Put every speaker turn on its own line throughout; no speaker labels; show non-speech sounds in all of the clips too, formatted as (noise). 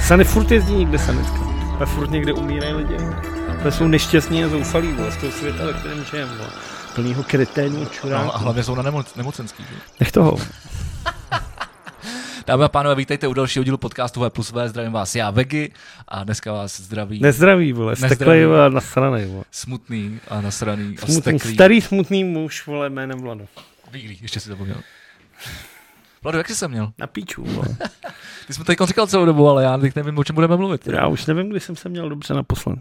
Sany furt jezdí někde sanecka. A furt někde umírají lidi. To jsou nešťastní a zoufalí vole, z toho světa, ve kterém žijeme. vole. Plnýho kreténů,
No, a
čuráků.
hlavně jsou na nemoc, nemocenský. Že?
Nech toho.
Dámy a pánové, vítejte u dalšího dílu podcastu V plus V. Zdravím vás já, Vegy, a dneska vás zdraví
Nezdraví, vole,
Nezdraví.
steklej a nasranej, vole.
smutný a nasraný a
Smutný,
steklý.
starý smutný muž, vole, jménem Vlado.
Bílý, ještě si zapomněl. Vlado, jak jsi se měl?
Na píču, vole.
Ty jsi mi teď říkal celou dobu, ale já teď nevím, o čem budeme mluvit.
Já už nevím, kdy jsem se měl dobře naposled.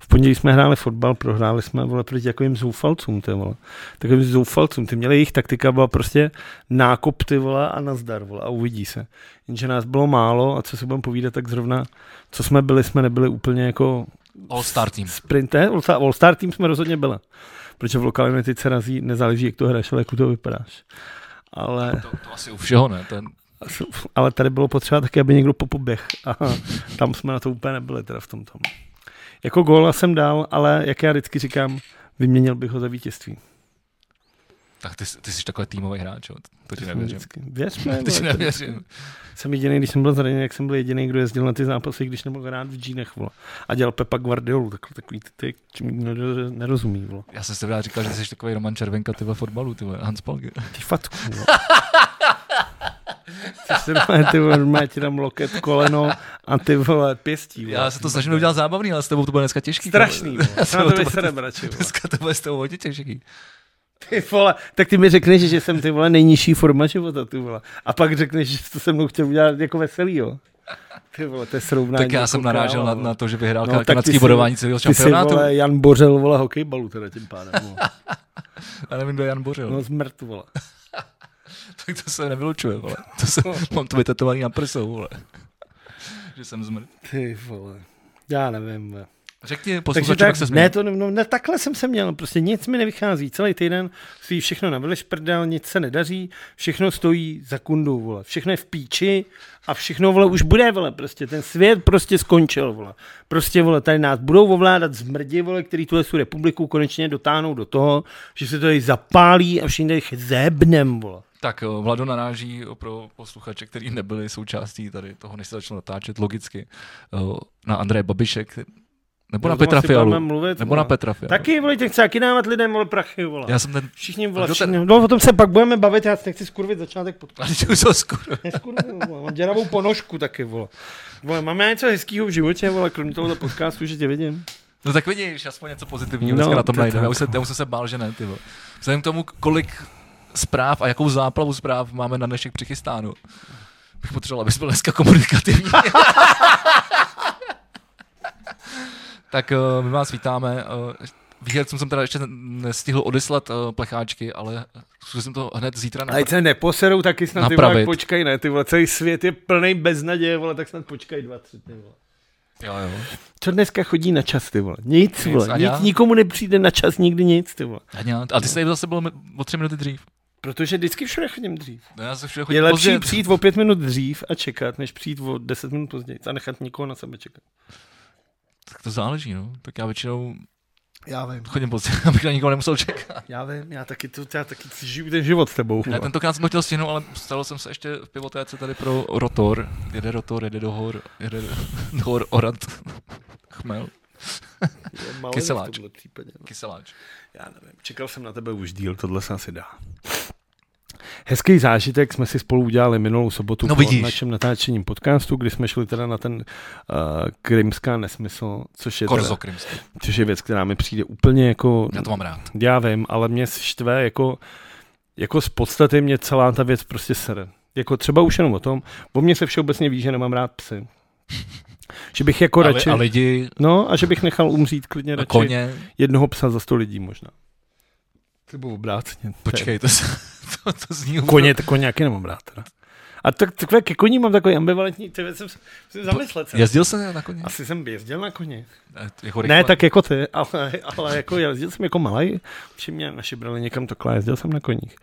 V pondělí jsme hráli fotbal, prohráli jsme vole, proti takovým zoufalcům, ty vole. Takovým zoufalcům, ty měli jejich taktika, byla prostě nákop, ty vole, a nazdar, vole, a uvidí se. Jenže nás bylo málo a co si budeme povídat, tak zrovna, co jsme byli, jsme nebyli úplně jako
All Star Team.
sprinter, All-Star, All-Star tým jsme rozhodně byli. Protože v lokální teď se razí, nezáleží, jak to hraješ, ale jak u toho vypadáš. Ale
To, to asi u všeho, ne? Ten,
(laughs) ale tady bylo potřeba taky, aby někdo popoběh. A (laughs) tam jsme na to úplně nebyli teda v tom tom. Jako góla jsem dal, ale jak já vždycky říkám, vyměnil bych ho za vítězství.
tak ty, jsi- ty jsi takový týmový hráč, jo? to ti
Jsem
nevěřím.
vždycky-
(laughs)
Věř mi,
Ty
vole,
si nevěřím.
jsem jediný, když jsem byl zraněný, jak jsem byl jediný, kdo jezdil na ty zápasy, když nemohl hrát v džínech, vole. A dělal Pepa Guardiolu, tak, takový ty, ty čím nikdo nero- nerozumí, vole.
Já jsem se rád říkal, že jsi takový Roman Červenka, ty ve fotbalu, ty vole, Hans Palky.
Ty fatku,
(laughs)
vole. Což se normálně, ty vole, normálně ti dám loket, koleno a ty vole pěstí, vole.
Já se to snažím udělat zábavný, ale s tebou to bude dneska těžký.
Strašný,
vole.
vole.
(laughs) Já se
Na
o
to
tebe-
vyserem radši, vole.
Dneska to bude s tebou hodně těžký.
Ty vole, tak ty mi řekneš, že jsem ty vole nejnižší forma života, ty vole. A pak řekneš, že jsi to se mnou chtěl udělat jako veselý, jo. Ty vole, to je srovnání.
Tak já
jako
jsem narážel na,
kráva,
na
vole.
to, že vyhrál
No,
no,
tak ty
kanadský
jsi-
bodování celého
Ty jsi,
šampionátu.
vole, Jan Bořel, vole, hokejbalu teda tím pádem,
(laughs)
vole.
Já nevím, kdo je Jan Bořil.
No zmrt, vole.
Tak to se nevylučuje, vole.
(laughs)
To se, mám to vytetovaný na prsou, vole. že jsem zmrt.
Ty vole. Já nevím, vole.
Řekni
Takže
posluchačům,
tak,
jak se
ne,
změnil.
to, no, ne, takhle jsem se měl, prostě nic mi nevychází, celý týden si všechno na vedleš prdel, nic se nedaří, všechno stojí za kundu, vole, všechno je v píči a všechno, vole, už bude, vole, prostě ten svět prostě skončil, vole, prostě, vole, tady nás budou ovládat zmrdi, vole, který tuhle tu republiku konečně dotáhnou do toho, že se to tady zapálí a všichni tady zébnem, vole.
Tak jo, Vlado naráží eh, pro posluchače, kteří nebyli součástí tady toho, než se začalo natáčet, logicky, jo, na Andreje Babiše, který- nebo na
O tom
Petra
asi budeme
Fialu.
Mluvit,
Nebo
vole.
na Petra Fialu.
Taky, vole, těch chce taky dávat lidem, vole, prachy, vole.
Já jsem ten... (laughs)
Všichni, vole,
A kdo ten-
všichni, no, o tom se pak budeme bavit, já nechci skurvit začátek pod
Ale tě už jsem skoro.
Neskurvil, vole. Mám děravou ponožku taky, vole. Vole, máme něco hezkého v životě, vole, kromě tohoto podcastu, že tě vidím.
No tak vidíš, aspoň něco pozitivního
No,
dneska na tom
to
najdeme.
tak.
Já už, se, já už jsem se bál, že ne, ty vole. Vzhledem k tomu, kolik zpráv a jakou záplavu zpráv máme na dnešek přichystáno, bych potřeboval, abys byl dneska komunikativní. (laughs) tak eh, my vás vítáme. eh, Výhercům jsem teda ještě nestihl odeslat eh, plecháčky, ale zkusím to hned zítra na...
A se neposerou, taky snad ty
Napravit.
vole, počkej, ne, ty vole, celý svět je plný beznaděje, vole, tak snad počkej dva, tři, ty vole.
Jo, jo.
Co dneska chodí na čas, ty vole? Nic,
Nic,
vole,
a já?
nic, nikomu nepřijde na čas, nikdy nic, ty vole.
Haňa, A ty jsi tady zase byl o tři minuty dřív.
Protože vždycky všude chodím dřív.
No, já jsem všude
Je
chodil
lepší
pozdě.
přijít o pět minut dřív a čekat, než přijít o deset minut později a nechat nikoho na sebe čekat.
Tak to záleží, no. Tak já většinou
Já vím,
chodím pozdě, (laughs) abych na nikoho nemusel čekat.
já vím, já taky, to, já taky žiju ten život s tebou.
Ne, tentokrát jsem to chtěl stihnout, ale stalo jsem se ještě v pivotéce tady pro rotor. Jede rotor, jede do hor, jede (laughs) do- do hor orant. Chmel, Kyseláč. v
V tomhle případě, no.
kyseláč.
Já nevím, čekal jsem na tebe už díl, tohle se asi dá. Hezký zážitek jsme si spolu udělali minulou sobotu
No
po
vidíš.
našem natáčením podcastu, kdy jsme šli teda na ten uh, krymská nesmysl, což je, teda,
Korzo krymský.
což je věc, která mi přijde úplně jako,
Já to mám rád.
já vím, ale mě štve jako, jako z podstaty mě celá ta věc prostě sere. Jako třeba už jenom o tom, o mně se všeobecně ví, že nemám rád psy. Že bych jako radši,
A, li, a lidi,
no a že bych nechal umřít klidně
a
radši
No, koně.
jednoho psa za sto lidí možná. Nebo obráceně.
Počkej, to, se, (laughs) to, to zní úplně-
Koně, to koněky nemám rád teda. A tak, takové ke koní mám takový ambivalentní, ty věc jsem, jsem zamyslet se.
Jezdil jsem na koně?
Asi jsem jezdil na koně.
Eh, Jako
Ne,
rychle.
tak jako ty, ale, ale jako jezdil jsem jako malý, všichni mě našibrali někam takhle, jezdil jsem na koních.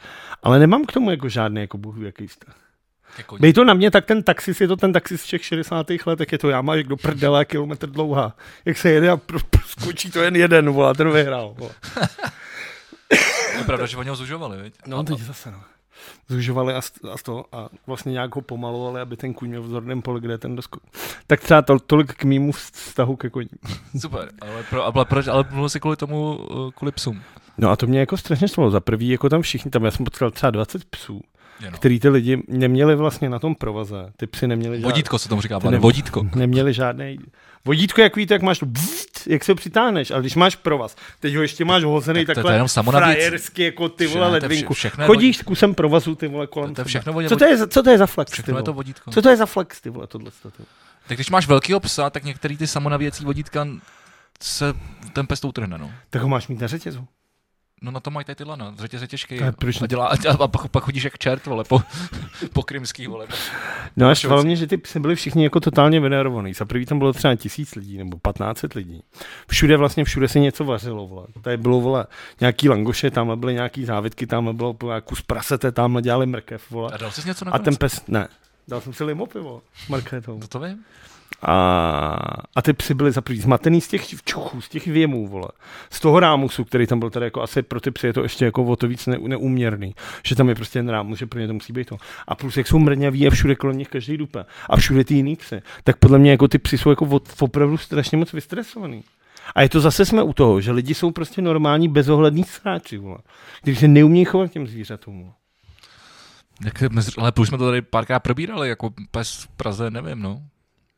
Ale nemám k tomu jako žádný, jako bůh ví, jaký vztah.
Ke koni.
Bej to na mě, tak ten taxis, je to ten taxis z těch 60. let, tak je to jáma, jak do prdele, kilometr dlouhá. Jak se jede a pr- pr- skočí to jen jeden, volá, ten vyhrál. Vole.
Je pravda, že oni ho zužovali, viď?
No, teď zase no. zužovali a, st- a, z toho, a vlastně nějak ho pomalovali, aby ten kůň měl vzorném pole, kde je ten doskok. Tak třeba to, tolik k mýmu vztahu ke koním.
Super, ale, pro, ale, proč, ale mluvil jsi kvůli tomu, eh, kvůli psům.
No a to mě jako strašně svalo. Za prvý, jako tam všichni, tam já jsem potkal třeba 20 psů,
Jenom.
který ty lidi neměli vlastně na tom provaze. Ty psy neměli žádný.
Vodítko se tomu říká,
Ty
pane,
ne-
vodítko.
Neměli žádné vodítko, jak víte, jak máš to bzt, jak se ho přitáhneš, ale když máš provaz, teď ho ještě máš hozený
to je
takhle
jenom samonabíjecí.
frajersky, jako ty
Všechno
vole
je to vše-
ledvinku.
všechno je
Chodíš s
vodítko.
kusem provazu, ty vole, kolem
To je
sebe.
všechno vodě-
co, to je, za- co to je za flex, ty
Všechno
vole?
je to vodítko.
Co to je za flex, ty vole, tohle? Ty vole?
Tak když máš velkýho psa, tak některý ty samonavějící vodítka se ten pes to utrhne, no.
Tak ho máš mít na řetězu.
No na to mají tady tyhle, no, řetěze těžký.
Ale proč
A, dělá, a, a, pak, pak chodíš jak čert, vole, po, (laughs) po krymský, vole.
No a
Našel
štvalo
jsi.
mě, že ty psy byli všichni jako totálně venerovaný. Za prvý tam bylo třeba tisíc lidí nebo 1500 lidí. Všude vlastně, všude se něco vařilo. Vole. Tady bylo vole, nějaký langoše, tamhle byly nějaký závitky, tamhle bylo vole, kus prasete, tamhle dělali mrkev. Vole.
A dal jsi něco na
A ten pes, ne. Dal jsem si limo pivo s marketou.
To, to vím.
A, a ty psy byly za prvý zmatený z těch čuchů, z těch věmů, vole. Z toho rámusu, který tam byl tady jako asi pro ty psy je to ještě jako o to víc ne, neuměrný. Že tam je prostě ten rámus, že pro ně to musí být to. A plus, jak jsou mrňaví a všude kolem nich každý dupe. A všude ty jiný psy. Tak podle mě jako ty psy jsou jako od, opravdu strašně moc vystresovaný. A je to zase jsme u toho, že lidi jsou prostě normální bezohlední sráči, vole. Když se neumějí chovat k těm zvířatům. Vole.
Jak, mez- ale už jsme to tady párkrát probírali, jako pes v Praze, nevím, no.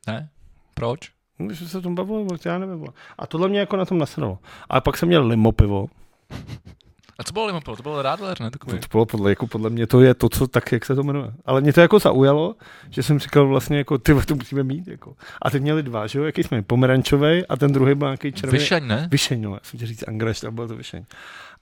Ne? Proč?
Když se o tom bavilo, vole, já nevím. vole. A tohle mě jako na tom nasralo. A pak jsem měl limo pivo,
A co bylo Limopol? To byl Radler, ne? Takový.
To bylo podle, jako podle mě to je to, co tak, jak se to jmenuje. Ale mě to jako zaujalo, že jsem říkal vlastně, jako ty to musíme mít. Jako. A ty měli dva, že jo? Jaký jsme? Pomerančový a ten druhý byl nějaký červený.
Vyšeň, ne?
Vyšeň, no, já jsem chtěl říct angraž, ale bylo to vyšeň.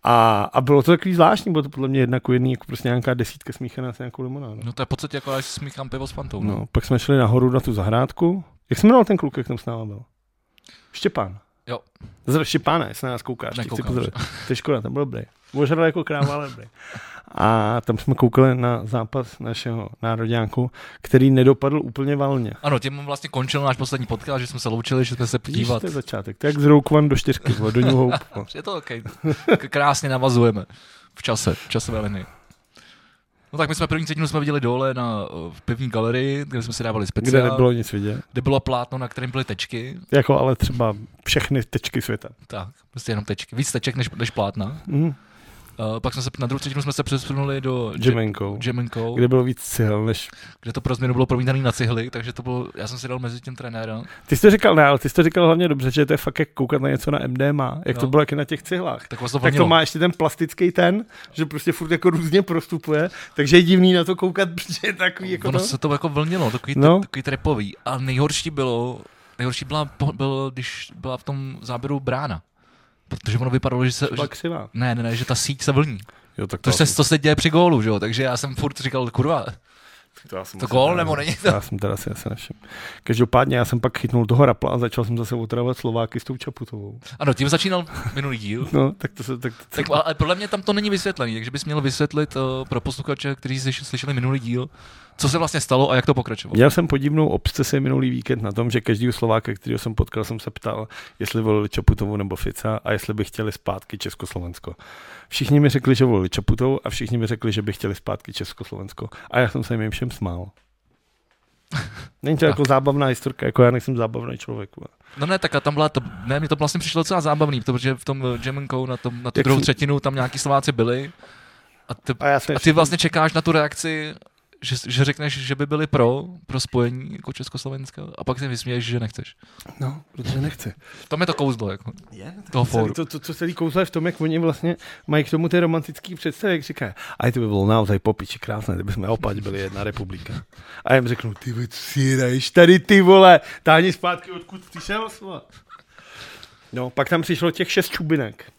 A, a bylo to takový zvláštní, bylo to podle mě jedna ku jedný, jako prostě nějaká desítka smíchaná s nějakou limonádou.
No to je v podstatě jako, až smíchám pivo s pantou. No.
No, pak jsme šli nahoru na tu zahrádku. Jak se jmenoval ten kluk, jak tam s náma byl? Štěpán.
Jo.
Zdrav Štěpáne, jestli na nás koukáš. tě Chci
Nekoukám.
pozdravit.
(laughs)
to je škoda, tam byl dobrý. Ožral jako kráva, ale dobrý. A tam jsme koukali na zápas našeho národňáku, který nedopadl úplně valně.
Ano, tím vlastně končil náš poslední podcast, že jsme se loučili, že jsme se
Vidíš,
podívat.
to je začátek. To je jak z Rogue One do čtyřky, vole,
(laughs)
do New Hope. vole.
Je to OK. K- Krásně navazujeme. V čase, v časové linii. No tak my jsme první třetinu jsme viděli dole na eh, v pivní galerii, kde jsme si dávali
Kde
speciál,
nebylo nic vidět.
kde bylo plátno, na kterém byly tečky.
Jako ale třeba všechny tečky světa.
Tak, prostě jenom tečky. Víc teček než, než plátna.
Mm.
Uh, pak jsme se na druhou třetinu jsme se přesunuli do
Jemenkou.
Jemenkou,
Kde bylo víc cihel, než...
kde to pro změnu bylo promítané na cihly, takže to bylo, já jsem si dal mezi tím trenéra.
Ty jsi to říkal, ne, ale ty jsi to říkal hlavně dobře, že to je fakt jak koukat na něco na MDMA, jak no. to
No.
bylo jak i na těch cihlách.
Tak vás to
Tak
plnilo.
to má ještě ten plastický ten, že prostě furt jako různě prostupuje, takže je divný na to koukat, (laughs) protože je takový jako
ono
to.
se to jako vlnilo, takový,
No.
no. takový trepový. A nejhorší bylo, nejhorší byla, po- bylo, když byla v tom záběru brána. Protože ono vypadalo, že se... Že,
Byla křivá.
ne, ne, ne, že ta síť se vlní.
Jo, tak
To, se, to se děje při gólu, že jo? Takže já jsem furt říkal, kurva,
to, já jsem
to
asi
gól
teda-
nebo není to?
Já jsem teda si asi nevšiml. Každopádně já jsem pak chytnul toho rapla a začal jsem zase otravovat Slováky s tou Čaputovou.
Ano, tím začínal minulý díl.
No, tak to se... Tak, to,
Tak, ale podle mě tam to není vysvětlený, takže bys měl vysvětlit uh, pro posluchače, kteří slyš- slyšeli minulý díl, co se vlastně stalo a jak to pokračovalo.
Měl jsem podivnou obsesi minulý víkend na tom, že každého Slováka, kterého jsem potkal, jsem se ptal, jestli volili Čaputovou nebo Fica a jestli by chtěli zpátky Československo. Všichni mi řekli, že volili Čaputovou a všichni mi řekli, že by chtěli zpátky Československo. A já jsem se jim všem (laughs) smál. Není to
Tak.
jako zábavná historka, jako já nejsem zábavný člověk. vole.
No ne, tak a tam byla, to, ne, mě to vlastně přišlo docela zábavný, protože v tom Jemenkou na, tom, na tu
Jak
druhou
jsi-
třetinu tam nějaký Slováci byli a ty,
A, já jsem
a ty vlastně čekáš na tu reakci, že, že řekneš, že by byli pro, pro spojení jako Československa a pak si vysměješ, že nechceš.
No, protože nechci.
Tam je to kouzlo, jako
Je,
toho
Celý
fóru.
to, to, co celý kouzlo je v tom, jak oni vlastně mají k tomu ty romantický představy, jak říkají, a to by bylo naozaj popiči krásné, kdyby jsme opať byli jedna republika. A já jim řeknu, ty vole, co si hraješ tady, ty vole, táhni zpátky, odkud přišel, slova. No, pak tam přišlo těch šest čubinek.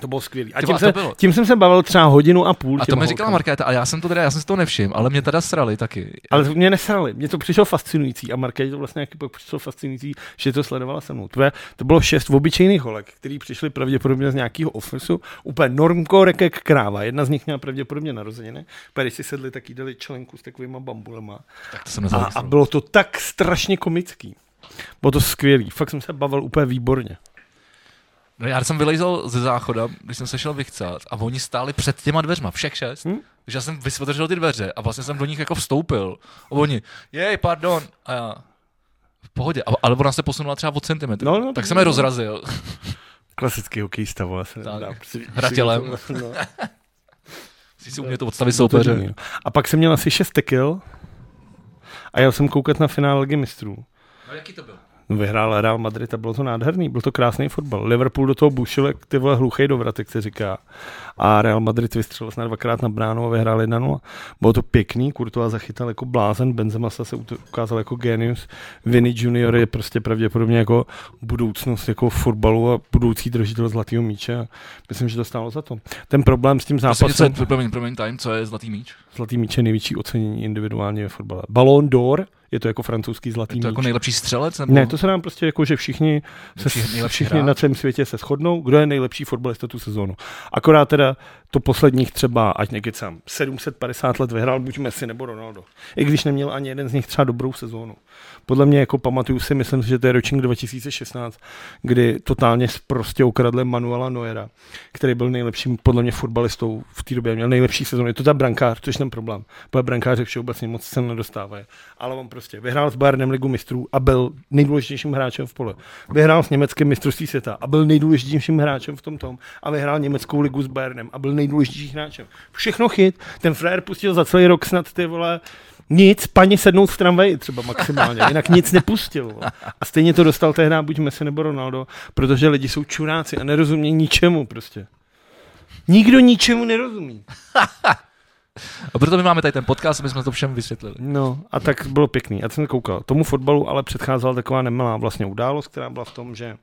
To bylo skvělé. A tím,
Ty vole,
se,
to bylo.
tím jsem se bavil třeba hodinu a půl.
A to
těma
mi říkala
holkama.
Markéta, a já jsem to teda, já jsem si to nevšiml, ale mě teda srali taky.
Ale to mě nesrali, mě to přišlo fascinující a Markétě to vlastně jaký pak přišlo fascinující, že to sledovala se mnou. Tvé, to bylo šest obyčejných holek, který přišli pravděpodobně z nějakého ofisu, úplně normko, rekek, kráva. Jedna z nich měla pravděpodobně narozeniny, pak když si sedli, tak jí dali členku s takovýma bambulema.
Tak to jsem
A,
nezaregistroval.
a bylo to tak strašně komický. Bylo to skvělý, fakt jsem se bavil úplně výborně.
No já jsem vylejzal ze záchoda, když jsem se šel vychcát a oni stáli před těma dveřma, všech šest.
Hm?
Hmm? Takže já jsem vys- otevřel ty dveře a vlastně jsem do nich jako vstoupil. A oni, jej, pardon, a já, v pohodě. A, ale ona se posunula třeba o centimetr.
No, no,
tak
to-
jsem je rozrazil. (laughs)
Klasický hokejista, vole, se nedá.
Tak.
Prostě-
Hratělem.
(laughs) No,
Jsi si uměl to odstavit
to je
soupeře.
divný, no. A pak jsem měl asi šest tekil a jel jsem koukat na finále Ligy mistrů.
No jaký to byl?
Vyhrál Real Madrid a bylo to nádherný, byl to krásný fotbal. Liverpool do toho bušil, jak ty vole hluchej dovrat, jak se říká. A Real Madrid vystřelil snad dvakrát na bránu a vyhrál 1-0. Bylo to pěkný, Courtois zachytal jako blázen, Benzema se se ut- ukázal jako genius. Vinny Junior je prostě pravděpodobně jako budoucnost jako fotbalu a budoucí držitel zlatého míče. A myslím, že to stálo za to. Ten problém s tím
Prosím, tě, co je,
zápasem...
promiň, promiň, time, co je zlatý míč?
Zlatý míč je největší ocenění individuálně ve fotbale. Ballon d'Or, je to jako francouzský zlatý
Je to
míč.
jako nejlepší střelec? Nebo...
ne, to se nám prostě jako, že všichni, se,
Nejlepší- nejlepší
všichni
hráč.
na celém světě se shodnou, kdo je nejlepší fotbalista tu sezónu. Akorát teda to posledních třeba, ať nekecám, 750 let vyhrál buď Messi nebo Ronaldo. I když neměl ani jeden z nich třeba dobrou sezónu. Podle mě, jako pamatuju si, myslím si, že to je ročník 2016, kdy totálně prostě ukradli Manuela Neuera, který byl nejlepším, podle mě, fotbalistou v té době. Měl nejlepší sezónu. Je to ta brankář, což je ten problém. Protože brankáři všeobecně moc se nedostávají. Ale on prostě vyhrál s Bayernem ligu mistrů a byl nejdůležitějším hráčem v pole. Vyhrál s německým mistrovství světa a byl nejdůležitějším hráčem v tom tom a vyhrál německou ligu s Bayernem a byl nejdůležitějším hráčem. Všechno chyt. Ten frajer pustil za celý rok snad ty vole nic, paní sednout v tramvaji třeba maximálně, jinak nic nepustil. vole. A stejně to dostal tehdy buď Messi nebo Ronaldo, protože lidi jsou čuráci a nerozumí ničemu prostě. Nikdo ničemu nerozumí.
A proto my máme tady ten podcast, my jsme to všem vysvětlili.
No a tak bylo pěkný. Já jsem koukal. Tomu fotbalu ale předcházela taková nemalá vlastně událost, která byla v tom, že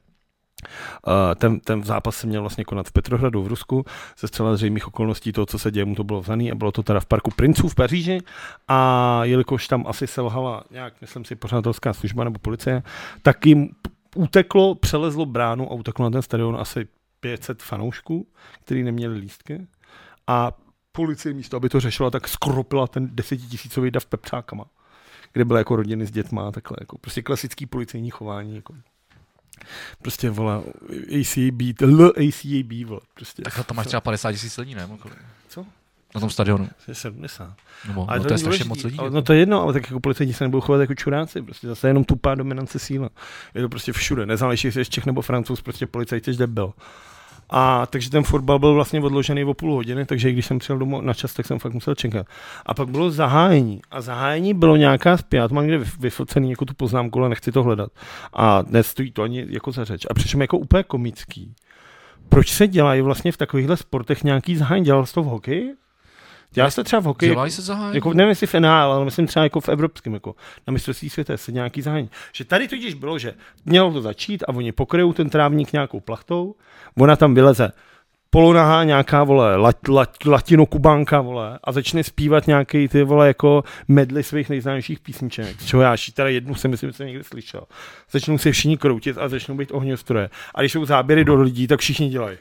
Uh, ten, ten zápas se měl vlastně konat v Petrohradu v Rusku, ze zcela zřejmých okolností toho, co se děje, mu to bylo vzaný a bylo to teda v parku Princů v Paříži a jelikož tam asi selhala nějak, myslím si, pořadatelská služba nebo policie, tak jim p- uteklo, přelezlo bránu a uteklo na ten stadion asi 500 fanoušků, kteří neměli lístky a policie místo, aby to řešila, tak skropila ten desetitisícový dav pepřákama kde byly jako rodiny s dětma a takhle, jako prostě klasický policejní chování, jako prostě volá ACAB, L ACAB, vole, prostě.
Tak na to máš třeba 50 tisíc lidí, ne? Kolik?
Co?
Na tom stadionu.
To je 70.
Nebo,
Ale
no, to je strašně
důležitý.
moc lidí.
Ale,
jako.
no to je jedno, ale tak jako policajti se nebudou chovat jako čuráci, prostě zase jenom tupá dominance síla. Je to prostě všude, nezáleží, jestli jsi Čech nebo Francouz, prostě policajt jsi debil. A takže ten fotbal byl vlastně odložený o půl hodiny, takže i když jsem přijel domů na čas, tak jsem fakt musel čekat. A pak bylo zahájení. A zahájení bylo nějaká zpět, mám kde vyf- vyfocený jako tu poznámku, ale nechci to hledat. A nestojí to ani jako za řeč. A přičem jako úplně komický. Proč se dělají vlastně v takovýchhle sportech nějaký zahájení? Dělal jsi to v hokeji? Dělal jsi to třeba v hokeji?
Dělají se zahájení?
Jako, nevím, jestli v NHL, ale myslím třeba jako v evropském, jako na mistrovství světa se nějaký zahání. Že tady totiž bylo, že mělo to začít a oni pokryjou ten trávník nějakou plachtou, ona tam vyleze polonahá nějaká, vole, lat, lat, latinokubánka, vole, a začne zpívat nějaký ty, vole, jako medly svých nejznámějších písniček. Z Čeho já ší, teda jednu si myslím, že jsem někdy slyšel. Začnou se všichni kroutit a začnou být ohňostroje. A když jsou záběry do lidí, tak všichni dělají.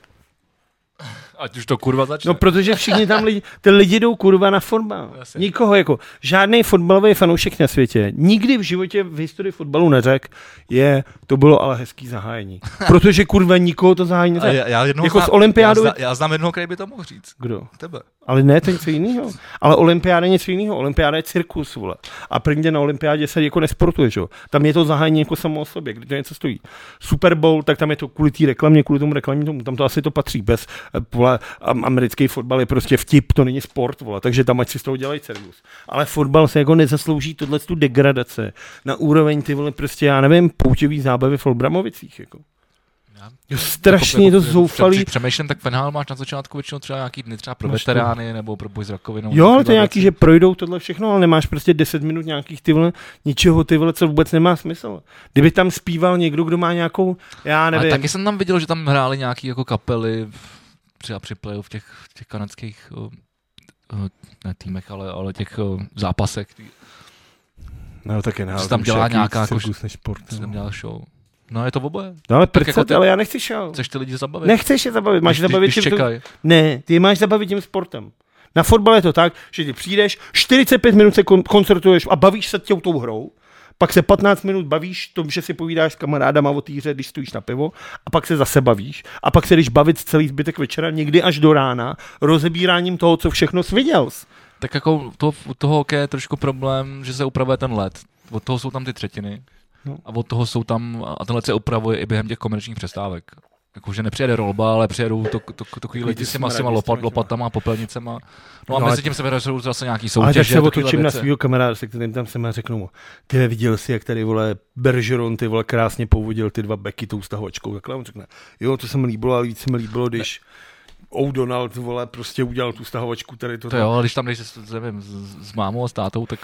Ať už to kurva začne.
No, protože všichni tam lidi, ty lidi jdou kurva na fotbal.
Jasně.
Nikoho jako, žádný fotbalový fanoušek na světě nikdy v životě v historii fotbalu neřekl, je, to bylo ale hezký
(laughs)
zahájení. Protože kurva nikoho to zahájení
A
neřekl.
já, já jednoho
Jako
znám,
z olympiádou-
Já, zna, já znám jednoho, který by to mohl říct.
Kdo?
Tebe.
Ale ne, to je něco jiného. Ale olympiáda je něco jiného. Olympiáda je cirkus, vole. A první den na olympiádě se jako nesportuje, že jo. Tam je to zahájení jako samo o sobě, kdy to něco stojí. Super Bowl, tak tam je to kvůli té reklamě, kvůli tomu reklamnímu tomu, tam to asi to patří. Bez eh, vole, am- americký fotbal je prostě vtip, to není sport, vole. Takže tam ať si z toho dělají cirkus. Ale fotbal se jako nezaslouží tohle tu degradace na úroveň ty vole prostě, já nevím, poutivý zábavy v Olbramovicích, jako.
Já- Jako-
Jo, strašně je to
přem-
zoufalý.
přem- Přemýšlím, tak fenhál máš na začátku většinou třeba nějaký dny třeba pro
Máš to.
veterány nebo pro boj s rakovinou.
Jo, ale to
takovýhle
je nějaký,
věci.
že projdou tohle všechno, ale nemáš prostě 10 minut nějakých ty vole, ničeho ty vole, co vůbec nemá smysl. Kdyby tam zpíval někdo, kdo má nějakou, já
Ale
nevím,
taky jsem tam viděl, že tam hráli nějaký jako kapely v- třeba při playoff těch, těch kanadských o, o, ne týmech, ale, ale těch o, zápasech, tý-
no, tak je
že tam dělá nějaká jako-
než sport.
co tam
No.
dělal show. No je to oboje.
no ale prcet,
jako ty-
ale já nechci šel.
Chceš ty lidi zabavit?
Nechceš je zabavit, máš
když,
zabavit
když, když
tím,
čekají.
Ne, ty je máš zabavit tím sportem. Na fotbale je to tak, že ty přijdeš, 45 minut se kon- koncertuješ a bavíš se tě tou hrou, pak se 15 minut bavíš tom, že si povídáš s kamarádama o té hře, když stojíš na pivo, a pak se zase bavíš. A pak se jdeš bavit celý zbytek večera, někdy až do rána, rozebíráním toho, co všechno jsi viděl.
Tak jako to, u toho hokeje je trošku problém, že se upravuje ten led. Od toho jsou tam ty třetiny.
No.
A od toho jsou tam, a ten led se upravuje i během těch komerčních přestávek. Jako, že nepřijede rolba, ale přijedou to, to, to, takový lidi s těma, s těma
smradí,
lopat,
s těma-
lopatama, popelnicema. No a
No, ale-
mezi tím se vedou zase nějaký
Ale tak
soutěže.
se
takovýhle
otočím na
věci.
svého kamaráda, se kterým tam jsem a řeknu mu, ty viděl jsi, jak tady vole Bergeron, ty vole krásně pouvodil ty dva beky tou stahovačkou. Takhle on řekne, jo, to se mi líbilo, ale víc se mi líbilo, když O'Donnell, vole, prostě udělal tu stahovačku, tady to.
To jo, ale když tam jdeš s, nevím, s, s mámou a s tátou, tak,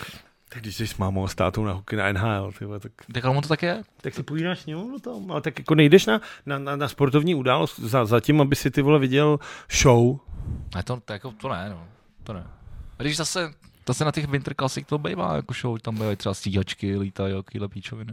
Tak když jsi s mámou a s tátou na hokej na NHL, ty vole, tak
tak ale ono to tak je.
Tak si pojídáš sněmovnu tam, ale tak jako nejdeš na, na, na, na sportovní událost za, za tím, aby si ty vole viděl show.
Ne, to, to, jako, to ne, no. To ne. A když zase, zase na těch Winter Classic to bývá, jako show, tam bývají třeba stíhačky, lítají, jakýhle píčoviny.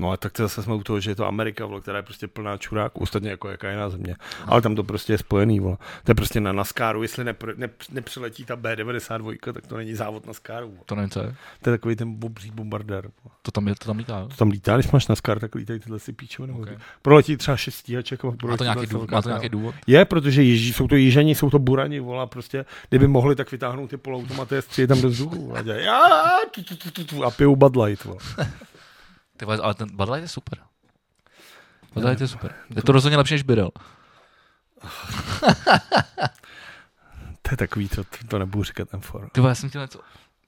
No a tak to zase jsme u toho, že je to Amerika, vole, která je prostě plná čuráků, ostatně jako jaká jiná země. Ale tam to prostě je spojený, vole. To je prostě na NASCARu, jestli nepr, ne, nepřiletí ta B92, tak to není závod NASCARu. Vole.
To nevím, co je.
To je takový ten obří bombardér. Vole.
To tam, je, to tam lítá, jo.
To tam lítá, když máš NASCAR, tak lítají tyhle si píčoviny.
Ok.
Okay. Proletí třeba šest stíhaček. a
Má
proletí
to nějaký
zase
důvod?
velká
Má to
kráva.
nějaký důvod?
Je, protože ježí, jsou to jižani, jsou to burani, volá prostě, kdyby mohli, tak vytáhnou ty polautomaty a stříje tam do vzduchu. vole, A, dělají, "Aaa, tu, tu, tu, tu, tu", a pijou Bud Light. Vole. (laughs)
Ty, vole, ale ten Bud Light je super. Bud Light je super. Je to rozhodně lepší než Birel.
To je takový, to, to- to nebudu říkat M4.
Ty, vole, já jsem chtěl něco,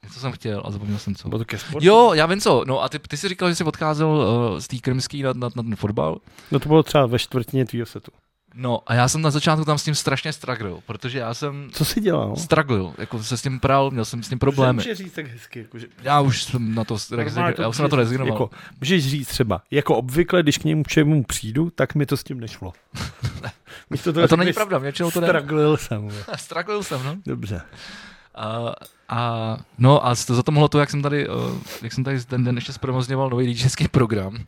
něco jsem chtěl a zapomněl jsem co.
Bylo to ke sportu?
Jo, já vím co. No a ty, ty jsi říkal, že jsi odcházel uh, z té krymský na, na, na ten fotbal.
No to bylo třeba ve čtvrtině tvýho setu.
No a já jsem na začátku tam s tím strašně struggle, protože já jsem
Co jsi dělal? no?
struggle, jako se s tím pral, měl jsem s tím problémy.
Můžeš říct tak hezky. Jako, že...
Já už jsem na to,
Normálně
rezign... já už jsem na
můžeš
to
říct,
rezignoval.
Jako, můžeš říct třeba, jako obvykle, když k němu čemu přijdu, tak mi to s tím
(laughs)
nešlo. Místo toho
a to
řekneš,
není pravda, mě většinou to (laughs) jde.
Straglil jsem. vole.
Struggle jsem, no.
Dobře.
A, a, no a z- za to mohlo to, jak jsem tady, eh, jak jsem tady ten den ještě zprovozňoval nový DJský program,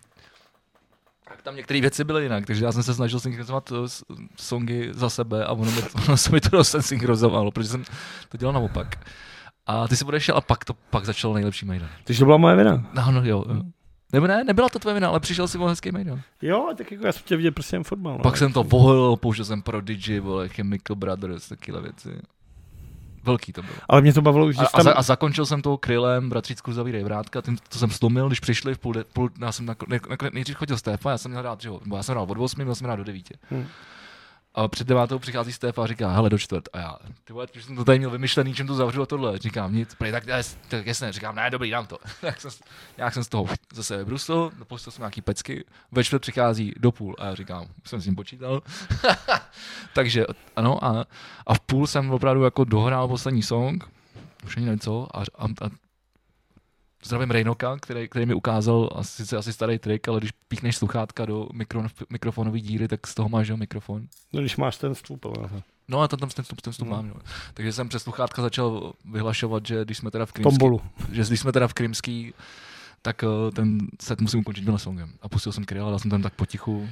tak tam některé věci byly jinak, takže já jsem se snažil synchronizovat eh, s- songy za sebe a ono, mi, ono se mi to (laughs) dost synchronizovalo, protože jsem to dělal naopak. A ty si odešel a pak to pak začal nejlepší Majdan.
Takže to byla moje vina.
No, no jo. jo. Nebo ne, nebyla to tvoje vina, ale přišel si o hezký Majdan.
Jo, tak jako já jsem tě viděl prostě jen fotbal. no.
Pak jsem to vohol, použil jsem Prodigy, vole, Chemical Brothers, takyhle věci. Velký to bylo.
Ale mě to bavilo už,
A,
když
a,
tam...
za, a zakončil jsem toho krylem, bratřícku zavíraj vrátka, tím, to jsem stlumil, když přišli v půl, de, půl já jsem na, ne, na, nejdřív chodil Stéfa, já jsem měl rád, že jo, bo já jsem hrál od 8, měl jsem hrát do 9.
Hm.
A před devátou přichází Stéfa a říká, hele do čtvrt. A já, ty vole, už jsem to tady měl vymyšlený, čím to zavřu a tohle. Říkám nic, prej, tak, jas- tak jasně, říkám, ne, dobrý, dám to. (laughs) tak jsem, s- nějak jsem z toho (laughs) zase vybrusil, postil jsem nějaký pecky, ve čtvrt přichází do půl a já říkám, už jsem s ním počítal. (laughs) Takže ano, a, a v půl jsem opravdu jako dohrál poslední song, už ani nevím co, a, a, a zdravím Reynoka, který, který mi ukázal a sice asi starý trik, ale když píchneš sluchátka do mikro, mikrofonové díry, tak z toho máš jo, mikrofon.
No, když máš ten vstup, ale...
No a tam, tam ten vstup, ten vstup
Hmm.
mám. Jo. Takže jsem přes sluchátka začal vyhlašovat, že když jsme teda v Krymský,
Tombolu.
že když jsme teda v Krymský, tak eh, ten set musím ukončit tímhle songem. A pustil jsem Kryla, dal jsem tam tak potichu.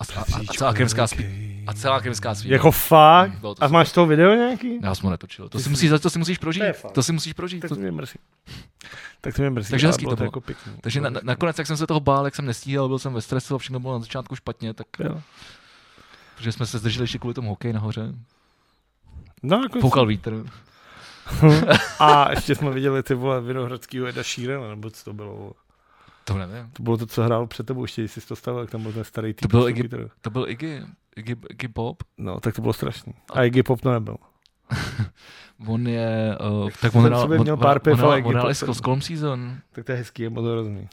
A, a, a, a celá krymská spí. A celá krymská spí.
Jako fakt?
Hmm, bylo to
A máš to video nějaký?
Já jsem ho netočil. To
Ty
si,
jsi-
musíš, to si musíš prožít.
To je fakt.
To si musíš prožít.
Tak
To,
to mě mrzí. Tak to mě mrzí.
Takže
ale
hezký to bylo.
Jako pěkný.
Takže na, na, nakonec, jak jsem se toho bál, jak jsem nestíhal, byl jsem ve stresu a všechno bylo na začátku špatně, tak
Jo.
protože jsme se zdrželi ještě kvůli tomu hokeji nahoře.
No, jako
Foukal vítr.
A ještě jsme viděli ty vole Vinohradskýho Eda Šírena, nebo co to bylo.
To nevím.
To bylo to, co hrál před tebou, ještě jsi to stavil, jak tam byl ten starý týp.
To byl
na
Iggy-
kytaru.
To byl Iggy, Iggy, Iggy Pop.
No, tak to bylo strašný. A Iggy Pop to nebyl.
On je... Uh,
Jak
tak
jsem
on
v
hrál,
sobě
on,
měl
on,
pár piv,
on,
ale
hrál-
Iggy
on hrál
Pop
i s
jsem-
Colm Season.
Tak to je hezký, je moc hrozný.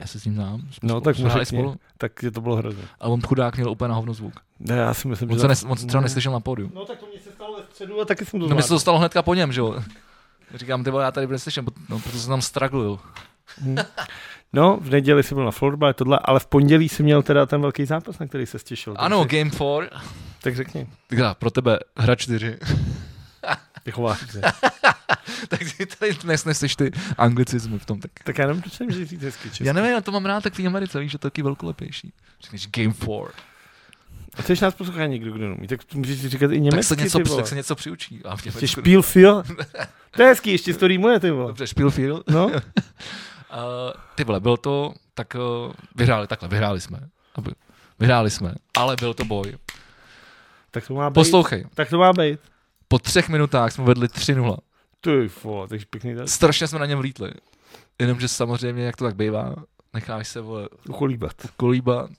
Já se s ním znám. Jsme
No,
spolu-
tak
jsme
mu
hráli
řekni.
spolu.
Tak je to bylo hrozný.
A on chudák měl úplně na hovno zvuk.
Ne, já si myslím,
On
že...
se,
za-
nes, on se třeba neslyšel na pódiu.
No tak to mě se stalo ve středu a taky jsem to
No mi
zvládl.
se to stalo hnedka po něm, že jo. Říkám, ty vole, já tady neslyším, no, protože jsem tam stragluju.
Hm. No, v neděli jsi byl na florbale, tohle, ale v pondělí jsi měl teda ten velký zápas, na který se stěšil. tak
Ano,
řek-
Game 4.
tak řekni.
Tak já, pro tebe hra 4.
Ty chováš se.
tak ty tady dnes neseš ty anglicizmy v tom. Tak.
tak já nevím, proč nemůžeš říct hezky česky.
Já nevím, na to mám rád, tak v té Americe, víš, že to je taky velkolepější. Řekneš Game 4.
A chceš nás poslouchá někdo, kdo nemí, tak to můžeš říkat i německy,
Tak se, něco,
ty vole.
tak se něco přiučí. A v
Ještě
(laughs) Německu...
špíl fil. To je hezký, ještě to rýmuje, ty vole.
Dobře, Spielfield.
No,
Uh, ty vole, byl to, tak uh, vyhráli takhle, vyhráli jsme. Aby- Vyhráli jsme, ale byl to boj.
Tak to má být.
Poslouchej,
Tak to má být.
po třech minutách jsme vedli 3-0.
Ty vole, takže pěkný tak
Strašně jsme na něm vlítli. Jenomže samozřejmě, jak to tak bývá, necháš se vole
ucholíbat.
kolíbat.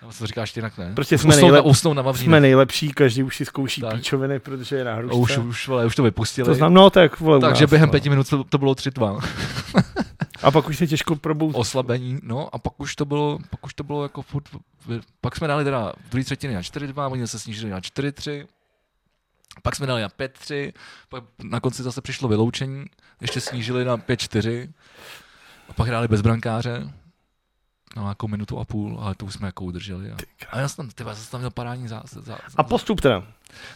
Nebo co říkáš ty jinak, ne?
Prostě jsme
Usnou, na,
nejlepší.
usnou na
Jsme
Vavříně.
nejlepší, každý už si zkouší
Tak.
píčoviny, protože je na
A už,
hrušce.
už, vole, už to vypustili.
To znám, no tak vole u
Takže
nás,
během
no.
pěti minut to, to bylo 3-2.
A pak už se těžko probouzí.
Oslabení, no a pak už to bylo, pak už to bylo jako furt, pak jsme dali teda v druhé třetiny na 4-2, oni se snížili na 4-3, pak jsme dali na 5-3, pak na konci zase přišlo vyloučení, ještě snížili na 5-4, a pak hráli bez brankáře, na nějakou minutu a půl, ale to už jsme jako udrželi. A, a já jsem tam, tyba, zase tam měl parádní zá, zá, zá,
A postup teda.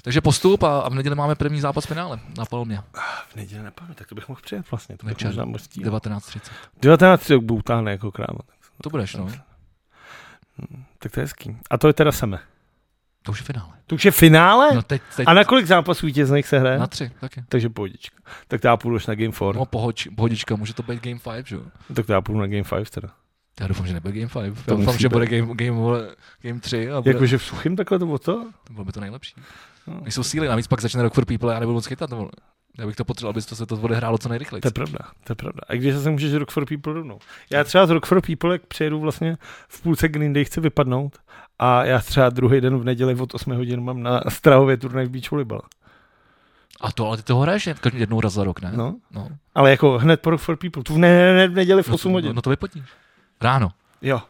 Takže postup a, a v neděli máme první zápas v finále na Palmě,
V neděli nepadne, tak to bych mohl přijet vlastně. To bych
Večer.
možná mohl stíhat.
19.30.
19 rok boutáhne jako kráva. Hmm,
To budeš, no.
Tak to je hezký. A to je teda seme.
To už je finále.
To už je finále?
No teď, teď
Eh. A na kolik zápasů vítězných se hraje?
na tři taky.
Takže pohodička. Tak to já půjdu už na Game 4.
No pohoč, pohodička, může to být Game 5, že jo?
Tak to já půjdu na Game 5 teda.
Já doufám, že nebude Game 5.
To
Já doufám,
musí
že
být.
bude game, game, vole, game 3 a bude,
Jakože v suchým takhle to bylo to?
to bylo by to nejlepší.
No.
Nejsou síly, navíc pak začne Rock for People a já nebudu moc chytat, vole. Já bych to potřeboval, aby to se to odehrálo co nejrychleji.
To je pravda, to je pravda. A když se můžeš Rock for People rovnou.
No.
Já třeba z Rock for People, jak přejedu vlastně v půlce Green Day, chci vypadnout a já třeba druhý den v neděli od 8 hodin mám na Strahově turnaj v beach volleyball.
A to, ale ty toho hraješ každý jednou raz za rok, ne?
No,
no.
ale jako hned po Rock for People. Tu ne, ne, ne, v neděli v
No,
8
to-
hodin.
No, to vypotíš. Ráno.
Jo.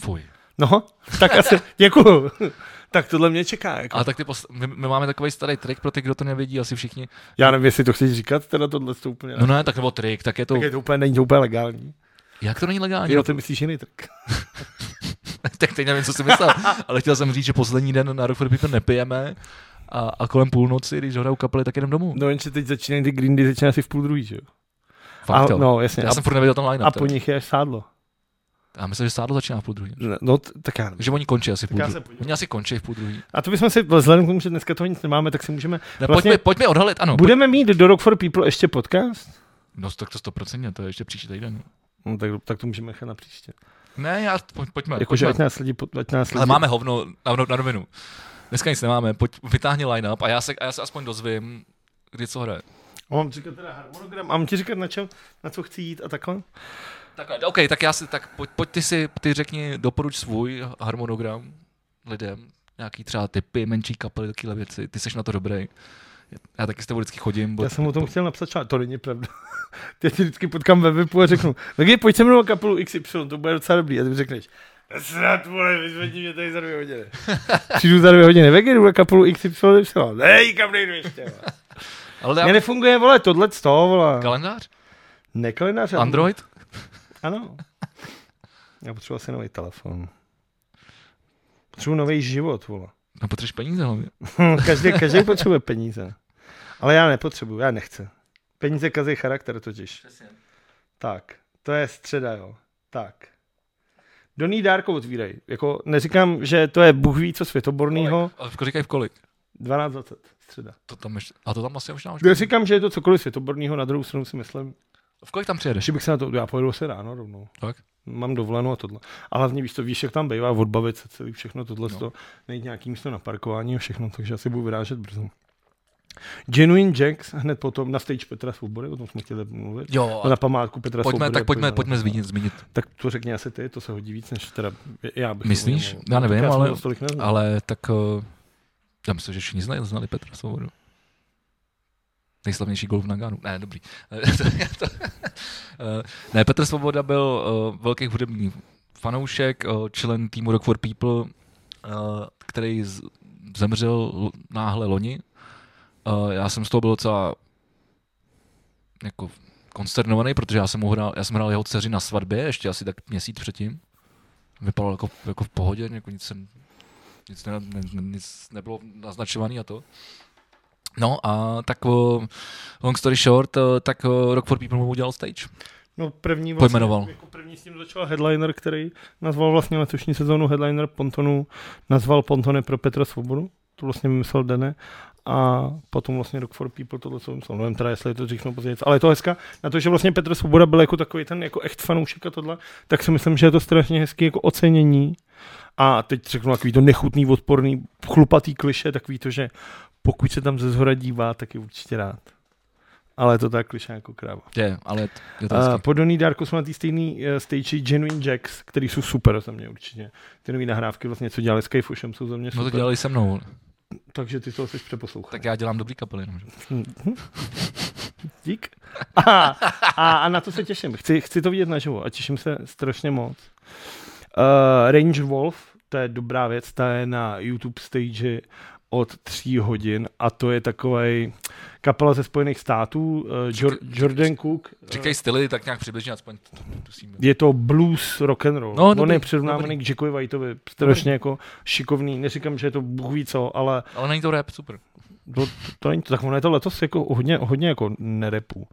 Fuj.
No, tak asi, děkuju. (laughs) tak tohle mě čeká. Jako.
A tak ty posl- my, my, máme takový starý trik pro ty, kdo to nevědí, asi všichni.
Já nevím, jestli to chceš říkat, teda tohle to úplně
No
no,
ne, tak nebo trik, tak je to.
tak je to úplně, není to úplně legální.
Jak to není legální?
Jo, ty myslíš jiný trik.
(laughs) tak teď nevím, co jsem myslel, ale chtěl jsem říct, že poslední den na Rock for People nepijeme a, a kolem půlnoci, když hrajou kapely, tak jdem domů.
No jenže teď začínají ty Green Day, začíná asi v půl druhý, že jo?
Fakt,
a,
jo.
no, jasně.
já
a,
jsem furt nevěděl ten line
a po nich je až sádlo.
Já myslím, že sádlo začíná v půl druhý.
Ne, No, t- tak já nevím.
Že oni končí asi v půl
já
druhý.
se podívám.
Oni asi končí v půl druhý.
A to bychom si, vzhledem k tomu, že dneska toho nic nemáme, tak si můžeme...
Ne,
Vlastně-
vlastně, pojďme, pojďme odhalit, ano. Bude...
Budeme mít do Rock for People ještě podcast?
No tak to 100%, to je ještě příští týden.
No, tak, tak to můžeme nechat na příště.
Ne, já, pojď, pojďme.
Jakože ať
pojďme.
nás lidi... pod- Ať nás lidi...
Ale máme hovno na, na, na rovinu. Dneska nic nemáme, pojď, vytáhni line-up a já se, a já se aspoň dozvím, kdy co hraje.
A mám říkat teda harmonogram, a mám ti říkat, na, čem, na co chci jít a takhle?
Takhle, OK, tak já si, tak pojď, pojď ty si, ty řekni, doporuč svůj harmonogram lidem, nějaký třeba typy, menší kapely, takové věci, ty seš na to dobrý. Já taky s tebou vždycky chodím, bo
Já jsem o tom chtěl napsat článek, to není pravda. (laughs) Já tě vždycky potkám ve webu a řeknu, tak je, pojď se mnou na kapelu XY, to bude docela dobrý. A ty mi řekneš, snad, vole, vyzvedni mě tady za dvě hodiny. Přijdu za dvě hodiny, vege, jdu na kapelu XY, ne, nikam nejdu ještě. vole.
ale
Mně
já,
nefunguje, vole, tohle z toho, vole.
kalendář?
Ne, kalendář. ale-
Android?
Ano. Já potřebuji asi nový telefon. Potřebuji nový život, vole. (laughs)
No potřebuješ peníze hlavně.
každý, každý potřebuje peníze. Ale já nepotřebuju, já nechci. Peníze kazí charakter totiž. Tak, to je středa, jo. Tak. Do ní dárko otvírej. Jako neříkám, že to je Bůh ví co světoborného.
Ale v- říkej v kolik.
12.20 středa.
To tam ještě, a to tam asi možná už.
Neříkám, že je to cokoliv světoborného, na druhou stranu si myslím,
V kolik tam přijedeš?
že bych se na to, já pojedu se ráno rovnou.
Tak.
Mám dovolenou a tohle. A hlavně víš to, víš, jak tam bývá, odbavit se celý všechno tohle, no. najít nějaký místo na parkování a všechno, takže asi budu vyrážet brzo. Genuine Jacks hned potom na stage Petra Svobody, o tom jsme chtěli mluvit.
Jo,
na památku Petra
No pojďme,
Svobody.
tak pojďme,
jako-
pojďme zmínit, zmínit.
Tak to řekni asi ty, to se hodí víc, než teda já bych.
Myslíš?
tomu no,
Já nevím,
tak
ale-
jsem moc tolik neznal.
Ale tak, eh, já myslím, že všichni znali, znali Petra Svobodu. Nejslavnější gol v Naganu. Ne, dobrý. (laughs) Eh, to- eh, ne, Petr Svoboda byl eh, velký hudební fanoušek, eh, člen týmu Rock for People, eh, který z- zemřel l- náhle loni. Eh, Já jsem z toho byl docela jako konsternovaný, protože já jsem, mu hrál, já jsem hrál jeho dceři na svatbě, ještě asi tak měsíc předtím. Vypadalo jako, jako v pohodě, jako nic, jsem, nic, ne, ne, nic nebylo naznačovaný a to. No a tak o, long story short, o, tak o, Rock for People mu udělal stage.
No první
Pojmenoval.
Jako první s tím začal headliner, který nazval vlastně letošní sezónu headliner Pontonu, nazval Pontony pro Petra Svobodu, to vlastně vymyslel Dene. a potom vlastně Rock for People, tohle co vymyslel, nevím teda, jestli je to dřív nebo později, ale je to hezká, na to, že vlastně Petr Svoboda byl jako takový ten jako echt fanoušek a tohle, tak si myslím, že je to strašně hezký jako ocenění a teď řeknu takový to nechutný, odporný, chlupatý kliše, takový to, že pokud se tam ze zhora dívá, tak je určitě rád. Ale je to tak kliše jako kráva.
Je, ale je to, je to
Uh,
hezký.
podobný dárku jsme na té stejné uh, stage Genuine Jacks, který jsou super za mě určitě. Ty nové nahrávky vlastně, co dělali s Kejfušem, jsou za mě
No to
super.
dělali se mnou,
Takže ty to jsi přeposlouchal.
tak já dělám dobrý kapely. no. jenom, že?
Dík. A, a, a na to se těším. Chci, chci to vidět naživo a těším se strašně moc. Uh, Range Wolf, to je dobrá věc, ta je na YouTube stage od tří hodin a to je takovej kapela ze Spojených států, uh, Jor- Jordan Cook. eh,
Říkají styly, tak nějak přibližně, aspoň to- to tusíme.
je to blues rock and roll.
No,
No, On
dobrý,
je přirovnávaný k Jackovi Whiteovi, strašně jako šikovný. Neříkám, že je to Bůh ví co, ale
Ale není to rap, super.
to, to, to není to. Tak ono je to letos jako hodně, hodně jako nerepu.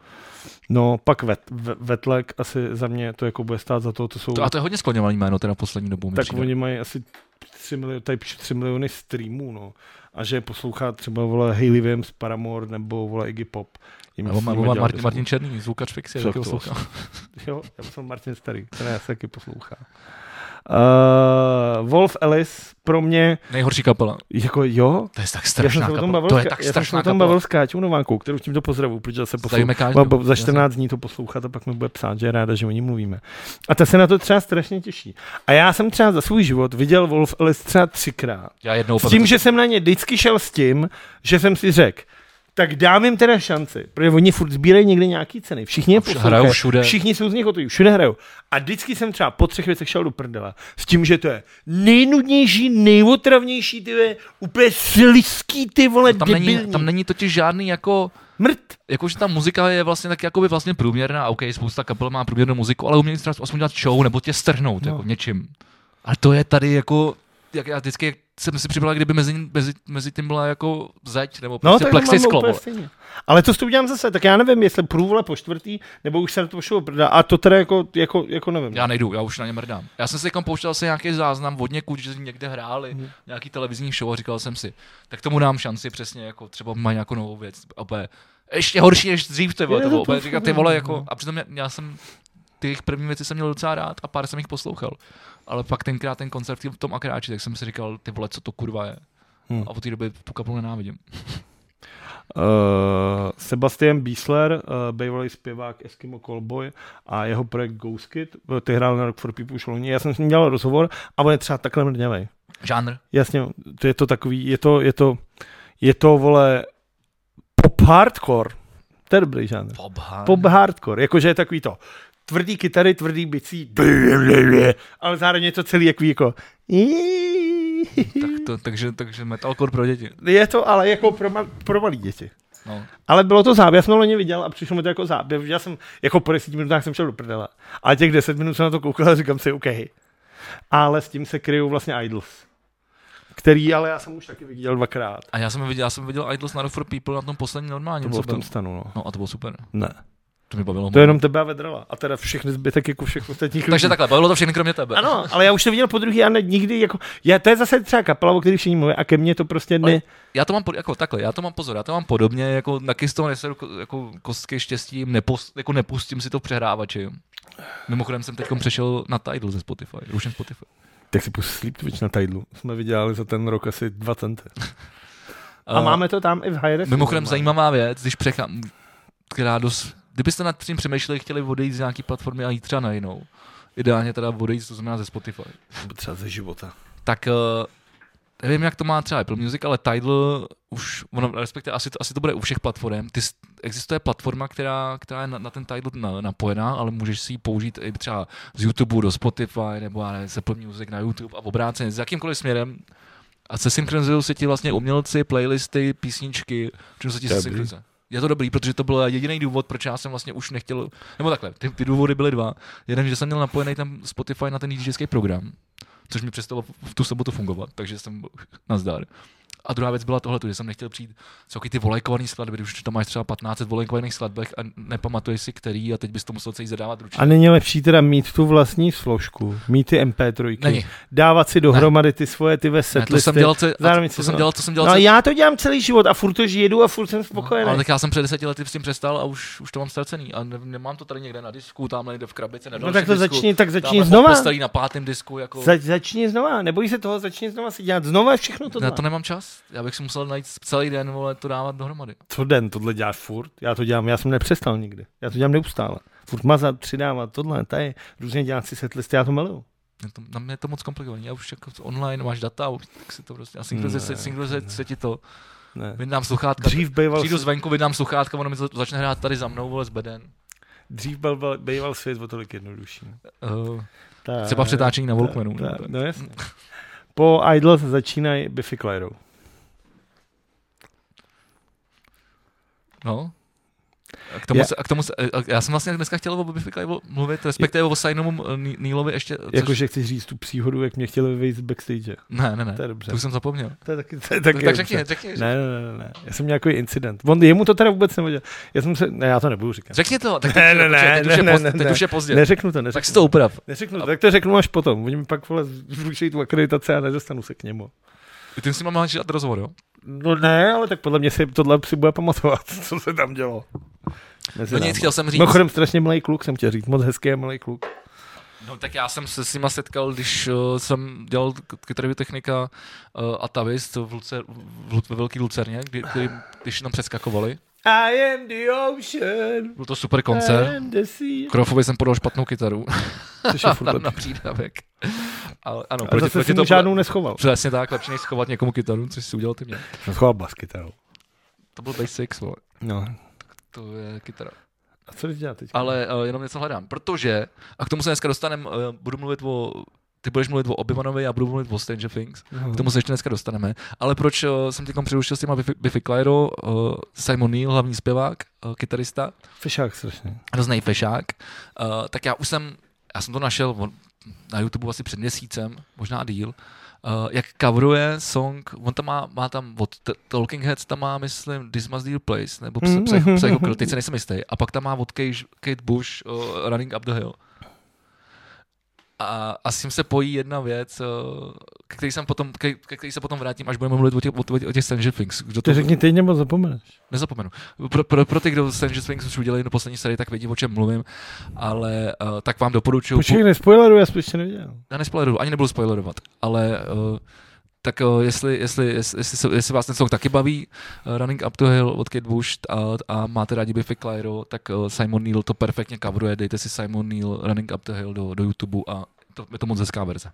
No, pak vet, ve- Vetlek asi za mě to jako bude stát za to, to jsou...
To, a to je hodně skloněvaný jméno teda poslední dobou. mi
tak
přijde.
oni mají asi 3 miliony, tady píšu 3 miliony streamů, no. A že je poslouchá třeba, vole, Hayley Williams, Paramore, nebo, vole, Iggy Pop. Jim
Nebo
s
má,
nimi
má
dělá
Martin,
desku.
Martin Černý, zvukač Fixie,
Co
taky
to
poslouchá.
Jo, já jsem Martin Starý, který nás taky poslouchá. Uh, Wolf Ellis pro mě,
Nejhorší kapela.
jako jo,
To je tak
já jsem
strašná
se o tom
kapela.
bavil,
To
s
je
Ka-
tak
já jsem se o
strašná
tom
kapela.
bavil s Káťou Novánkou, kterou tímto pozdravu, protože se poslouchá.
Zdravíme každou.
Bo, bo, za
Jasně.
14 dní to poslouchat a pak mi bude psát, že je ráda, že o ní mluvíme. A ta se na to třeba strašně těší. A já jsem třeba za svůj život viděl Wolf Ellis třeba třikrát.
Já jednou
S tím, že jsem na ně vždycky šel s tím, že jsem si řekl, tak dám jim teda šanci, protože oni furt sbírají někde nějaký ceny. Všichni je
vš-
poslouchají,
hrajou všude.
Všichni jsou z nich otují, všude hrajou. A vždycky jsem třeba po třech věcech šel do prdele s tím, že to je nejnudnější, nejotravnější, ty vole, úplně sliský, ty vole,
No tam,
debilní,
není, tam není totiž žádný jako
mrt.
jakože ta muzika je vlastně tak jakoby vlastně průměrná, OK, spousta kapel má průměrnou muziku, ale umějí třeba aspoň dělat show nebo tě strhnout no. jako něčím. Ale to je tady jako, jak já vždycky jsem si připadal, kdyby mezi, mezi, mezi tím byla jako zeď nebo
No,
prostě
tak
no,
to mám
plexisklo.
úplně
vole.
stejně. Ale to s tím udělám zase, tak já nevím, jestli průvole po čtvrtý, nebo už se na to pošlo prdele. A to teda jako, jako, jako nevím.
Já nejdu, já už na ně mrdám. Já jsem si kam pouštěl asi nějaký záznam od někud, že někde hráli
Mhm.
hmm. nějaký televizní show a říkal jsem si, tak tomu dám šanci přesně, jako třeba má nějakou novou věc. Opé, ještě horší než dřív, ty vole,
Je to
to bylo, opé,
to no.
říkal, ty vole, jako, a přitom já, já jsem ty jejich první věci jsem měl docela rád a pár jsem jich poslouchal. Ale pak tenkrát ten koncert v tom Akráči, tak jsem si říkal, ty vole, co to kurva je.
Hmm.
Hmm. A od té doby tu kapelu nenávidím.
Uh, Sebastian Biesler, uh, bývalý zpěvák Eskimo Callboy a jeho projekt Ghost Kid, eh, ty hrál na Rock for People už loni. Já jsem s ním dělal rozhovor a on je třeba takhle mrdňavej.
Žánr.
Jasně, to je to takový, je to, je to, je to, vole, pop hardcore. To je dobrý žánr.
Bob Hahn.
Pop hardcore, jakože je takový to. Tvrdý kytary, tvrdý bicí, ale zároveň je to celý jaký jako...
tak to, takže, takže metalcore pro děti.
Je to ale jako pro, ma- pro malý děti.
No.
Ale bylo to záběr, já jsem to loni viděl a přišlo mi to jako záběr. Viděl jsem, jako po 10 minutách jsem šel do prdele. A těch 10 minut jsem na to koukal a říkám si, OK. Ale s tím se kryjou vlastně Idols. Který, ale já jsem už taky viděl dvakrát.
A já jsem je viděl, já jsem viděl Idols na Rock for People na tom posledním normálním.
To bylo
co
v
byl.
tom stanu, no.
No a to bylo super.
Ne.
To mi bavilo.
To je jenom tebe a Vedrala. A teda všechny zbytek jako všech ostatních
Takže
lidí.
takhle, bavilo to všechny kromě tebe.
Ano, ale já už to viděl po druhý a ne, nikdy jako... Já, to je zase třeba kapela, o který všichni mluví a ke mně to prostě ne...
Ale Já to mám pod- jako takhle, já to mám pozor, já to mám podobně, jako taky z toho neseru ko- jako kostky štěstí, nepos, jako nepustím si to v přehrávači. Mimochodem jsem teď přešel na Tidal ze Spotify, ruším Spotify.
Tak si pust Sleep Twitch na Tidlu. Jsme vydělali za ten rok asi 2 centy. A
Eh,
máme to tam i v high
Mimochodem zajímavá věc, když přechám, která dost, kdybyste nad tím přemýšleli, chtěli odejít z nějaký platformy a jít třeba na jinou, ideálně teda odejít, to znamená ze Spotify,
Třeba ze života.
tak eh, nevím, jak to má třeba Apple Music, ale Tidal už, ono, respektive asi to, asi to bude u všech platform. Ty, s- existuje platforma, která, která je na, na ten Tidal na, napojená, ale můžeš si ji použít i třeba z YouTube do Spotify nebo já nevím, z Apple Music na YouTube a obráceně, s jakýmkoliv směrem. A se synchronizují se ti vlastně umělci, playlisty, písničky, čím se ti
To je
synchronizuje. Je to dobrý, protože to byl jediný důvod, proč já jsem vlastně už nechtěl, nebo takhle, ty, ty důvody byly dva. Jeden, že jsem měl napojený ten Spotify na ten DJský program, což mi přestalo v tu sobotu fungovat, takže jsem byl (laughs) nazdar. A druhá věc byla tohle, že jsem nechtěl přijít, co ty volejkované skladby, když už tam máš třeba 15 volejkovaných skladbek a nepamatuješ si který a teď bys to musel celý zadávat ručně.
A není lepší teda mít tu vlastní složku, mít ty MP3,
Není.
dávat si dohromady ty svoje ty
Ne,
vesetlisty.
to jsem dělal, co,
zároveň
a to,
si
to jsem
to-
dělal, to jsem dělal,
No jako a
co-
já to dělám celý život a furt to jedu a furt jsem spokojený.
ale tak já jsem před deseti lety s tím přestal a už, už to mám ztracený. A ne, nemám to tady někde na disku, tamhle někde v krabici, na
no
dalším
tak to
disku,
začni, tak začni
tamhle
znova.
postaví na pátém disku, jako...
Za, začni znova, neboj se toho, začni znova si dělat znova všechno tohle.
Na to nemám čas. Já bych si musel najít celý den, vole, to dávat dohromady.
Co den tohle děláš furt? Já to dělám, já jsem nepřestal nikdy. Já to dělám neustále. Furt mazat, přidávat, tohle, tady, různě dělat si setlisty, já to miluju.
Je to, na mě je to moc komplikovaný. Já už jako online máš data, už tak si to prostě, a
Ne,
synchronizuje synchronizuje se ti to.
Ne.
Vydám sluchátka,
Dřív býval,
přijdu zvenku, vydám sluchátka, ono mi to začne hrát tady za mnou, vole, z beden.
dřív byl, býval svět o tolik jednodušší.
Uh,
Eh, Tak,
třeba přetáčení na Walkmanu.
tak,
nebo tak.
no jasně. Po Idol se začínají Biffy Clyro.
No. A k tomu,
Já-
se, a k tomu se, a já jsem vlastně dneska chtěl o Bobby Fickle mluvit, respektive o Sainomu eh, Ní- Nílovi ještě. Což,
Jakože chceš říct tu příhodu, jak mě chtěli vyvejít z backstage.
ne, ne, ne,
To je dobře.
to už jsem zapomněl.
To je taky, to je taky
tak
dobře.
řekni, řekni,
Ne, ne, ne, ne, já jsem měl nějaký incident. On, jemu to teda vůbec neudělal. Já jsem se, ne, já to nebudu říkat.
řekni to, tak
Ne,
teď,
ne,
počkej,
ne,
teď, už, je
ne,
poz,
ne,
teď
ne.
už je pozdě.
Neřeknu to, neřeknu.
tak si to uprav.
Neřeknu to, tak to řeknu až potom. Oni mi pak vole zruší tu akreditaci a nedostanu se k němu.
Ty si mám dělat rozhovor, jo?
No ne, ale tak podle mě si tohle si bude pamatovat, co se tam dělo. Mezi
No
náma.
nic, chtěl jsem říct.
Mimochodem strašně mladý kluk jsem chtěl říct, moc hezký a mladý kluk.
No tak já jsem se s nima setkal, když uh, jsem dělal k- kytarový technika uh, Atavis v Lucer, v, Lu- ve Velký Lucerně, kdy, kdy, když nám přeskakovali.
I am the ocean,
Byl to super koncert.
I am the sea.
Krofovi jsem podal
(laughs)
špatnou kytaru
Což je (laughs) furt
na
lepší.
přídavek. Ale ano,
No. Ale zase jsem mu žádnou neschoval.
Přesně tak, lepší než schovat někomu kytaru, což si udělal ty mě.
Jsem schoval baskytaru.
To byl Basics, vole.
No.
To je kytara.
A co jsi dělat teď?
Ale uh, jenom něco hledám, protože, a k tomu se dneska dostanem, uh, budu mluvit o, ty budeš mluvit o Obimanovi, já budu mluvit o Stranger Things.
No.
K tomu se ještě dneska dostaneme. Ale proč uh, jsem teď přerušil s těma Biffy- Biffy Clyro, uh, Simon Neil, hlavní zpěvák, uh, kytarista,
Fešák strašně.
hrozný fešák, uh, tak já už jsem, já jsem to našel on, na YouTube asi před měsícem, možná díl, uh, jak coveruje song, on tam má, má tam od T- Talking Heads, tam má, myslím, This Must Be the Place, nebo Psy-
Mm.
Psycho, Psycho Girl, teď se Jako nejsem jistý, a pak tam má od Kate, Kate Bush uh, Running Up the Hill. A, a s tím se pojí jedna věc, eh, ke který, jsem potom, ke, ke který se potom vrátím, až budeme mluvit o těch, o, těch- o těch Stranger Things.
Ty
Kdo to,
řekni teď nebo zapomeneš.
Nezapomenu. Pro, pro, pro ty, kdo Stranger Things už udělali do poslední série, tak vědí, o čem mluvím, ale uh, tak vám doporučuji.
Počkej, nespoileruj, já jsem ještě neviděl.
Já nespoileruju, ani nebudu spoilerovat, ale uh, tak uh, jestli, jestli, jestli, jestli, se- jestli, vás ten song taky baví, uh, Running Up the Hill od Kate Bush a, a máte rádi Biffy Clyro, tak uh, Simon Neil to perfektně coveruje, dejte si Simon Neil Running Up the Hill do, do YouTube a to, je to moc hezká verze.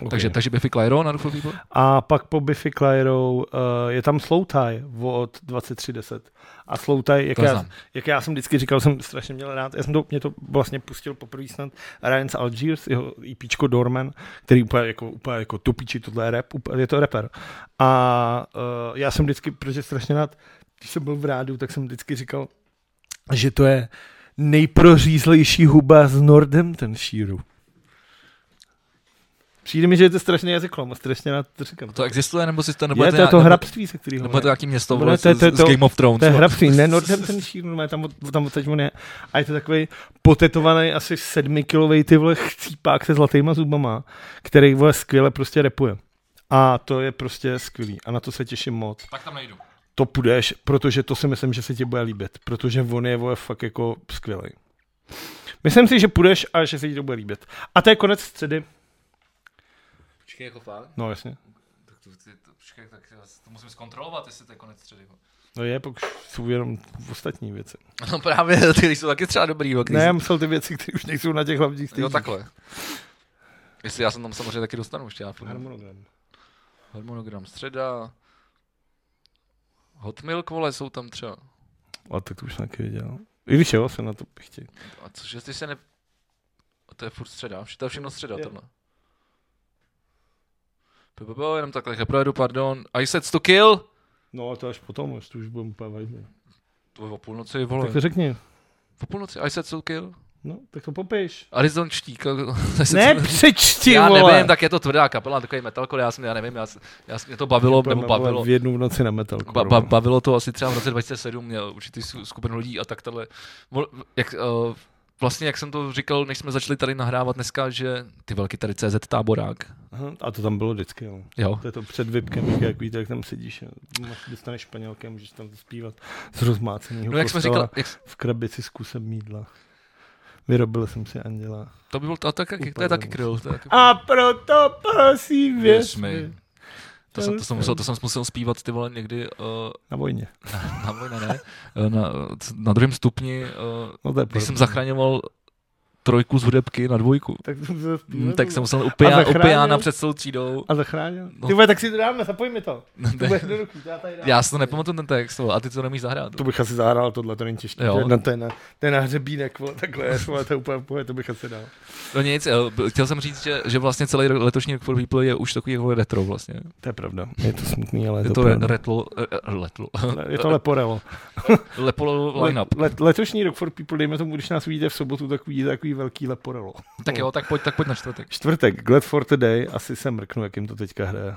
Okay. Takže, takže Biffy Clyro na ruchu výbor?
A pak po Biffy Clyro uh, je tam Slow Tie od 2310. A Slow Tie, jak
To
já,
znám.
jak já, jsem vždycky říkal, jsem strašně měl rád. Já jsem to, mě to vlastně pustil poprvé snad Ryan z Algiers, jeho EPčko Dorman, který úplně jako, úplně jako tupíči, tohle je rap, úplně, je to rapper. A uh, já jsem vždycky, protože strašně rád, když jsem byl v rádiu, tak jsem vždycky říkal, že to je nejprořízlejší huba z Northamptonshireu. Přijde mi, že je to strašný jazyklom a strašně rád to říkám.
To existuje, nebo si to nebo
je
to
to,
nějak-
to
nebo-
hrabství, se kterého
Nebo je to nějaký město
Bude
vole,
to-
z,
to-
z
to-
Game of Thrones.
to je
vole.
hrabství, ne Northamptonshire, normálně tam, od- tam odtaď on je. A je to takový potetovaný asi sedmikilovej ty vole chcípák se zlatýma zubama, který vole skvěle prostě repuje. A to je prostě skvělý. A na to se těším moc.
Tak tam nejdu.
To půjdeš, protože to si myslím, že se ti bude líbit. Protože on je vole fakt jako skvělý. Myslím si, že půjdeš a že se ti to bude líbit. A to je konec středy.
Počkej, jako fakt?
No jasně.
Tak to, ty, to, počkej, tak já to musím zkontrolovat, jestli to je konec středy.
No je, pokud jsou jenom ostatní věci.
(laughs) No právě, ty jsou taky třeba dobrý. Jo,
Ne, já myslel ty věci, které už nejsou na těch hlavních
jo
stejích.
takhle. Jestli já jsem tam samozřejmě taky dostanu ještě. Já furt-
Harmonogram.
harmonogram středa. Hot Milk, vole, jsou tam třeba.
A tak to už jsem taky viděl. I když jo, jsem na to chtěl.
A cože ty se ne... A to je furt středa, vše, to je všechno středa,
Jo.
tohle. PPP, jenom takhle rychle projedu, pardon. I said to kill!
No a to až potom, až to už budeme úplně vajzli.
To je o půlnoci, vole.
Tak No, to řekni.
O půlnoci, I said to kill.
No, tak to popiš.
Arizonští, (laughs) ko- zase
Ne,
co-
přečti,
já
vole.
nevím, tak je to tvrdá kapela, takový metalcore, já jsem, já nevím, já, jsem- já jsem, mě to bavilo,
Budeme
nebo
volat
bavilo,
V jednu v noci na metalku. no.
ba, ba, bavilo to asi třeba v roce 2007, měl určitý su- skupinu lidí a tak tohle. Vol- Jak, uh, vlastně, jak jsem to říkal, než jsme začali tady nahrávat dneska, že ty velký tady CZ táborák,
Aha, A to tam bylo vždycky, jo.
jo,
To je to před VIPkem, jak- jak víte, jak tam sedíš. a Dostaneš španělky a můžeš tam zpívat z rozmáceného
No jak jsme říkal, jak,
v krabici s kusem mídla. Vyrobil jsem si anděla.
to by byl to, to, to, to je taky kryl. To je taky...
A proto prosím, věř
Věř
mi.
mi. To jsem, to, jsem musel, to jsem musel zpívat ty vole někdy uh,
Na vojně.
na vojna, ne? Eh, Na, na druhém stupni, uh,
No to je
když
proto.
jsem zachraňoval trojku z hudebky na dvojku.
Tak jsem se
Mm,
zpíval,
tak jsem
vole.
musel
A
upijá,
zachránil?
upijána před celou třídou.
A zachránil.
No.
Ty vole, tak si to dáme, zapoj mi to. To
(laughs) Ne,
bude do ruky, to já tady dám.
Já si to nepamatuju ten text, vole, a ty to nemíš zahrát.
To bych asi zahrál tohle, to není těžké.
Jo.
To je na- To je na, to je na hřebínek, vole, takhle, je, vole, to je úplně v pohodě, to bych asi dal.
No nic, eh, b- chtěl jsem říct, že, že vlastně celý ro- letošní rok for People je už takový jako retro vlastně.
To je pravda, je to smutný, ale je
Je
to,
to re-
pravda.
retlo, eh, eh, letlo, (laughs)
Le- je to leporelo.
lepolo line-up.
Let, letošní Rock for People, dejme tomu, když nás vidíte v sobotu, tak vidíte takový velký leporelo.
Tak jo, tak pojď, tak pojď na čtvrtek.
Čtvrtek, Glad for Today, asi se mrknu, jak jim to teďka hraje.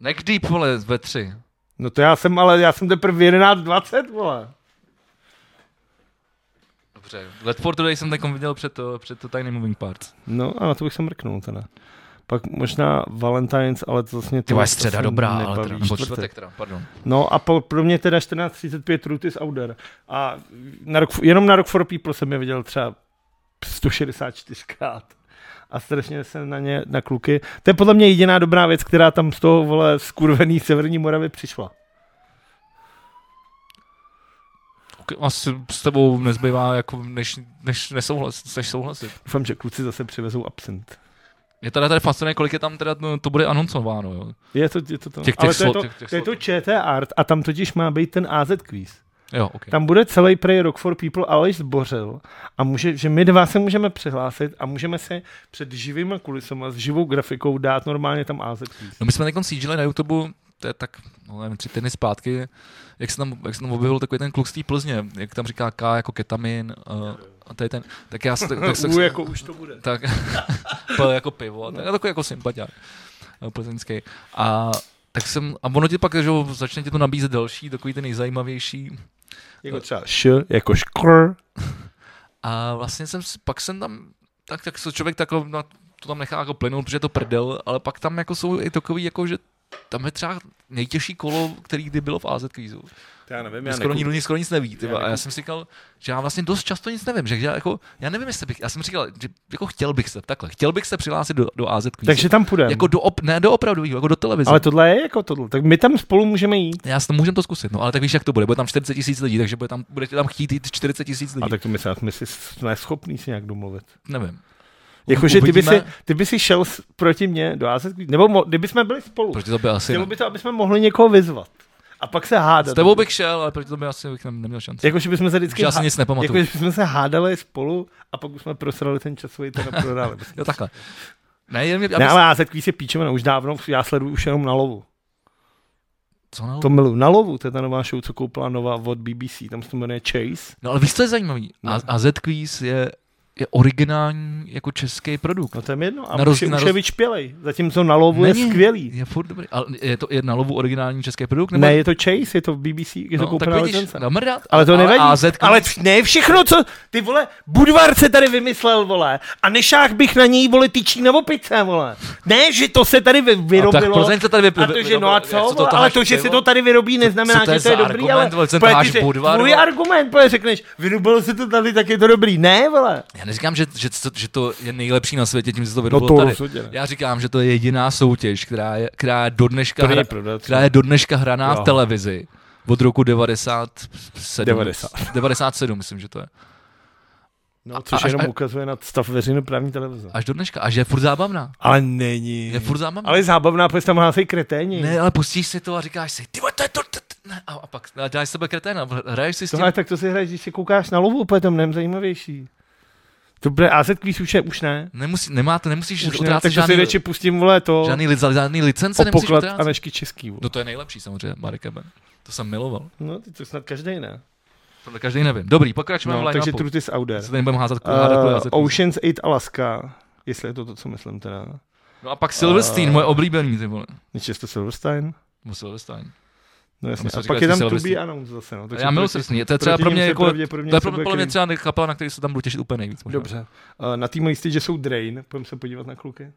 Neck Deep, vole, ve tři.
No to já jsem, ale já jsem teprve v 11.20, vole.
Dobře, Let for Today jsem takom viděl před, to, před to Tiny Moving Parts.
No a na to bych se mrknul teda. Pak možná Valentines, ale to vlastně...
Ty
to-
vole,
to
středa
se
dobrá, ale
nebaví.
teda, nebo čtvrtek teda, pardon.
No a po, pro mě teda 14.35 Root is Outer. A na rock, jenom na Rock for People jsem je viděl třeba 164krát. A strašně jsem na ně, na kluky. To je podle mě jediná dobrá věc, která tam z toho, vole, skurvený Severní Moravy přišla.
Ok, Asi s tebou nezbývá jako než, než, nesouhlas, než souhlasit.
Doufám, že kluci zase přivezou absint.
Je teda tady fascinuje, kolik je tam teda, no, to bude anoncováno, jo.
Je to, je to, to.
Těch- těch
Ale to, je
slo-
to,
těch- těch
to je to ČT Art a tam totiž má být ten AZ quiz.
Jo, ok.
Tam bude celý prej Rock for People Aleš Zbořil a může, že my dva se můžeme přihlásit a můžeme se před živýma kulisama s živou grafikou dát normálně tam AZ quiz.
No my jsme někon sídili na YouTube, to je tak, no nevím, tři týdny zpátky, jak se tam, jak se tam objevil takový ten kluk z té Plzně, jak tam říká K jako ketamin, uh, a tady ten, tak já se, tak, tak,
U,
tak,
jako už to bude.
tak (laughs) P jako pivo, tak, takový jako sympatiák eh, plzeňský. A tak jsem, a ono ti pak, že jo, začne ti to nabízet další, takový ten nejzajímavější.
Jako třeba š, jako škr.
A vlastně jsem, si- pak jsem tam, tak, tak se člověk takhle, na, to tam nechá jako plynout, protože je to prdel, ale pak tam jako jsou i takový, jako že tam je třeba nejtěžší kolo, který kdy bylo v AZ kvízu.
Já jako- nevím,
Já skoro nikdo nic, skoro nic neví. Tyba. A
nekoukám.
já jsem si říkal, že já vlastně dost často nic nevím. Že já, jako, já nevím, jestli bych, já jsem říkal, že jako chtěl bych se, takhle, chtěl bych se přihlásit do, do AZ kvízu.
Takže tam půjdeme.
Jako do, op, ne do opravdového, jako do televize.
Ale tohle je jako tohle. Tak my tam spolu můžeme jít.
Já s to můžem to zkusit, no, ale tak víš, jak to bude. Bude tam 40 tisíc lidí, takže bude tam, budete tam chtít jít 40 tisíc lidí.
A
Tak...
tak to my, se, my si jsme schopní si nějak domluvit.
Nevím. Jako,
Jakože ty, by si,
Uvidíme.
ty by si šel s- proti mně do AZ quiz. Nebo mo, kdyby jsme byli spolu.
Proti tobě asi. Ne.
Chtělo by to, aby jsme mohli někoho vyzvat. A pak se hádat.
S tebou bych šel, ale proti tobě asi bych nem- neměl šanci.
Jakože bychom se vždycky
Že já si
há-
nic nepamatuju.
Jakože bychom Jako, se hádali spolu a pak už jsme prosrali ten časový ten a prodali.
Jo, takhle. Ne, jen mě, (laughs) já
ne,
bych,
ale AZ quiz je píčovina, no, už dávno, já sleduju už jenom na lovu.
co no? na...
To milu. Na lovu, to je ta nová show, co koupila nová od BBC, tam se to jmenuje Chase.
No ale víš, co je zajímavý?
No.
A, a Z-Quiz je, je originální jako český produkt.
No to je mi jedno,
Na
a už,
rozdíl-
je-
na
už je
rozdíl-
vyčpělej, zatímco na lovu je
Není.
skvělý.
Je furt dobrý. Ale je to je na lovu originální český produkt? Nebo...
Ne, je to Chase, je to BBC, je to
no, tak
koupená
vidíš,
licence.
no mrdat.
Ale to nevadí.
AZ
ale c- ne všechno, co... Ty vole, Budvar se tady vymyslel, vole. A nešách bych na něj, vole, tyčí na opice, vole. Ne, že to se tady vy,
tak
vyrobilo.
Plzeň se tady vy-
a to, že, no
vyrobilo.
a
Jak
co,
se to
vole,
taháš,
ale to, že
ty
se to
vole?
tady vyrobí, neznamená,
co to je
že to je
za
dobrý,
argument,
ale...
vole, ten
Protože
taháš
ty-
Budvar,
Tvůj
vole.
argument, protože řekneš, vyrobilo se to tady, tak je to dobrý. Ne, vole.
Já neříkám, že, že, že, že to je nejlepší na světě, tím, že se to
No
vyrobilo
to
tady.
rozhodně ne.
Já říkám, že to je jediná soutěž, která je, která je do dneška,
To není
hra,
pravda, co?
která je do dneška hraná
Jo.
v televizi. Od roku 97.
90.
97, myslím, že to je.
No,
což jenom
ukazuje na stav veřejnoprávní televize.
Až do dneška. A že je furt zábavná.
Ale není.
Je furt zábavná.
Ale zábavná, protože tam hlásejí kreténi.
Ne, ale pustíš si to a říkáš si, ty vole, to je to, to, to ne. A, a pak a dáš sebe kreténa, hraješ si s tím.
Tohle, tak to si hraješ, když si koukáš na lovu, úplně to mnohem zajímavější. To bude AZ Quiz už, je, už ne.
Nemusí, nemá to, nemusíš
Už ne, tak to
utrácet
si
žádný,
radši pustím, vole, to
žádný, li- žádný licence, nemusíš
opoklad a
utrácet.
nešky český. Vole.
No to je nejlepší samozřejmě, Marek Eben. To jsem miloval.
No, ty to snad každý ne.
Pro každý nevím. Dobrý, pokračujeme
No,
v
takže
takže
Truty z Auder.
Se tady budeme házet uh,
Uh,
házet kůl.
Ocean's 8 Alaska, jestli je to to, co myslím teda.
No a pak Silverstein,
eh,
moje oblíbený, ty vole.
Nečasto Silverstein.
Nebo Silverstein.
No jasně.
myslím,
A
že
pak
říkáš
je tam
ty
To
Silverstein.
Be Announced zase. No, takže
Já miluji
proti-
Silverstein, to je třeba
proti
pro
ním
mě
se
jako, to je
pravděpodobně něco
pro, pro
bude cringe.
mě třeba kapela, na který se tam budu těšit úplně nejvíc. Možná.
Dobře. Uh, na týmu jistý, že jsou Drain. Půjdeme se podívat na kluky.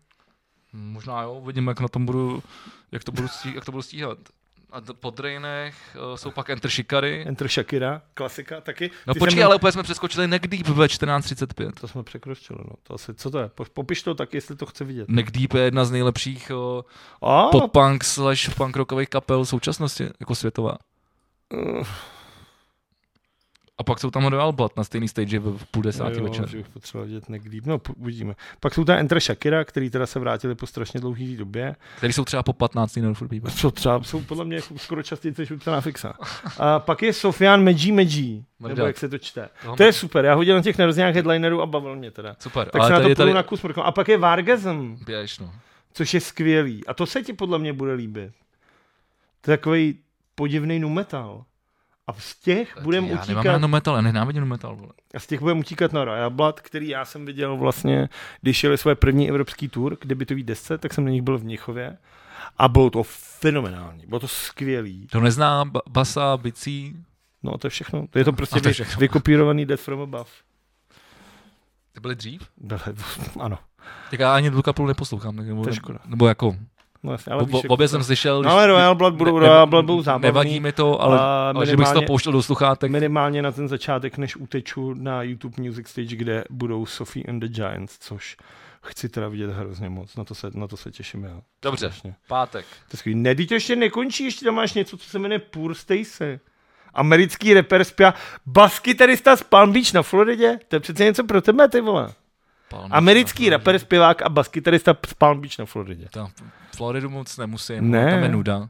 Hm, Možná jo, uvidím, jak na tom budu, jak to budu, stí, jak to budu stíhat. A d- po drainech uh, jsou pak Enter Shikari.
Enter Shakira, klasika taky.
No
Ty
počkej,
jsem-
ale úplně jsme přeskočili Neck Deep ve 14.35.
To jsme překročili, no. To asi, co to je? Po- Popiš to tak, jestli to chce vidět.
Neck Deep je jedna z nejlepších uh,
A,
pop-punk slash punk rockových kapel současnosti, jako světová.
eh,
A pak jsou tam Royal Blood na stejný stage v v půl
no
desátý
jo,
večer.
že bych potřeboval vidět neklíp. No, po- uvidíme. Pak jsou tam Enter Shakira, který teda se vrátili po strašně dlouhý době.
Který jsou třeba po 15. na Furt People.
Co třeba? Jsou podle mě jako skoro častěji, než u Ptana Fixa. A pak je Sofian Medží Medží, nebo
Mrdák.
jak se to čte.
Toho
To je
mám-
super, já hodil na těch narozeninách headlinerů a bavil mě teda.
Super,
Tak
ale
se na
tady
to
je
půjdu
tady...
na kus mrknout. A pak je Vargasm,
Běž, no.
což je skvělý. A to se ti podle mě bude líbit. To je takový podivný nu metal. A z těch budeme
já
utíkat...
nemám rád no metal, já nenávidím no metal, vole.
A z těch budeme utíkat na Royal Blood, který já jsem viděl vlastně, když jeli svoje první evropský tour k debitový desce, tak jsem na nich byl v Mnichově. A bylo to fenomenální, bylo to skvělý.
To neznám, ba- basa, bicí.
No a to je všechno. To je to prostě
A No, to je
vy-
všechno.
vykopírovaný Death from Above.
Ty byly dřív? (laughs)
Dele- ano,
Tak já ani tu kapelu neposlouchám. tak Nebo,
To je škoda.
nebo jako,
no jasně, ale
ale
víš, jak-
obě jsem slyšel,
No ale Royal Blood budou, Royal Blood budou zábavný.
Nevadí mi to, ale,
a
ale že bych si to
minimálně-
pouštěl do sluchátek.
Minimálně na ten začátek, než uteču na YouTube Music Stage, kde budou Sophie and the Giants, což chci teda vidět hrozně moc. Na to se, na to se těším já.
Dobře,
Strašně.
pátek.
To je skvělý. Ne, teď to ještě nekončí, ještě tam máš něco, co se jmenuje Poor Stacy. Americký rapper zpěvá baskytarista z Palm Beach na Floridě. To je přece něco pro tebe, ty vole.
Palm,
Americký rapper, zpěvák a baskytarista z Palm Beach na Floridě.
Tam Floridu moc nemusím,
Ne.
ne. tam je nuda.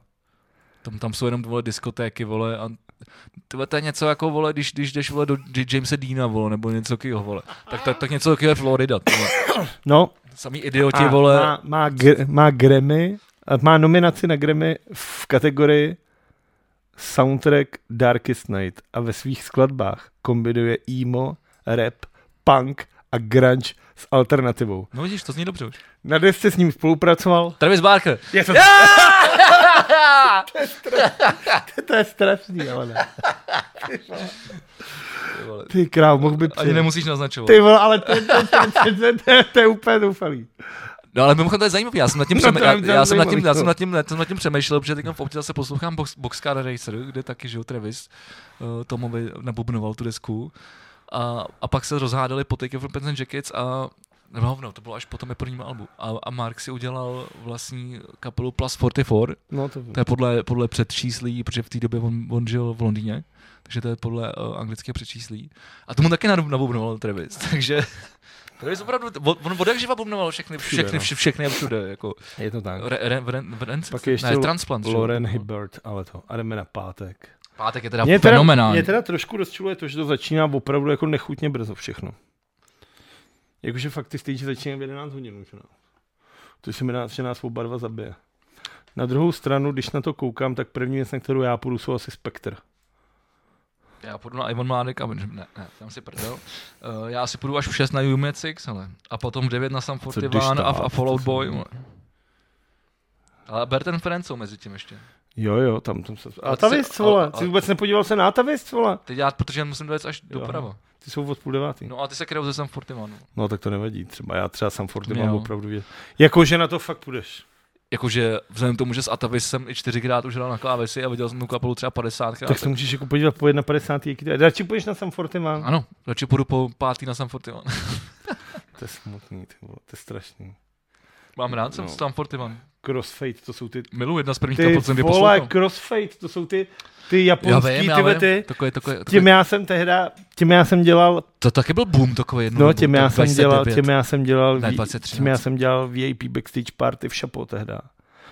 Tam, tam jsou jenom vole diskotéky, vole, a tyhle, to je něco jako, vole, když, když jdeš, vole, do J- Jamesa Deana, vole, nebo něco takového, vole. Tak, tak, tak něco takového je Florida, ty vole.
No,
Samý idioti, vole.
Má, má, gr, má Grammy, a má nominaci na Grammy v kategorii soundtrack Darkest Night a ve svých skladbách kombinuje emo, rap, punk a grunge s alternativou.
No vidíš, to zní dobře už.
Na desce s ním spolupracoval.
Travis Barker.
Je (laughs) to, (laughs) to je strašný, ale ne.
Ty vole,
Ty kráv, mohl by
Ani
přijít.
nemusíš naznačovat.
Ty vole, ale to, to, to, to, to, to, to je úplně doufalý.
No ale mimochodem to je zajímavý, já jsem nad tím,
No,
přeme-
to je
já, já jsem nad tím,
zajímavý,
já jsem
no.
nad tím, já jsem nad tím přemýšlel, protože teď občas se poslouchám box, Boxcar Racer, kde taky žil Travis, uh, Tomovi nabubnoval tu desku. A, a pak se rozhádali po Take It from Pants and Jackets a nebo hovno, to bylo až po tom prvním albu. A, a Mark si udělal vlastní kapelu Plus 44,
No to,
to je podle, podle předčíslí, protože v té době on, on žil v Londýně, takže to je podle uh, anglického předčíslí. A tomu taky nabub- nabubnoval Travis, (laughs) takže... Travis opravdu, t- on on od jak živa bubnoval všechny,
Všude,
všechny,
no.
vše, všechny a všude, jako
je to tak.
re, re, v ren, v ren,
Pak je ještě
ne,
Lo-
transplant. že jo?
Lauren Hibbert, ale to. A jdeme na pátek.
Pátek je teda
Mě teda,
fenomenální.
mě teda trošku rozčiluje to, že to začíná opravdu jako nechutně brzo všechno. Jakože fakt ty stage začínají v 11 hodin už. No. To se mi nás, že nás oba dva zabije. Na druhou stranu, když na to koukám, tak první věc, na kterou já půjdu, jsou asi Spectre.
Já půjdu na Ivan Mládek a ne, ne, tam si prdel. Uh, já si půjdu až v 6 na Jumet Six, ale. A potom v 9 na Sam
když
Fortivan a,
tak,
a Fallout
to
Boy.
jsem-
vole. Ale Bertrand Ferenc jsou mezi tím ještě.
Jo, jo, tam, tam se... A
Ale
ta
se-
věc, vole,
ale-
ty vůbec nepodíval se na ta věc, vole.
Teď já, protože musím dojet až
Jo.
doprava.
Ty jsou od půl devátý. No.
No a ty se krejou ze Sam Fortimanu.
no. tak to nevadí, třeba já třeba sam Forty
Mě
mám
jo.
opravdu vidět. Jakože na to fakt půjdeš.
Jakože vzhledem k tomu, že s Atavis jsem i čtyřikrát už hrál na klávesi a viděl jsem tu kapelu třeba 50 krát.
Tak se můžeš jako podívat po 51. jaký to je. Radši půjdeš na sam Forty mám.
Ano, radši půjdu po pátý na Sam Fortiman. (laughs)
To je smutný, ty vole, to je strašný.
Mám rád, jsem
No.
no. Sam Fortiman.
Crossfade, to jsou ty...
Milu, jedna z prvních
Ty
kapel, co jsem kdy
vole,
poslouchal.
Crossfade, to jsou ty, ty
Já
japonský,
vím,
ty
já
tyhle
vím.
ty.
Takové, takové, takové,
Tím já jsem tehda, tím já jsem dělal,
To taky byl boom takový jednou.
no
dobu,
tím
to
já jsem
29.
dělal, tím já jsem dělal,
Ne,
vi-
2013.
tím já jsem dělal VIP backstage party v Šapo tehda.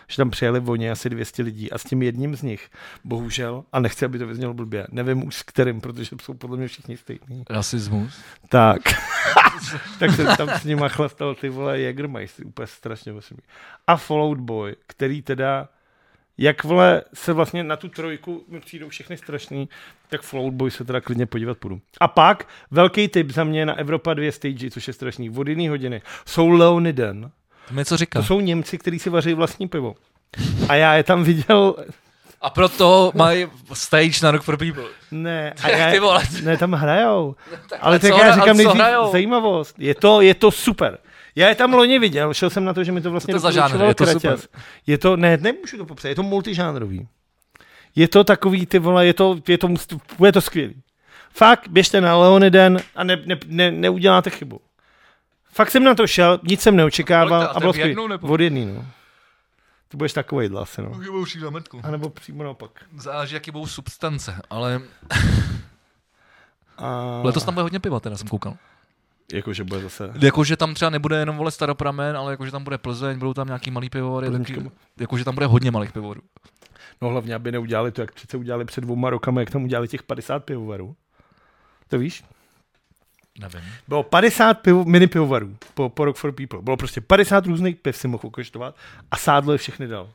Že tam přijeli oni asi 200 lidí a s tím jedním z nich, bohužel, a nechci, aby to vyznělo blbě, nevím už s kterým, protože jsou podle mě všichni stejní.
Rasismus.
Tak. tak jsem tam s nima chlastal ty vole Jägermeister, úplně strašně veselý. A Fallout Boy, který teda jak vole se vlastně na tu trojku mi přijdou všechny strašný, tak Float Boy se teda klidně podívat půjdu. A pak velký tip za mě na Evropa 2 stage, což je strašný, od jedné hodiny, jsou Leoniden.
To mi co
To
říká.
jsou Němci, kteří si vaří vlastní pivo. A já je tam viděl,
A proto mají stage na Rock for People. (laughs)
ne, a
Jak
já,
ty vole. No
ne, tam
(laughs)
hrajou. Ale
a
tak
co
já
hra- a co
říkám nejdřív
hrajou?
zajímavost. Je to, je to super. Já je tam loni viděl, šel jsem na to, že mi to vlastně
Co to za
doporučoval
žánr? Je to super.
Kraťas. Je to, ne, nemůžu to popsat, je to multižánrový. Je to takový, ty vole, je to, je to, must- je to skvělý. Fakt, běžte na Leoniden a ne, ne, ne, neuděláte chybu. Fakt jsem na to šel, nic jsem
A
neočekával
kolik to-
a bylo
tak jednou
skvělý.
nebo-
Od jedný, no. Ty budeš takovej asi, no.
Chybou na mrtku.
A nebo přímo naopak.
Záleží, jaký budou substance, ale
A...
letos tam bude hodně piva, teda jsem koukal.
Jakože bude zase...
Jakože tam třeba nebude jenom vole staropramen, ale jakože tam bude Plzeň, budou tam nějaký malý pivovary,
Plzeňská
taky, jakože tam bude hodně malých pivovarů.
No hlavně, aby neudělali to, jak přece udělali před dvouma rokama, jak tam udělali těch 50 pivovarů. To víš?
Nevím.
Bylo 50 pivo, mini pivovarů po, po Rock for People. Bylo prostě 50 různých piv si mohl okoštovat a sádlo je všechny dal.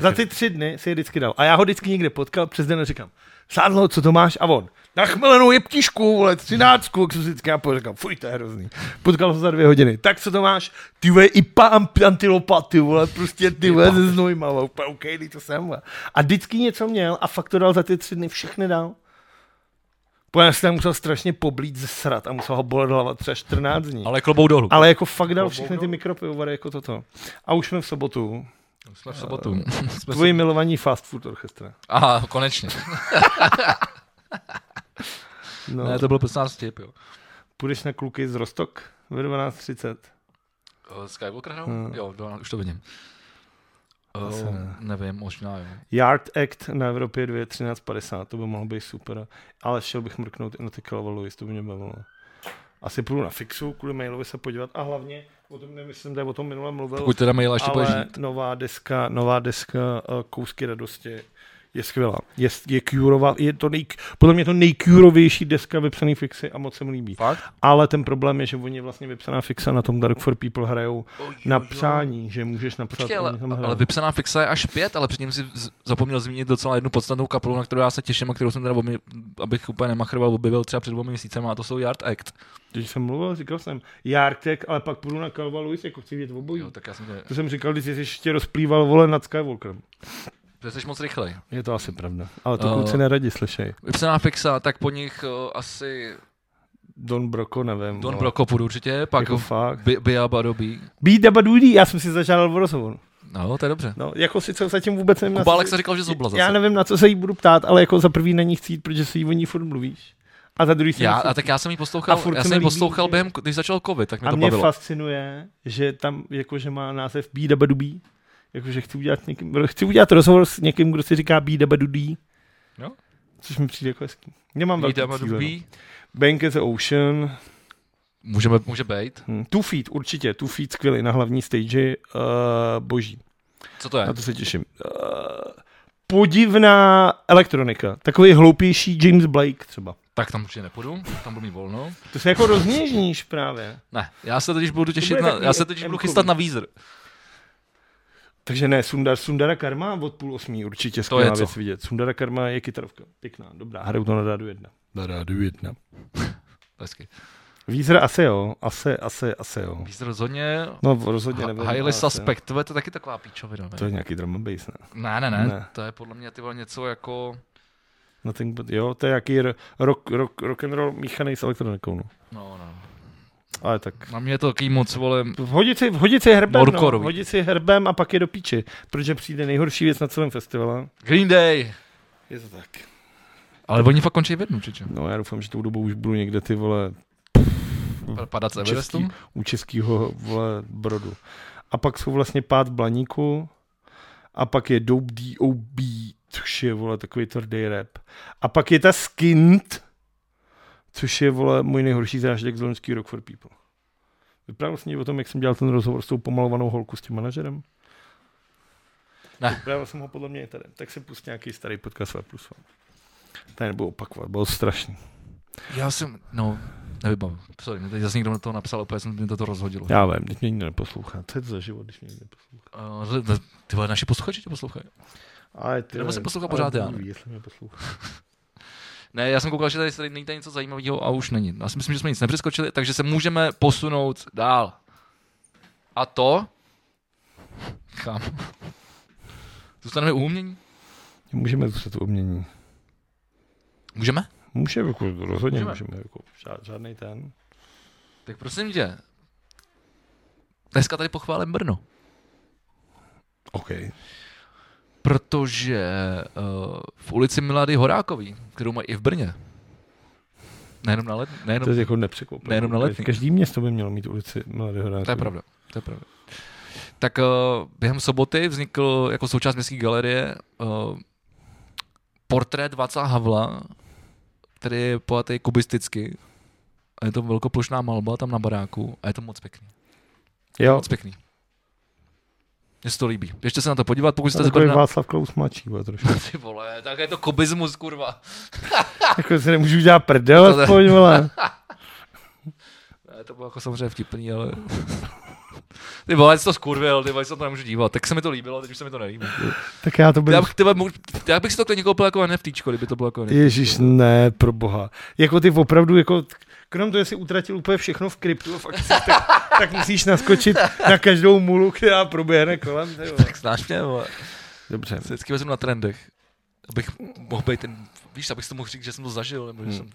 Za ty tři dny si je vždycky dal. A já ho vždycky někde potkal, přes den a říkám, sádlo, co to máš? A on, na chmelenou jeptišku, vole, třináctku, jak jsem si vždycky já říkám, fuj, to je hrozný. Potkal ho za dvě hodiny. Tak co to máš? Ty vole, i pán antilopa, ty vole, prostě ty vole, ze znojma, vole, úplně OK, dej to sem, vole. A vždycky něco měl a fakt to dal za ty tři dny, všechny dal. Podle mě se tam musel strašně poblít ze srat a musel ho bolet hlava třeba 14 dní.
Ale klobou dolů.
Ale jako fakt dal všechny ty mikropivovary jako toto. A už jsme v sobotu.
Jsme v sobotu. Eh, (laughs) Jsme
Tvoji milovaní fast food orchestra.
Aha, konečně.
No,
Ne, to byl prostě nás vtip, jo.
Půjdeš na kluky z Rostok ve 12.30.
O, Eh, Skywalker hrál?
No.
Jo, do, už to vidím. O, nevím, možná jo.
Yard Act na Evropě 2 13.50, to by mohlo být super. Ale šel bych mrknout i na ty Calvalouis, to by mě bavilo. Asi půjdu na fixu, kvůli mailovi se podívat a hlavně, o tom nevím, jestli jsem tady o tom minule mluvil,
Pokud teda maila ještě bude
ale
žít.
nová deska, nová deska eh, Kousky radosti je skvělá. Je, je, Curova, je to nej, podle mě to nejkurovější deska vypsaný fixy a moc se mi líbí.
Fakt?
Ale ten problém je, že oni vlastně vypsaná fixa na tom Dark for People hrajou na přání, že můžeš napsat.
Počkej,
oni
ale,
tam hrajou.
ale vypsaná fixa je až pět, ale předtím si z- zapomněl zmínit docela jednu podstatnou kapelu, na kterou já se těším a kterou jsem teda, obmi- abych úplně nemachroval, objevil třeba před dvěma měsícema, a to jsou Yard Act.
Když jsem mluvil, říkal jsem Jartek, ale pak půjdu na Kalva Luis, jako chci vidět obojí.
Jo, tak já jsem tě...
To jsem říkal, když jsi ještě rozplýval vole nad Skywalkerem.
Protože jsi moc rychlej.
Je to asi pravda. Ale to
Eh.
kluci neradi slyšej.
Vypsaná fixa, tak po nich o, asi
Don Broko, nevím.
Don
vole.
Broko půjdu určitě, pak
No. Jako fakt.
Bi- Biaba dobí.
Beat Daba Doody, já jsem si zažádal o rozhovor.
No, to je dobře.
No, jako sice zatím vůbec nevím. na
Kuba
co-
Alexa říkal, že zubla
Já
zase.
nevím, na co se jí budu ptát, ale jako za prvý není chci jít, protože se jí o ní furt mluvíš. A za druhý si
Já,
myslím-
a tak já jsem ji poslouchal,
A furt
já
se
jsem ji
mi
poslouchal
líbí, že-
během, když začal covid, tak mě
a
to
mě
bavilo.
fascinuje, že tam jakože má název Bídabadubí. Jakože chci Jako, udělat, někým, chci udělat rozhovor s někým, kdo si říká Bídabadudí.
No.
Což mi přijde jako hezký. Nemám velký
Vídama
cíle. No.
Dubí.
Bank at the Ocean. no.
Můžeme, může být.
Hm. Two Feet, určitě. Two Feet skvělý na hlavní stage. Uh, boží.
Co to je?
Na to se těším. Uh, podivná elektronika. Takový hloupější James Blake třeba.
Tak tam určitě nepůjdu, tam budu mít volno.
To se jako rozněžníš právě.
Ne, já se totiž budu těšit
bude
na,
takový
já se totiž budu
M-kový.
chystat na vízer.
Takže ne, Sundar, Sundara Karma od půl osmí určitě
je
skvělá
co.
věc vidět. Sundara Karma je kytarovka. Pěkná, dobrá, hraju to na rádu jedna. Na rádu jedna.
Hezky.
Vízer asi jo, asi, asi, asi jo.
Vízer rozhodně,
No rozhodně nevím. ale
Highly
asi
Suspect, to je to taky taková píčovina.
jo. To
Ne?
je nějaký drum and bass, ne?
Ne, ne, ne,
Ne.
to je podle mě ty vole něco jako,
Nothing but, jo, to je nějaký ro- rock, rock, rock and roll míchaný s elektronikou, no.
no, no.
Ale tak.
Na mě je to takový moc, vole,
Hodit si, hodit si herbem, no.
Norkorový.
hodit si herbem a pak je do píči, protože přijde nejhorší věc na celém festivalu.
Green Day.
Je to tak.
Ale oni fakt končí v jednu, čiče.
No já doufám, že tou dobou už budu někde ty vole
Pa- Padat z Everestu.
český, u českého vole brodu. A pak jsou vlastně pád Blaníku a pak je Dope D.O.B., což je vole takový tvrdý rap. A pak je ta Skint, což je vole můj nejhorší zážitek z loňského Rock for People. Vyprávěl jsem ti o tom, jak jsem dělal ten rozhovor s tou pomalovanou holku s tím manažerem?
Ne.
Vyprávěl jsem ho podle mě i tady. Tak se pust nějaký starý podcast V plus vám. Tady nebudu opakovat, bylo strašný.
Já jsem, no, nevybavil. Sorry, mě teď zase někdo na to napsal, úplně jsem mě to rozhodilo.
Já vím, teď mě nikdo neposlouchá. Co je to za život, když mě nikdo neposlouchá?
Uh, ty vole, naši posluchači tě poslouchají.
Ale ty,
Nebo se
vole,
poslouchá
ale
pořád
Bůh
já, ne?
ví, jestli mě poslouchá.
Ne, já jsem koukal, že tady, tady není tady něco zajímavého a už není. Já si myslím, že jsme nic nepřeskočili, takže se můžeme posunout dál. A to... Kam? Zůstaneme u umění?
Můžeme zůstat u umění.
Můžeme?
Můžeme, jako, rozhodně
Můžeme.
můžeme. můžeme jako, žád, žádný ten.
Tak prosím tě. Dneska tady pochválím Brno.
OK.
Protože uh, v ulici Milady Horákový, kterou mají i v Brně, nejenom na let, nejenom,
To je jako nepřekvapivé.
Nejenom na letní.
Každý město by mělo mít ulici Mladého Horáka.
to je pravda, to je pravda. Tak uh, během soboty vznikl jako součást městské galerie uh, portrét Václava Havla, který je pojatý kubisticky. A je to velkoplošná malba tam na baráku a je to moc pěkný.
Jo,
Moc pěkný. Mně se to líbí. Běžte se na to podívat, pokud jste z
No, takový
Brna.
Václav Klaus mladší, bude
(laughs)
trošku.
Ty vole, tak je to kobismus, kurva.
jako se nemůžu dělat prdel,
To-
aspoň,
(laughs)
vole.
Ne, to bylo jako samozřejmě vtipný, ale... (laughs) Ty vole, jsi to skurvil, ty vole, se na to nemůžu dívat. Tak se mi to líbilo, teď už se mi to nelíbí.
Tak já to budu...
Já bych, tyhle, mu- já bych si to klidně koupil jako NFTčko, kdyby to bylo jako NFT.
Ježíš, ne, pro boha. Jako ty opravdu, jako, t- krom toho, jestli utratil úplně všechno v kryptu a fakt si, tak, tak, musíš
(laughs)
naskočit na každou mulu, která proběhne kolem. ty vole.
Tak znáš mě, vole.
Dobře.
Se vždycky vezmu na trendech. Abych mohl být ten, víš, abych si to mohl říct, že jsem to zažil, nebo že jsem...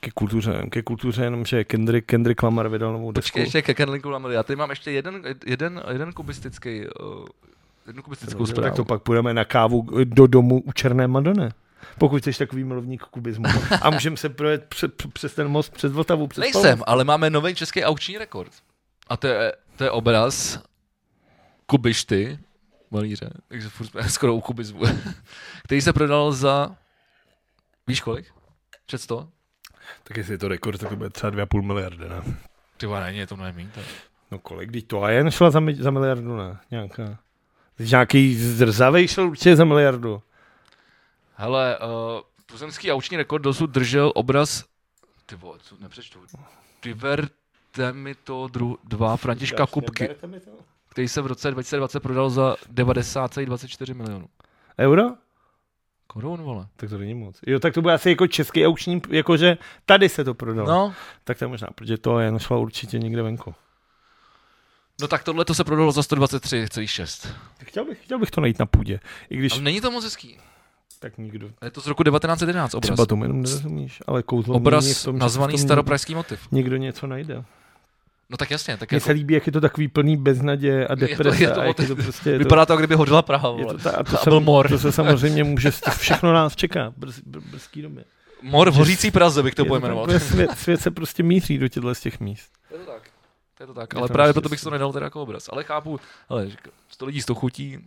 Ke kultuře, ke kultuře jenom, že Kendrick, Kendrick Lamar vydal novou desku.
Počkej, ještě ke Kenlinku Lamory. Já tady mám ještě jeden, jeden, jeden kubistický, uh, jednu kubistickou
Dobře, tak
zprávu.
to pak půjdeme na kávu do domu u Černé Madony. Pokud jsi takový milovník kubismu. A můžeme se projet pře, pře, přes ten most, přes Vltavu, přes
Nejsem, ale máme nový český aukční rekord. A to je, to je obraz Kubišty, malíře, takže furt jsme (laughs) skoro u kubismu, který se prodal za, víš kolik? Před 100?
Tak jestli je to rekord, tak to bude třeba 2,5 miliardy, ne?
Ty vole, není, je to mnohem méně.
No kolik, když to a jen šla za, mi- za miliardu, ne? Nějaká. Když nějaký zrzavej šel určitě za miliardu.
Hele, uh, tuzemský aukční rekord dosud držel obraz, ty vole, co nepřečtu, Diverte mi to dru, dva Františka Kupky, který se v roce 2020 prodal za 90,24 milionů.
Euro?
Korun, vole.
Tak to není moc. Jo, tak to bude asi jako český aukční, jakože tady se to prodalo.
No,
Tak to je možná, protože to jen šla určitě někde venku.
No tak tohle to se prodalo za 123,6.
Chtěl bych, chtěl bych to najít na půdě. I když
Ale není to moc hezký.
tak nikdo
Je to z roku 1911 obraz.
Třeba tomu jenom nerozumíš, ale kouzlo mění
obraz
v tom, že
nazvaný
v tom
staropražský motiv.
Někdo něco najde.
No tak jasně, tak
Mně
jako,
se líbí, jak je to takový plný beznaděje a
to- je to
deprese. a
o
jak
té-
je to prostě, je to,
vypadá to, jak kdyby hodila Praha,
je
vole.
to, ta, a to,
a byl mor.
to se samozřejmě může, to všechno nás čeká brz, br, brzký době.
Mor v hořící Praze bych to
Je tak,
pojmenoval.
protože
(laughs)
svět, svět, se prostě míří do těchto z těch míst.
Je to tak. To je to tak,
Je
ale
to
právě
prostě
proto bych si to
jasný.
nedal teda jako obraz. Ale chápu, ale 100 lidí 100 chutí,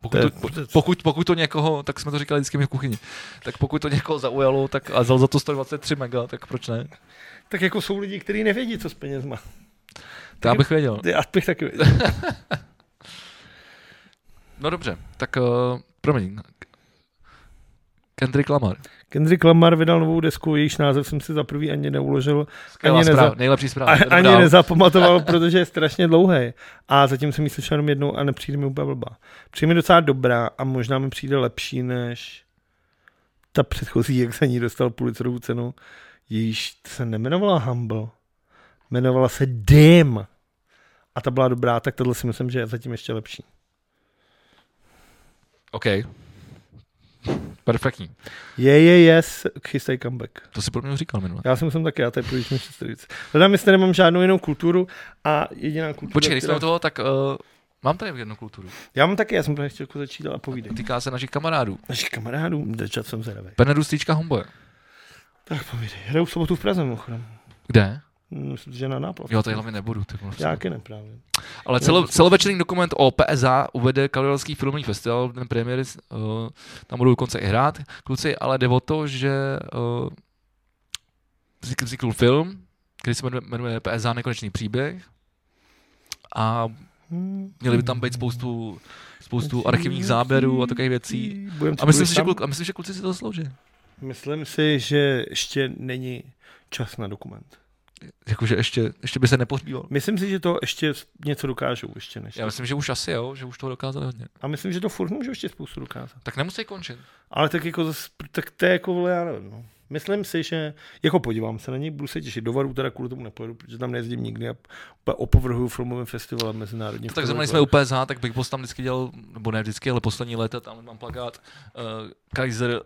pokud
To je-
to, po- pokud, pokud to někoho, tak jsme to říkali vždycky my v kuchyni, tak pokud to někoho zaujalo tak a vzal za to 123 mega, tak proč ne?
Tak jako jsou lidi, kteří nevědí, co s penězma.
To já bych věděl.
Já bych taky věděl.
No dobře, tak uh, promiň. Kendrick Lamar.
Kendrick Lamar vydal novou desku, jejíž název jsem si za prvý ani neuložil,
Skvělá
Ani neza-
zpráva, nejlepší zpráva.
a,
jdeme
ani
dál. (laughs)
nezapamatoval, protože je strašně dlouhý. A zatím jsem ji slyšel jenom jednou a nepřijde mi úplně blbá. Přijde mi docela dobrá a možná mi přijde lepší než ta předchozí, jak za ní dostal Pulitzerovu cenu. Již se nemenovala Humble, jmenovala se Dim. A ta byla dobrá, tak tohle si myslím, že je zatím ještě lepší.
OK. Perfektní.
Je, je, yes, chystej comeback.
To si pro mě říkal minule.
Já si musím taky, já tady půjdu mi sestřic. Hledám, jestli nemám žádnou jinou kulturu a jediná kultura...
Počkej, když jsme
která-
u toho, tak uh, mám tady jednu kulturu.
Já mám taky, já jsem právě chtěl jako začít, ale povídej.
Týká se našich kamarádů.
Našich kamarádů, dečat jsem zvedavý.
Benedu Stýčka Homboje.
Tak povídej, hraju v sobotu v Praze mimochodem. Hm,
Kde?
Myslím, že na náplav.
Jo, tady hlavně nebudu. Ty vole.
Já taky neprávě.
Ale celo, celovečerní dokument o PSA uvede Karolský filmový festival, ten premiéry, uh, tam budou dokonce i hrát kluci, ale jde o to, že uh, vznikl, vznikl film, který se jmenuje, jmenuje PSA Nekonečný příběh a
Hmm.
měli by tam být spoustu, spoustu archivních záběrů a takových věcí.
Budem
A myslím, si, že kluk, a myslím, že kluci si to slouží.
Hm, Myslím si, že ještě není čas na dokument.
Jakože ještě, ještě by se nepohříval.
Myslím si, že to ještě něco dokážou, ještě než.
Já myslím, že už asi jo, že už toho dokázali hodně.
A myslím, že to furt můžou ještě spoustu dokázat.
Tak nemusí končit.
Ale tak jako zas, tak to je jako, vole, já nevím, no. Myslím si, že jako podívám se na něj, budu se těšit do varu, teda kvůli tomu nepojedu, protože tam nejezdím nikdy a úplně opovrhuju filmovým festivalem mezinárodní.
Tak zrovna jsme úplně zá, tak Big Boss tam vždycky dělal, nebo ne vždycky, ale poslední léta tam mám plakát uh, Kaiser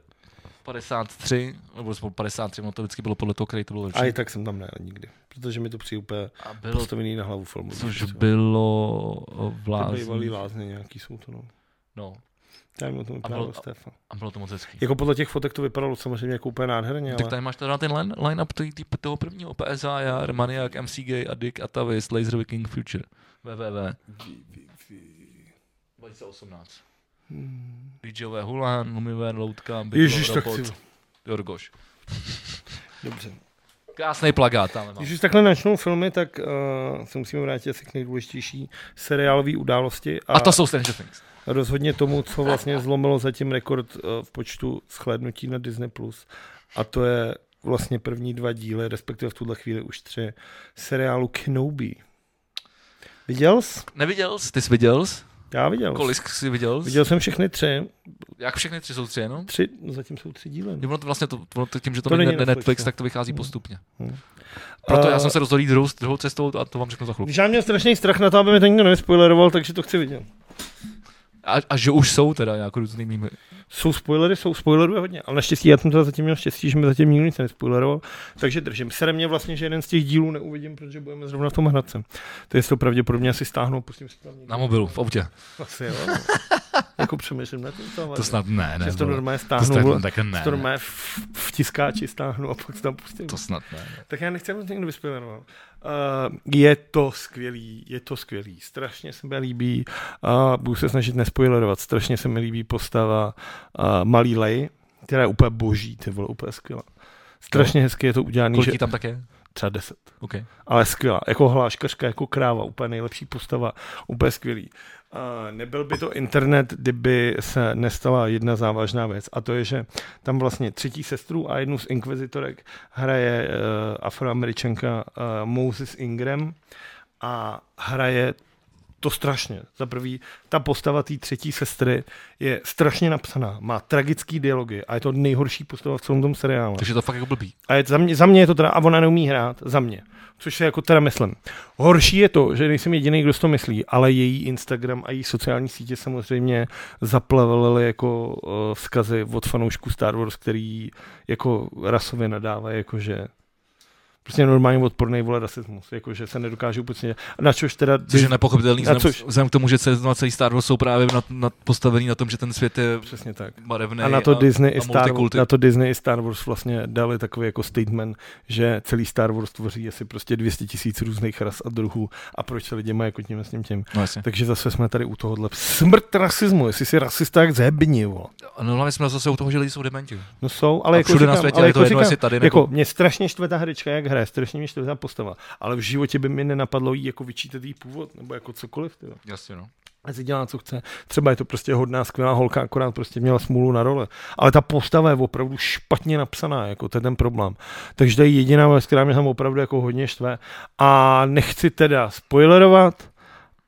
53, nebo spolu 53, ono to vždycky bylo podle toho, který to bylo lepší.
A i tak jsem tam nejel nikdy, protože mi to přijde úplně
A bylo,
postavený na hlavu filmu.
což
Víš co?
bylo
To bývalý
vlázní.
lázně nějaký jsou to, no.
No,
Tam o tom vypadalo
bylo-
Stefan.
a bylo to moc hezký.
Jako podle těch fotek to vypadalo samozřejmě jako úplně nádherně, ale...
Tak tady máš teda ten line- line-up tý- tý- toho prvního PSA, Jar, Maniac, MC Gay, Addict, Atavis, Laser Viking, Future, WWW. 2018.
Hmm.
DJové Hulan, Lumiver, Loutka, Big
Ježíš,
Love
tak
Robot,
si...
Jorgoš.
Dobře.
No. Krásný plagát tam mám.
Když už takhle načnou filmy, tak uh, se musíme vrátit asi k nejdůležitější seriálové události a,
A to jsou Stranger Things.
rozhodně tomu, co vlastně zlomilo zatím rekord uh, v počtu shlédnutí na Disney+. Plus. A to je vlastně první dva díly, respektive v tuhle chvíli už tři, seriálu Kenobi. Viděl jsi?
Neviděl jsi, ty jsi viděl jsi?
Já viděl.
Kolisk jsi viděl jsi?
Viděl jsem všechny tři.
Jak všechny tři jsou tři, no?
Tři, no zatím jsou tři díly.
Jo, Ono to vlastně, to, ono to tím, že to,
To
to
není
není
Netflix,
Netflix, Netflix
no.
tak to vychází postupně.
Hm.
Proto já
A-
jsem se rozhodl jít druhou, druhou cestou a to vám řeknu za chvilku.
Když já měl strašný strach na to, aby mi to nikdo nevyspoileroval, takže to chci vidět.
A, a že už jsou teda nějakou různý mými.
Jsou spoilery, jsou spoilerů je hodně, ale naštěstí já jsem teda zatím měl štěstí, že mi zatím nikdo nic nespoileroval, takže držím. Sere mě vlastně, že jeden z těch dílů neuvidím, protože budeme zrovna v tom hradce. To je to pravděpodobně asi stáhnu, pustím si tam někde.
Na mobilu, v autě.
Asi jo. no. jako přemýšlím na tím, to, ale-
To snad ne, ne.
že si to
vole.
normálně
to
stáhnu,
snad
vole,
tak ne.
to
ne.
normálně v, v tiskáči stáhnu a pak si tam pustím.
To snad ne.
Tak já nechci, aby to někdo vyspoileroval. Uh, je to skvělý, je to skvělý. Strašně se mi líbí, uh, budu se snažit nespoilerovat, strašně se mi líbí postava uh, Malý Lej, která je úplně boží, ty vole, úplně skvělá. Strašně hezky je to udělané,
Kolik
že
jí tam také?
třeba 10.
OK.
Ale skvělá, jako hláškařka, jako kráva, úplně nejlepší postava, úplně skvělý. Uh, nebyl by to internet, kdyby se nestala jedna závažná věc a to je, že tam vlastně třetí sestru a jednu z inkvizitorek hraje uh, afroameričanka uh, Moses Ingram a hraje to strašně. Za prvý, ta postava té třetí sestry je strašně napsaná, má tragický dialogy a je to nejhorší postava v celém tom seriálu.
Takže to fakt jako blbý.
A je, za, mě, za mě je to teda, a ona neumí hrát, za mě. Což je jako teda myslím. Horší je to, že nejsem jediný, kdo si to myslí, ale její Instagram a její sociální sítě samozřejmě zaplavily jako uh, vzkazy od fanoušků Star Wars, který jako rasově nadávají, jakože prostě normálně odporný vole rasismus, jakože se nedokáže úplně, na čož teda,
Což je nepochopitelný,
A
vzhledem,
což-
vzhledem k tomu, že celý celý Star Wars jsou právě na, na, postavený na tom, že ten svět je
přesně tak.
barevný
A na to, Disney i
a
Star,
multikulty.
na to Disney i Star Wars vlastně dali takový jako statement, že celý Star Wars tvoří asi prostě 200 tisíc různých ras a druhů a proč se lidi mají jako tím s tím tím.
No jasně.
Takže zase jsme tady u tohohle. Smrt rasismu, jestli jsi rasista, jak zhebni, vole.
No hlavně jsme zase u toho, že lidi jsou dementi.
No jsou, ale
Ale
jako
všude
říkám,
na světě,
ale
ale je to
jako
jedno,
říkám,
jestli tady nebo...
jako, mě strašně štve ta herečka, jak hraje, strašně mě štve ta postava, ale v životě by mi nenapadlo jí jako vyčítat jí původ, nebo jako cokoliv. Tyjo.
Jasně, no.
A si dělá, co chce. Třeba je to prostě hodná, skvělá holka, akorát prostě měla smůlu na role. Ale ta postava je opravdu špatně napsaná, jako to je ten problém. Takže to je jediná věc, která mě tam opravdu jako hodně štve. A nechci teda spoilerovat,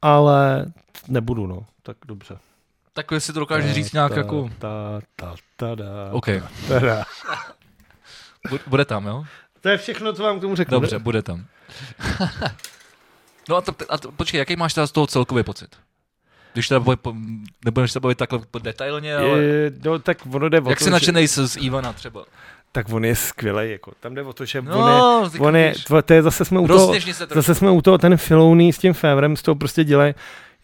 ale nebudu, no. Tak dobře.
Tak jestli to dokážeš říct nějak
ta,
jako...
Ta, ta, ta, ta,
OK,
ta,
bu- bude tam, jo?
To je všechno, co vám k tomu řeknu.
Dobře, bude tam. (laughs) no a, to, a to, počkej, jaký máš teda z toho celkový pocit? Když teda bude, po- nebudeš se bavit takhle detailně, ale...
Je, no, tak ono jde o
jak
to,
jsi
že-
nadšenej z, z Ivana třeba?
Tak on je skvělý, jako. Tam jde o to, že on je,
No, Prostě ty
on je,
kudíš.
to, to je zase jsme u toho,
Roztěžni se trošku.
Zase jsme u toho, ten Filoni s tím Favrem z toho prostě dělají,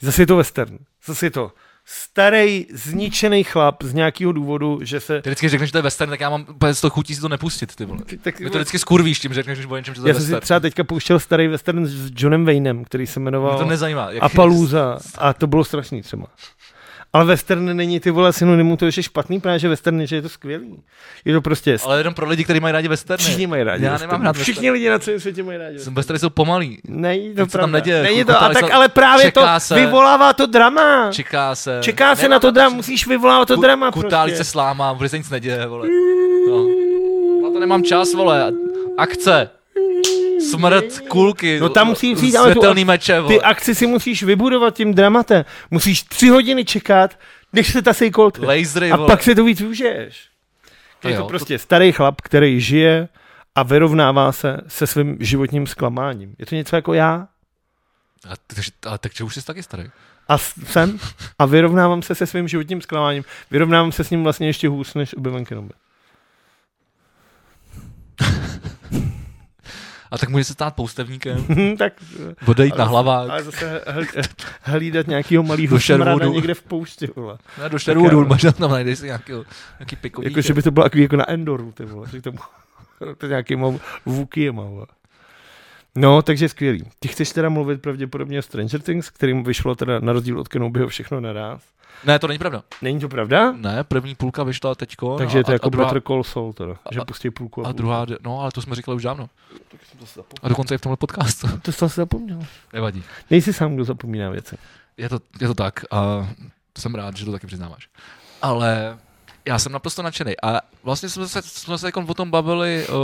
zase je to western, zase je to starý, zničený chlap z nějakého důvodu, že se...
Ty vždycky řekneš, že to je western, tak já mám úplně z toho chutí si to nepustit, ty vole.
Tak,
Mě to vždycky skurvíš tím, že řekneš, že o něčem, že to je
já jsem si
western.
třeba teďka pouštěl starý western s Johnem Waynem, který se
Mě
jmenoval
to nezajímá. Jak...
Apalooza a to bylo strašný třeba. Ale western není ty vole synonymum, to je že špatný, právě že western je, že je to skvělý. Je to prostě...
Ale jenom pro lidi, kteří mají rádi westerny.
Všichni mají rádi
Já
western.
nemám rád
Všichni
western.
lidi na celém světě mají rádi western.
Westerny jsou pomalý.
Není to
Nic se tam
pravda.
neděje,
Není
jako
to, a
kotáž
tak,
se-
ale právě to
čeká se.
vyvolává to drama.
Čeká se.
Čeká se na to drama, musíš vyvolávat to drama
Kutáli
prostě.
se slámá, protože se nic neděje, vole. No. Na to nemám čas, vole. Akce. Smrt, kulky.
No tam musí přijít, ale tu-
Světelný meče, vole.
Ty akci si musíš vybudovat tím dramatem. Musíš tři hodiny čekat, než se ta sejkolt.
Lasery,
A
vole.
pak si to víc užiješ.
To
je
jo,
to
to-
prostě starý chlap, který žije a vyrovnává se se svým životním zklamáním. Je to něco jako já
A, takže, ale takže už jsi taky starý.
a s- jsem a vyrovnávám se se svým životním zklamáním. Vyrovnávám se s ním vlastně ještě hůř než u Ben Kenobi. (laughs)
A tak může se stát poustevníkem,
Hm, tak,
bude jít na
Ale-
hlavák,
ale zase hl- hlídat nějakého malého
Do
šermrada
Sherwoodu.
někde v poušti. Vole.
ne, do Sherwoodu,
ale-
možná tam najdeš si nějakýho, nějaký pikový.
Jako, že by to bylo takový jako na Endoru, ty vole, že tomu, (laughs) to nějakýma Vukiema, vole. No, takže skvělý. Ty chceš teda mluvit pravděpodobně o Stranger Things, kterým vyšlo teda na rozdíl od Kenobiho všechno naraz.
Ne, to není pravda.
Není to pravda?
Ne, první půlka vyšla teďko. no,
Takže je to
a,
jako
a druhá,
Better Call Saul teda, že
a-
pustí půlku
a
půlku.
druhá, jde- no, ale to jsme říkali už dávno. A dokonce i v tomhle podcastu. (laughs)
To jsi asi zapomněl.
Nevadí.
Nejsi sám, kdo zapomíná věci.
Je to, je to tak a jsem rád, že to taky přiznáváš. Ale já jsem naprosto nadšený. A vlastně jsme se, jsme se jako o tom bavili uh,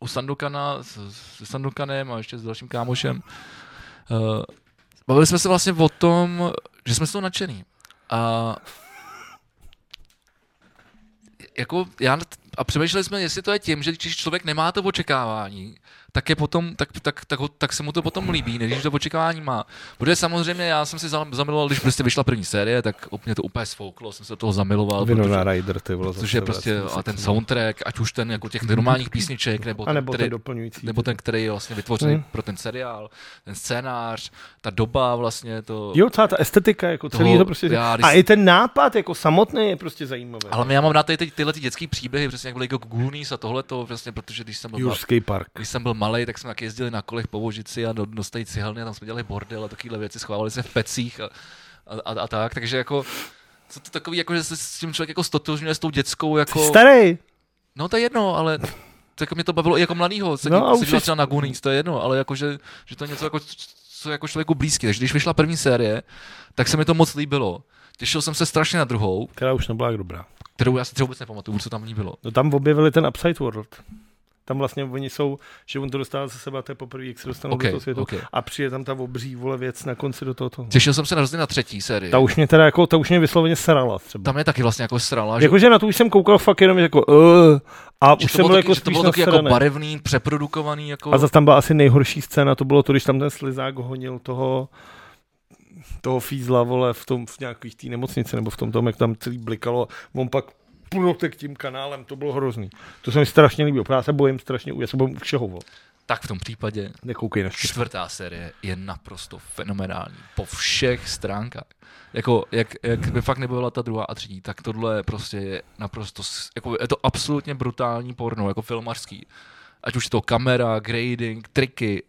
u Sandukana, s- se Sandukanem a ještě s dalším kámošem. Uh, bavili jsme se vlastně o tom, že jsme z toho nadšený. A jako já, nad- a přemýšleli jsme, jestli to je tím, že když člověk nemá to očekávání, tak, je potom, tak, tak, tak, ho, tak se mu to potom líbí, než když to očekávání má. Protože samozřejmě já jsem si za- zamiloval, když prostě vyšla první série, tak op- mě to úplně sfouklo, jsem se do toho zamiloval.
Winona
protože-
Ryder, ty vole.
Což je prostě a ten soundtrack, ať už ten jako těch normálních písniček, nebo
vlastně A
ten,
nebo ten
který,
doplňující.
nebo ten, který je vlastně vytvořený
Hmm.
pro ten seriál, ten scénář, ta doba vlastně to...
Jo, celá ta estetika, jako celý
Toho-
to prostě.
já, když-
A i ten nápad, jako samotný, je prostě zajímavý.
Ale já mám rád tady ty, tyhle ty dětské příběhy, přesně jak byly jako Goonies a tohleto, přesně, protože když jsem byl, ma-
Jurský park.
když jsem byl malý, tak jsme taky jezdili na kolech po Vožici a do, dostali cihelny a tam jsme dělali bordel a takovéhle věci, schovávali se v pecích a, a, a, a tak, takže jako co to takový, jako že se s tím člověk jako stotožňuje s tou dětskou, jako...
Starý,
No to je jedno, ale to jako mě to bavilo i jako mladýho, se,
No a
no, se
už
dívat
jsi-
třeba na Goonies, to je jedno, ale jako, že, že to je něco jako, co je jako člověku blízké. Takže když vyšla první série, tak se mi to moc líbilo. Těšil jsem se strašně na druhou,
která už nebyla tak dobrá.
kterou já si třeba vůbec nepamatuju, co tam v ní bylo.
No tam objevili ten Upside World. Tam vlastně oni jsou, že on to dostává ze sebe, a to je poprvé, jak se dostanou
Okay,
do toho světu.
okay.
A přijde tam ta obří vole věc na konci do tohoto.
Těšil jsem se hrozně na třetí sérii.
Ta už mě teda jako, ta už mě vysloveně srala třeba.
Tam je taky vlastně jako srala, že, jako,
Jakože na to už jsem koukal fakt jenom jako uh, a
že
už
to
jsem
bylo
byl
taky,
jako
že to
spíš
bylo taky jako
nasranej.
barevný, přeprodukovaný, jako...
A zase tam byla asi nejhorší scéna, to bylo to, když tam ten slizák honil toho toho fízla, vole, v tom, v nějakých té nemocnici, nebo v tom tom, jak tam celý blikalo, on pak půlnotek tím kanálem, to bylo hrozný. To se mi strašně líbilo, protože já se bojím strašně, já se bojím u všeho, vole.
Tak v tom případě
Nekoukej na štěstí.
čtvrtá série je naprosto fenomenální. Po všech stránkách. Jako, jak, jak by fakt nebavila ta druhá a třetí, tak tohle je prostě je naprosto, s- jako je to absolutně brutální porno, jako filmařský. Ať už je to kamera, grading, triky,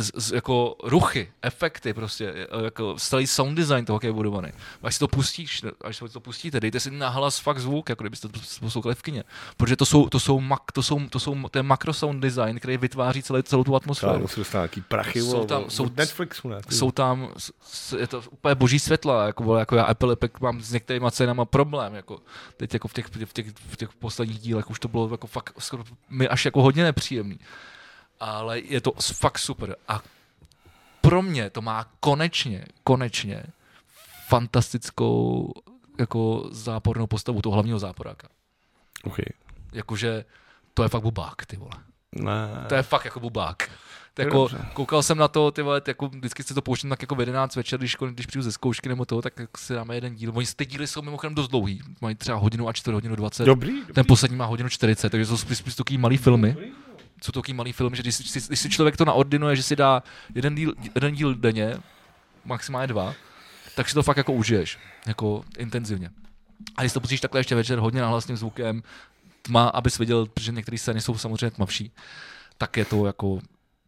z, z, jako ruchy, efekty prostě, je- jako celý sound design toho, jak je budovaný. Až si to pustíš, až si to pustíte, dejte si nahlas fakt zvuk, jako kdybyste to poslouchali v kině. Protože to jsou, to jsou, mak, to jsou, to jsou, to je makro sound design, který vytváří celé, celou tu atmosféru.
musí dostat nějaký prachy,
Jsou
vole,
tam-
od
jsou-
Netflixu, ne? ty.
Jsou tam, s- s- je to úplně boží světla, jako, vole, jako já Epilepek mám s některýma cenama problém, jako teď jako v těch, v těch, v těch posledních dílech už to bylo jako fakt skoro mi až jako hodně nepříjemný. Ale je to s- fakt super a pro mě to má konečně, konečně fantastickou jako zápornou postavu toho hlavního záporáka.
Okay.
Jakože to je fakt bubák, ty vole.
Ne.
To je fakt jako bubák. To
je
jako,
dobře.
koukal jsem na to, ty vole, jako vždycky se to pouštím tak jako v 11 večer, když, když přijdu ze zkoušky nebo toho, tak si dáme jeden díl. Oni ty díly jsou mimochodem dost dlouhý, mají třeba hodinu a čtvrt hodinu 20.
Dobrý,
Ten
dobrý.
poslední má hodinu 40, takže jsou spíš, spíš takový malý filmy. Jsou to takový malý filmy, že když, si- si- když si člověk to naordinuje, že si dá jeden díl, jeden díl denně, maximálně dva, tak si to fakt jako užiješ, jako intenzivně. A když to pustíš takhle ještě večer hodně nahlasným zvukem, tma, abys viděl, protože některé scény jsou samozřejmě tmavší, tak je to jako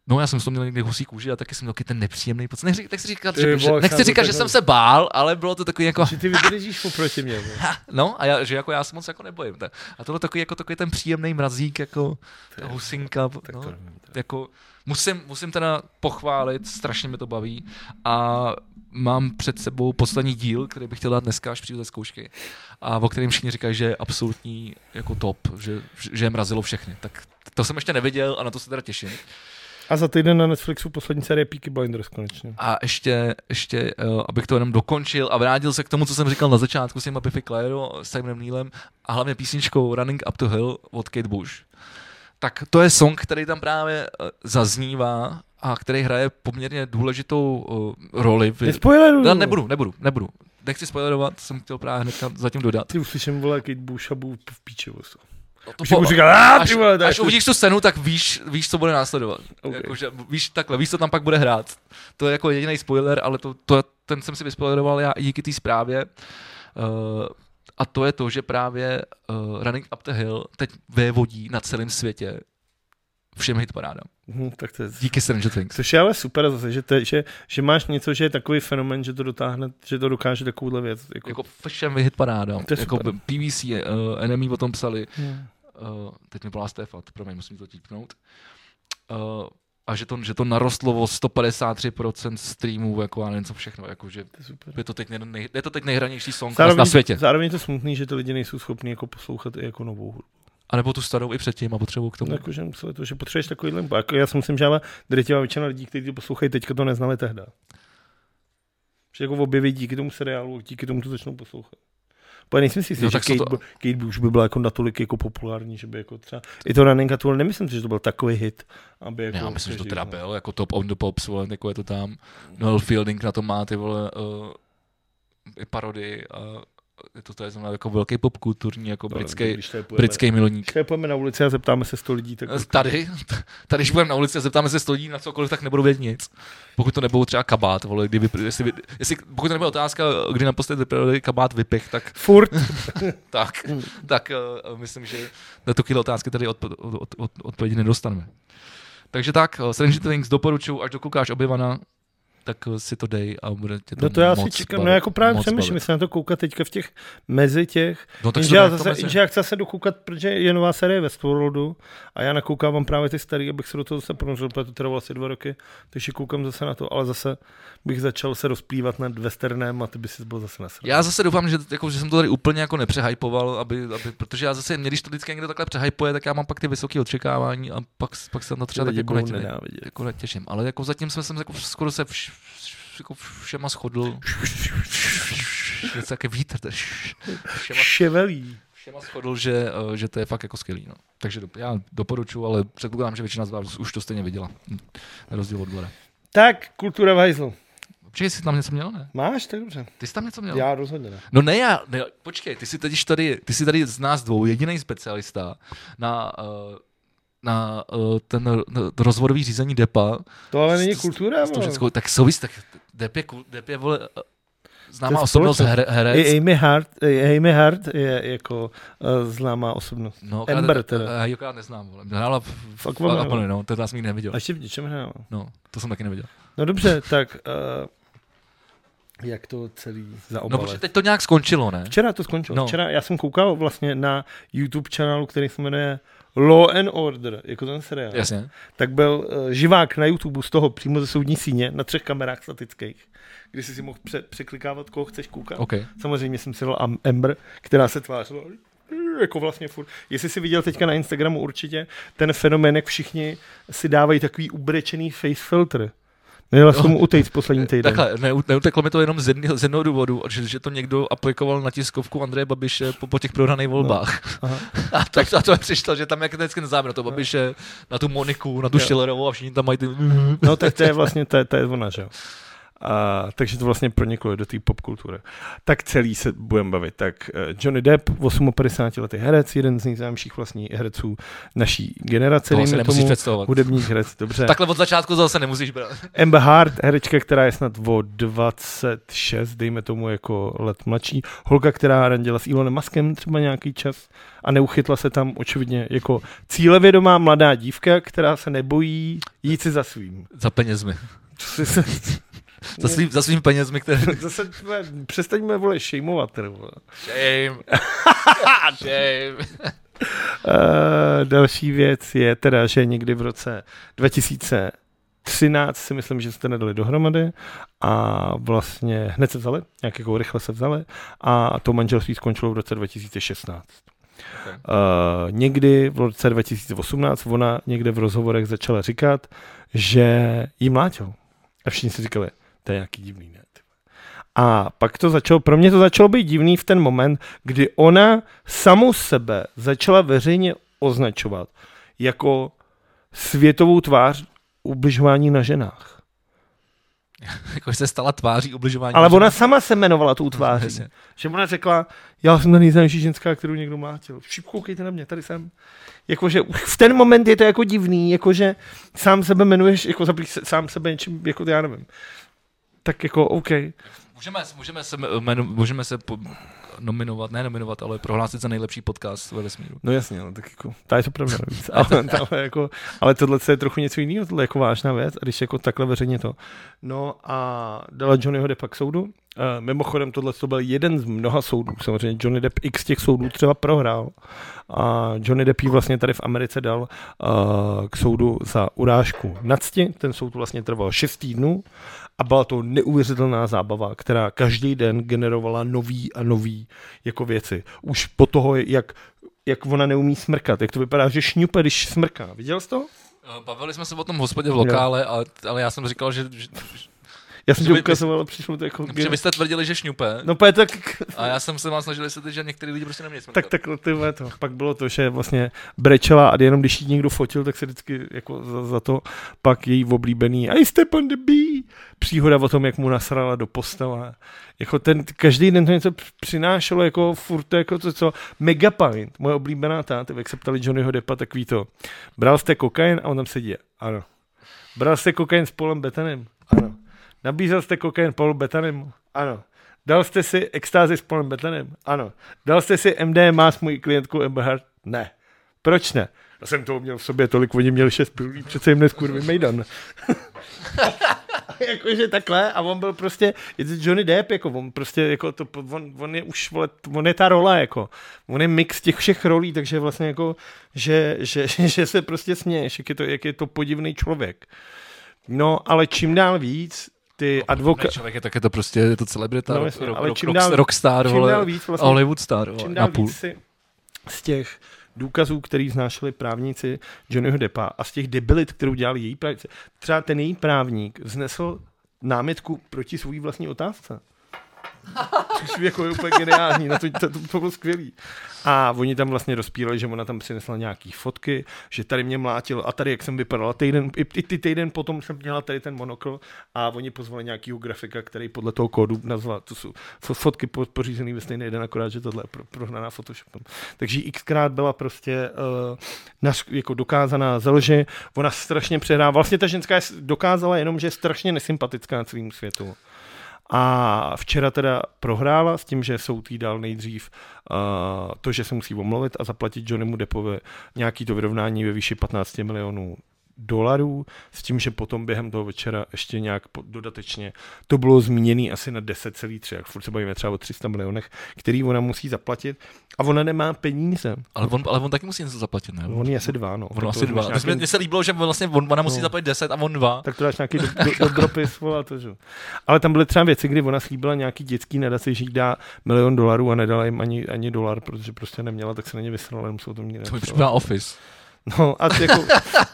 No, já jsem s to měl někdy husí kůži a taky jsem měl taky ten nepříjemný pocit. Nechci, nechci říkat,
Ty
že, že,
vole,
nechci
chápu,
říkat,
tak
že
to-
jsem se bál, ale bylo to takový jako...
Že ty vydržíš oproti mě. vole.
No, a já, že jako já se moc jako nebojím. Tak. A tohle takový, jako takový ten příjemný mrazík, jako ta husinka.
Tak
no,
to nevím. teda.
jako, musím, musím teda pochválit, strašně mi to baví. A mám před sebou poslední díl, který bych chtěl dát dneska, až přijdu ze zkoušky. A o kterém všichni říkají, že je absolutní jako top, že, že je mrazilo všechny. Tak to jsem ještě neviděl a na to se teda těším.
A za týden na Netflixu poslední série Peaky Blinders konečně.
A ještě, ještě eh, abych to jenom dokončil a vrátil se k tomu, co jsem říkal na začátku s těma Biffy Clyro, s Simonem Neilem a hlavně písničkou Running Up to Hill od Kate Bush. Tak to je song, který tam právě eh, zaznívá a který hraje poměrně důležitou eh, roli. V...
Nespoileruju.
Ne, nebudu, nebudu, nebudu. Nechci spoilerovat, jsem chtěl právě hnedka zatím dodat.
Ty uslyším, vole, Kate Bush a budu v píči. vole.
No to
Už mu
po-
říkal, "Ah,
až,
ty vole, to je
až
jako-
uvidíš tu scénu, tak víš, víš co bude následovat.
Ok.
Okay. Jakože, víš takhle, víš, co tam pak bude hrát. To je jako jediný spoiler, ale to, to, ten jsem si vyspoileroval já i díky té zprávě. Uh, a to je to, že právě uh, Running Up the Hill teď vévodí na celém světě všem hitparádám.
Hm, tak to je
Díky Stranger Things.
Což je ale super zase, že, to, že, že máš něco, že je takový fenomen, že to dotáhne, že to dokáže takovouhle věc. Jako,
Jako všem hitparádám.
To je
Jako
super.
PVC, uh, Enemy o tom psali.
Hm.
uh, teď mi byla Stefat, promiň, musím to típnout, uh, a že to, že to narostlo o 153% streamů, jako já nevím co všechno, jako že
to je super.
je to teď, nej, nej, je to teď nejhranější song na, na světě.
zároveň je to smutný, že ty lidi nejsou schopni jako poslouchat i jako novou hudbu.
A nebo tu starou i předtím a potřebu k tomu.
Jako, že, museli to, že potřebuješ takový limbo. Jako, já si myslím, že ale drtivá většina lidí, kteří to poslouchají teďka, to neznali tehda. Že jako objeví díky tomu seriálu, díky tomu to začnou poslouchat. Bo nejsem si jistý,
Jo,
že
No, tak jsou
Kate,
to-
to... Kate Bush by byla jako natolik jako populární, že by jako třeba... I to Running Atul, nemyslím si, že to byl takový hit, aby jako...
Já myslím, že to
každý
teda
znal.
byl, jako top on the pops, vole, jako je to tam. Noel Fielding na to má ty vole uh, i parody a je to, to je znamená jako velký popkulturní, jako
No,
britský,
když Jako- tady půjdeme-
britský milovník. Eh,
Když tady půjdeme na ulici a zeptáme se 100 lidí, tak
Tady, (laughs) tady, když budeme na ulici a zeptáme se stojí na cokoliv, tak nebudu vědět nic. Pokud to nebudou třeba kabát, vole, kdyby, jestli, vy- jestli, pokud to nebude otázka, kdy naposledy vypadali kabát vypich, tak,
furt.
tak, tak uh, myslím, že na takovéhle otázky tady od, od, od, od, odpovědi nedostaneme. Takže tak, uh, Stranger Things doporučuji, až dokoukáš objevana, tak uh, si to dej a bude tě to
No to já si
moc
čekám,
bavit,
no jako právě
moc
přemýšlím,
bavit.
jestli na to koukat teďka v těch mezi těch.
No tak
jenže,
se
já
to
zase, jenže já chci se dokoukat, protože je nová série Westworldu a já nakoukávám právě ty starý, abych se do toho zase pronořil, protože to trvalo asi dva roky, takže koukám zase na to, ale zase bych začal se rozplývat nad westernem a ty by si byl zase nasrat.
Já zase doufám, že, jako, že jsem to tady úplně jako nepřehypoval, aby, aby, protože já zase, mě, když to vždycky někdo takhle přehypuje, tak já mám pak ty vysoké očekávání a pak, pak se na to třeba tak jako, netě,
nenávidět.
jako netěším. Ale jako zatím jsme jsem jako skoro se vš, vš, jako všema shodl. Něco také vítr. to je š- Všema,
Ševelí.
všema shodl, že, eh, že to je fakt jako skvělý. No. Takže do, já doporučuji, ale předpokládám, že většina z vás už to stejně viděla. Hm, Na rozdíl od Glora.
Tak, kultura v hajzlu.
Počkej, jsi tam něco měl, ne?
Máš? Tak dobře.
Ty jsi tam něco měl?
Já rozhodně ne.
No ne, já, ne, počkej, ty jsi tady, tady, ty jsi tady z nás dvou jediný specialista na, eh, na eh, ten ro- na to rozvodový řízení DEPA.
To ale
S-
není
s-
kultura,
s tou
vole.
ženskou, tak souvis, tak DEP je, kul- DEP je vole, eh,
To
známá
je
osobnost her, herec.
I Amy Hart, i Amy Hart je jako uh, známá osobnost.
no,
Amber
já-
teda.
eh, Joka já neznám, vole. Hrála v, v,
Fakt
v
vole,
Aquamanu, no, to já jsem nikdy neviděl.
A ještě v něčem hrála.
No, to jsem taky neviděl.
No dobře, tak uh, jak to celý
No,
zaobalet?
protože teď to nějak skončilo, ne?
Včera to skončilo. No.
No.
Včera já jsem koukal vlastně na YouTube kanálu, který se jmenuje Law and Order, jako ten seriál.
Jasně.
Tak byl uh, živák na YouTube z toho přímo ze soudní síně na třech kamerách statických, kdy jsi si mohl pře- překlikávat, koho chceš koukat.
OK.
Samozřejmě jsem si dal Am- Amber, která se tvářila jako vlastně furt. Jestli jsi viděl teďka na Instagramu určitě ten fenomén, jak všichni si dávají takový ubrečený face filter. Nejela jsem
Jo.
tomu utejc poslední týden.
Takhle, neu- neuteklo mi to jenom z, jedného, z jednoho důvodu, že, že to někdo aplikoval na tiskovku Andreje Babiše po, po těch prohraných volbách.
Aha.
No. (laughs) a, tak, a to mi přišlo, že tam jak vždycky nezájem na to Babiše, na tu Moniku, na tu
Jo.
Schillerovou a všichni tam mají ty...
No tak to je vlastně, to je, to je ona, že jo. A, takže to vlastně proniklo do té popkultury. Tak celý se budeme bavit. Tak eh, Johnny Depp, 58 letý herec, jeden z nejznámějších vlastně herců naší generace,
Toho si
dejme
nemusíš
tomu,
představovat.
hudební herec, dobře.
Takhle od začátku zase nemusíš brát.
Amber Hart, herečka, která je snad o 26, dejme tomu jako let mladší. Holka, která randila s Elonem Muskem třeba nějaký čas a neuchytla se tam očividně jako cílevědomá mladá dívka, která se nebojí jít si za (laughs) svým.
Za penězmi.
Co si-
Za, svým, za svým penězmi, které...
Zase tvé, přestaňme, vole, šejmovat. ty vole.
(laughs) Shame. (laughs) Shame.
Eh, další věc je teda, že někdy v roce 2013 si myslím, že jste nedali dohromady a vlastně hned se vzali, nějak jako rychle se vzali a to manželství skončilo v roce 2016.
Okay.
Uh, někdy v roce 2018 ona někde v rozhovorech začala říkat, že jí mlátil. A všichni si říkali, to je nějaký divný, ne? ty vole." A pak to začalo, pro mě to začalo být divný v ten moment, kdy ona samou sebe začala veřejně označovat jako světovou tvář ubližování na ženách.
Jakože Jako, se stala tváří ubližování.
Ale ona sama se jmenovala tou tváří.
Jasně.
Že ona řekla, já jsem ta nejznámější ženská, kterou někdo mlátil. Všichni koukejte na mě, tady jsem. Jakože už v ten moment je to jako divný, jakože sám sebe jmenuješ, jako za prý- sám sebe něčím, jako já nevím. Tak jako OK.
Můžeme, můžeme, se, jmenu, můžeme se po, nominovat, ne nominovat, ale prohlásit za nejlepší podcast ve vesmíru.
No jasně, no, tak jako, ta je to pravda navíc. (laughs) ale, ale, jako, ale tohle je trochu něco jiného, tohle je jako vážná věc, a když jako takhle veřejně to. No a dala Johnnyho Deppa k soudu. E, mimochodem, tohle to byl jeden z mnoha soudů. Samozřejmě Johnny Depp x těch soudů třeba prohrál. A Johnny Depp jí vlastně tady v Americe dal e, k soudu za urážku na cti. Ten soud vlastně trval 6 týdnů a byla to neuvěřitelná zábava, která každý den generovala nový a nový jako věci. Už po toho, jak jak ona neumí smrkat, jak to vypadá, že šňupe, když smrká. Viděl jsi to?
Eh, Bavili jsme se o tom v hospodě v lokále, ale, ale já jsem říkal, že, že,
Já jsem ti
Že by-
ukazoval, a přišlo to jako...
že vy jste tvrdili, že šňupe.
No, pojď tak...
A já jsem se vám snažil vysvětlit, že některý lidi prostě neměli smrkat.
Tak takhle ty vole, to. Pak bylo to, že vlastně brečela a jenom když jí někdo fotil, tak se vždycky jako za, za to pak její oblíbený I step on the bee. Příhoda o tom, jak mu nasrala do postele. Jako ten, každý den to něco přinášelo, jako furt to jako to, co Megapint, moje oblíbená táta, jak se ptali Johnnyho Deppa, tak ví to. Bral jste kokain a on tam sedí. Ano. Bral jste kokain s Polem Betanem? Ano. Nabízel jste kokain Paulu Betanemu? Ano. Dal jste si extázi s Polem Betanem? Ano. Dal jste si MDMA s mojí klientkou Amber Hart? Ne. Proč ne? Já jsem toho měl v sobě tolik, oni měli šest pilulí, přece jim dnes kurvy mejdan. (laughs) Jakože takhle a on byl prostě, je to Johnny Depp, jako on prostě, jako to, on, on je už, vole, on je ta rola, jako, on je mix těch všech rolí, takže vlastně jako, že, že, (laughs) že se prostě směješ, jak je to, jak je to podivný člověk. No, ale čím dál víc, ty advoka...
Ne, člověk je tak je to prostě, je to celebrita,
No,
no,
jasně,
rock,
ale
rock,
čím
rock,
dál-
rockstar,
čím
vole,
dál víc vlastně-
a Hollywood star, vole,
čím
na
dál
půl.
víc si z těch důkazů, který znášeli právníci Johnnyho Deppa a z těch debilit, kterou dělali její právníci. Třeba ten její právník vznesl námitku proti svůj vlastní otázce. Což je jako je úplně geniální, na to, to, to, to bylo skvělý. A oni tam vlastně rozpírali, že ona tam přinesla nějaký fotky, že tady mě mlátil a tady, jak jsem vypadala týden, i, i ty týden potom jsem měla tady ten monokl a oni pozvali nějakýho grafika, který podle toho kódu nazval, to jsou fo- fotky po- pořízený ve stejný den, akorát, že tohle je pro, prohnaná Photoshopem. Takže jí xkrát byla prostě uh, nař, jako dokázaná ze lži, ona strašně přehrává. Vlastně ta ženská je s- dokázala jenom, že je strašně nesympatická svým světu. A včera teda prohrála s tím, že soud jí dal nejdřív uh, to, že se musí omluvit a zaplatit Johnnymu Depovi nějaký to vyrovnání ve výši 15 milionů dolarů, s tím, že potom během toho večera ještě nějak po- dodatečně to bylo zmíněné asi na 10,3, jak furt se bavíme třeba o 300 milionech, který ona musí zaplatit a ona nemá peníze.
Ale on, ale on taky musí něco zaplatit, ne?
On je asi dva, no.
On
Tak
asi
to
dva.
máš
Nějaký...
nějaký-
Mně se líbilo, že vlastně on, ona musí
No.
zaplatit 10 a on 2.
tak to dáš nějaký do, do, dobropis, volá to, že? jo. Ale tam byly třeba věci, kdy ona slíbila nějaký dětský nadaci, že jí dá milion dolarů a nedala jim ani, ani dolar, protože prostě neměla, tak se na ně vysrala, jenom jsou to mě
To mi připadá Office.
No a, ty jako,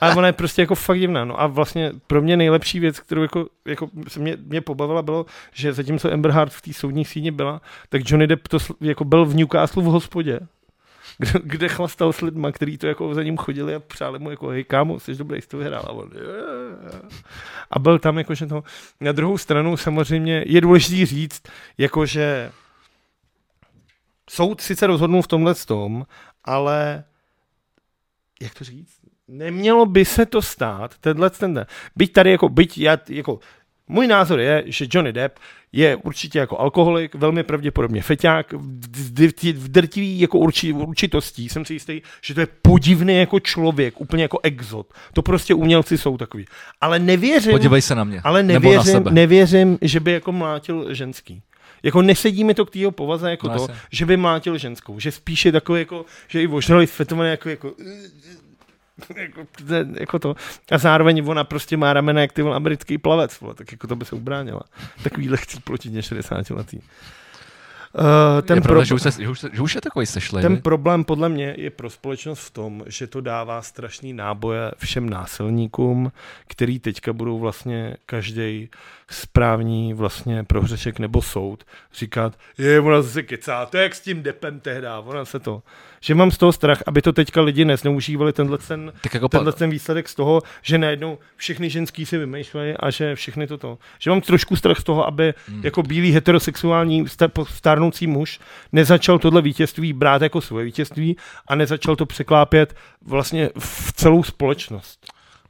a ona je prostě jako fakt divná. No a vlastně pro mě nejlepší věc, kterou jako, jako se mě, mě pobavila, bylo, že zatímco Amber Hart v té soudní síni byla, tak Johnny Depp to sl- jako byl v Newcastle v hospodě. (laughs) kde, kde chlastal s lidma, který to jako za ním chodili a přáli mu jako hej kámo, jsi dobrý, jsi to vyhrál. A, on, "Yeah." a byl tam jako, no, jakože to. Na druhou stranu samozřejmě je důležité říct, jakože soud sice rozhodnul v tomhle tom, ale jak to říct? Nemělo by se to stát, tenhle ten den. Byť tady jako, byť já, jako, můj názor je, že Johnny Depp je určitě jako alkoholik, velmi pravděpodobně feťák, v d- d- v drtivý jako urči, určitostí, jsem si jistý, že to je podivný jako člověk, úplně jako exot. To prostě umělci jsou takový. Ale nevěřím,
Podívej se na mě.
ale
nebo na
nevěřím,
sebe.
nevěřím, že by jako mlátil ženský. Jako nesedí mi to k jeho povaze jako
No,
to,
jasně.
že by mlátil ženskou. Že spíše takový jako, že i ožrali fetované jako, jako, jako, jako, to. A zároveň ona prostě má ramena jak ty vole, americký plavec, vole, tak jako to by se ubránila. Takový lehčí proti 60 letý. Uh, ten
je
pro,
pravda, že, už se, že, už, se- že už je takový sešlej.
ten
viď?
problém podle mě je pro společnost v tom, že to dává strašný náboje všem násilníkům, který teďka budou vlastně každý správní vlastně prohřešek nebo soud říkat, je, ona zase kecá, to je jak s tím depem tehdy, ona se to. Že mám z toho strach, aby to teďka lidi nezneužívali tenhle ten,
tak jako
tenhle
pa,
ten výsledek z toho, že najednou všechny ženský si vymýšlejí a že všechny toto. Že mám trošku strach z toho, aby
Hmm.
hmm. jako bílý heterosexuální sta- po- stárnoucí muž nezačal tohle vítězství brát jako svoje vítězství a nezačal to překlápět vlastně v celou společnost.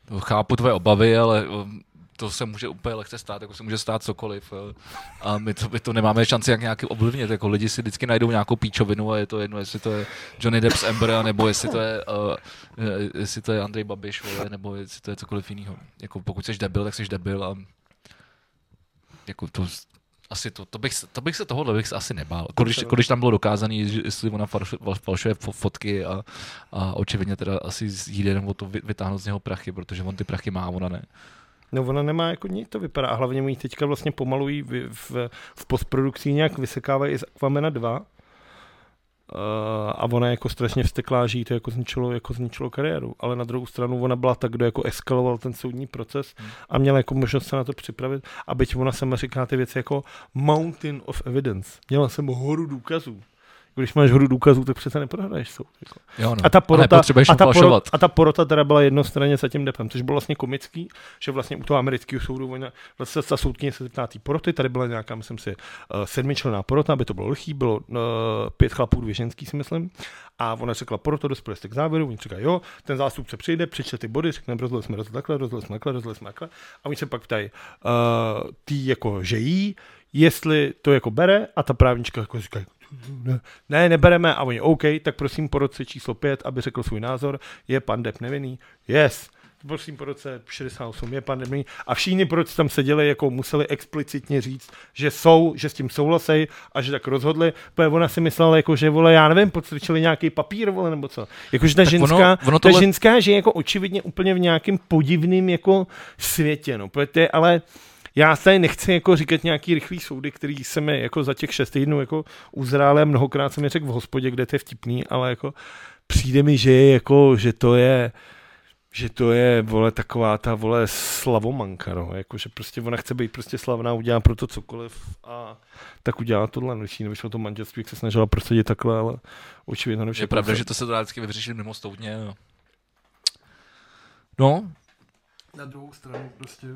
to chápu tvoje obavy, ale um, to se může úplně lehce stát, jako se může stát cokoliv. eh. A my to, my to nemáme šanci jak nějaký ovlivnit. Jako lidi si vždycky najdou nějakou píčovinu a je to jedno, jestli to je Johnny Depp z Amber, nebo jestli to je, uh, jestli to je Andrej Babiš, vole, nebo jestli to je cokoliv jiného. Jako pokud jsi debil, tak jsi debil a jako to, asi to, to bych, se- to bych se tohohle bych se asi nebál. Jako Když, jako když tam bylo dokázaný, že- jestli ona falš, fal- falšuje fo- fotky a, a očividně teda asi jí jde o to vy- vytáhnout z něho prachy, protože on ty prachy má, ona ne.
No ona nemá jako nic, to vypadá. A hlavně mu ji teďka vlastně pomalují v, v, v postprodukci nějak vysekávají i z Aquamena 2. Uh, a ona je jako strašně vsteklá, že jí to jako zničilo, jako zničilo kariéru. Ale na druhou stranu ona byla tak, kdo jako eskaloval ten soudní proces a měla jako možnost se na to připravit. A byť ona sama říká ty věci jako mountain of evidence. Měla jsem horu důkazů. Když máš horu důkazů, tak přece neprohraješ soud. Jako.
Jo, no.
A ta porota,
nepotřebuješ
a ta,
falšovat.
porota, a ta porota teda byla jednostranně za tím depem, což bylo vlastně komický, že vlastně u toho amerického soudu ona, vlastně ta soudkyně se zeptá té poroty, tady byla nějaká, myslím si, eh, sedmičlenná porota, aby to bylo lehký, bylo uh, pět chlapů, dvě ženský si myslím. A ona řekla, poroto, dospěli jste k závěru, oni říká, jo, ten zástupce přijde, přečte ty body, řekne, rozhodli jsme rozhodli takhle, rozhodli jsme takhle, rozhodli jsme takhle. A oni se pak ptají, uh, ty jako, že jí, jestli to jako bere a ta právnička jako říká, ne, ne, nebereme a oni OK, tak prosím po roce číslo 5, aby řekl svůj názor, je pan Depp nevinný, yes, prosím po roce 68, je pan Depp nevinný a všichni proč tam seděli, jako museli explicitně říct, že jsou, že s tím souhlasej a že tak rozhodli, protože ona si myslela, jako, že vole, já nevím, podstrčili nějaký papír, vole, nebo co, jakože ta,
ono-
ženská, ono,
ono
ta
tohle-
ženská, že je jako očividně úplně v nějakém podivném jako světě, no, protože to je, ale já se tady nechci jako říkat nějaký rychlý soudy, který se mi jako za těch šest týdnů jako uzrále mnohokrát jsem je řekl v hospodě, kde to je vtipný, ale jako přijde mi, že je jako, že to je že to je, vole, taková ta, vole, slavomanka, no, jako, že prostě ona chce být prostě slavná, udělá pro to cokoliv a tak udělá tohle, no, když jí nevyšlo to manželství, jak se snažila prosadit takhle, ale očividně nevyšlo.
Je pravda, že to se to dá vždycky vyřešit mimo soudně. No. no,
Na druhou stranu prostě...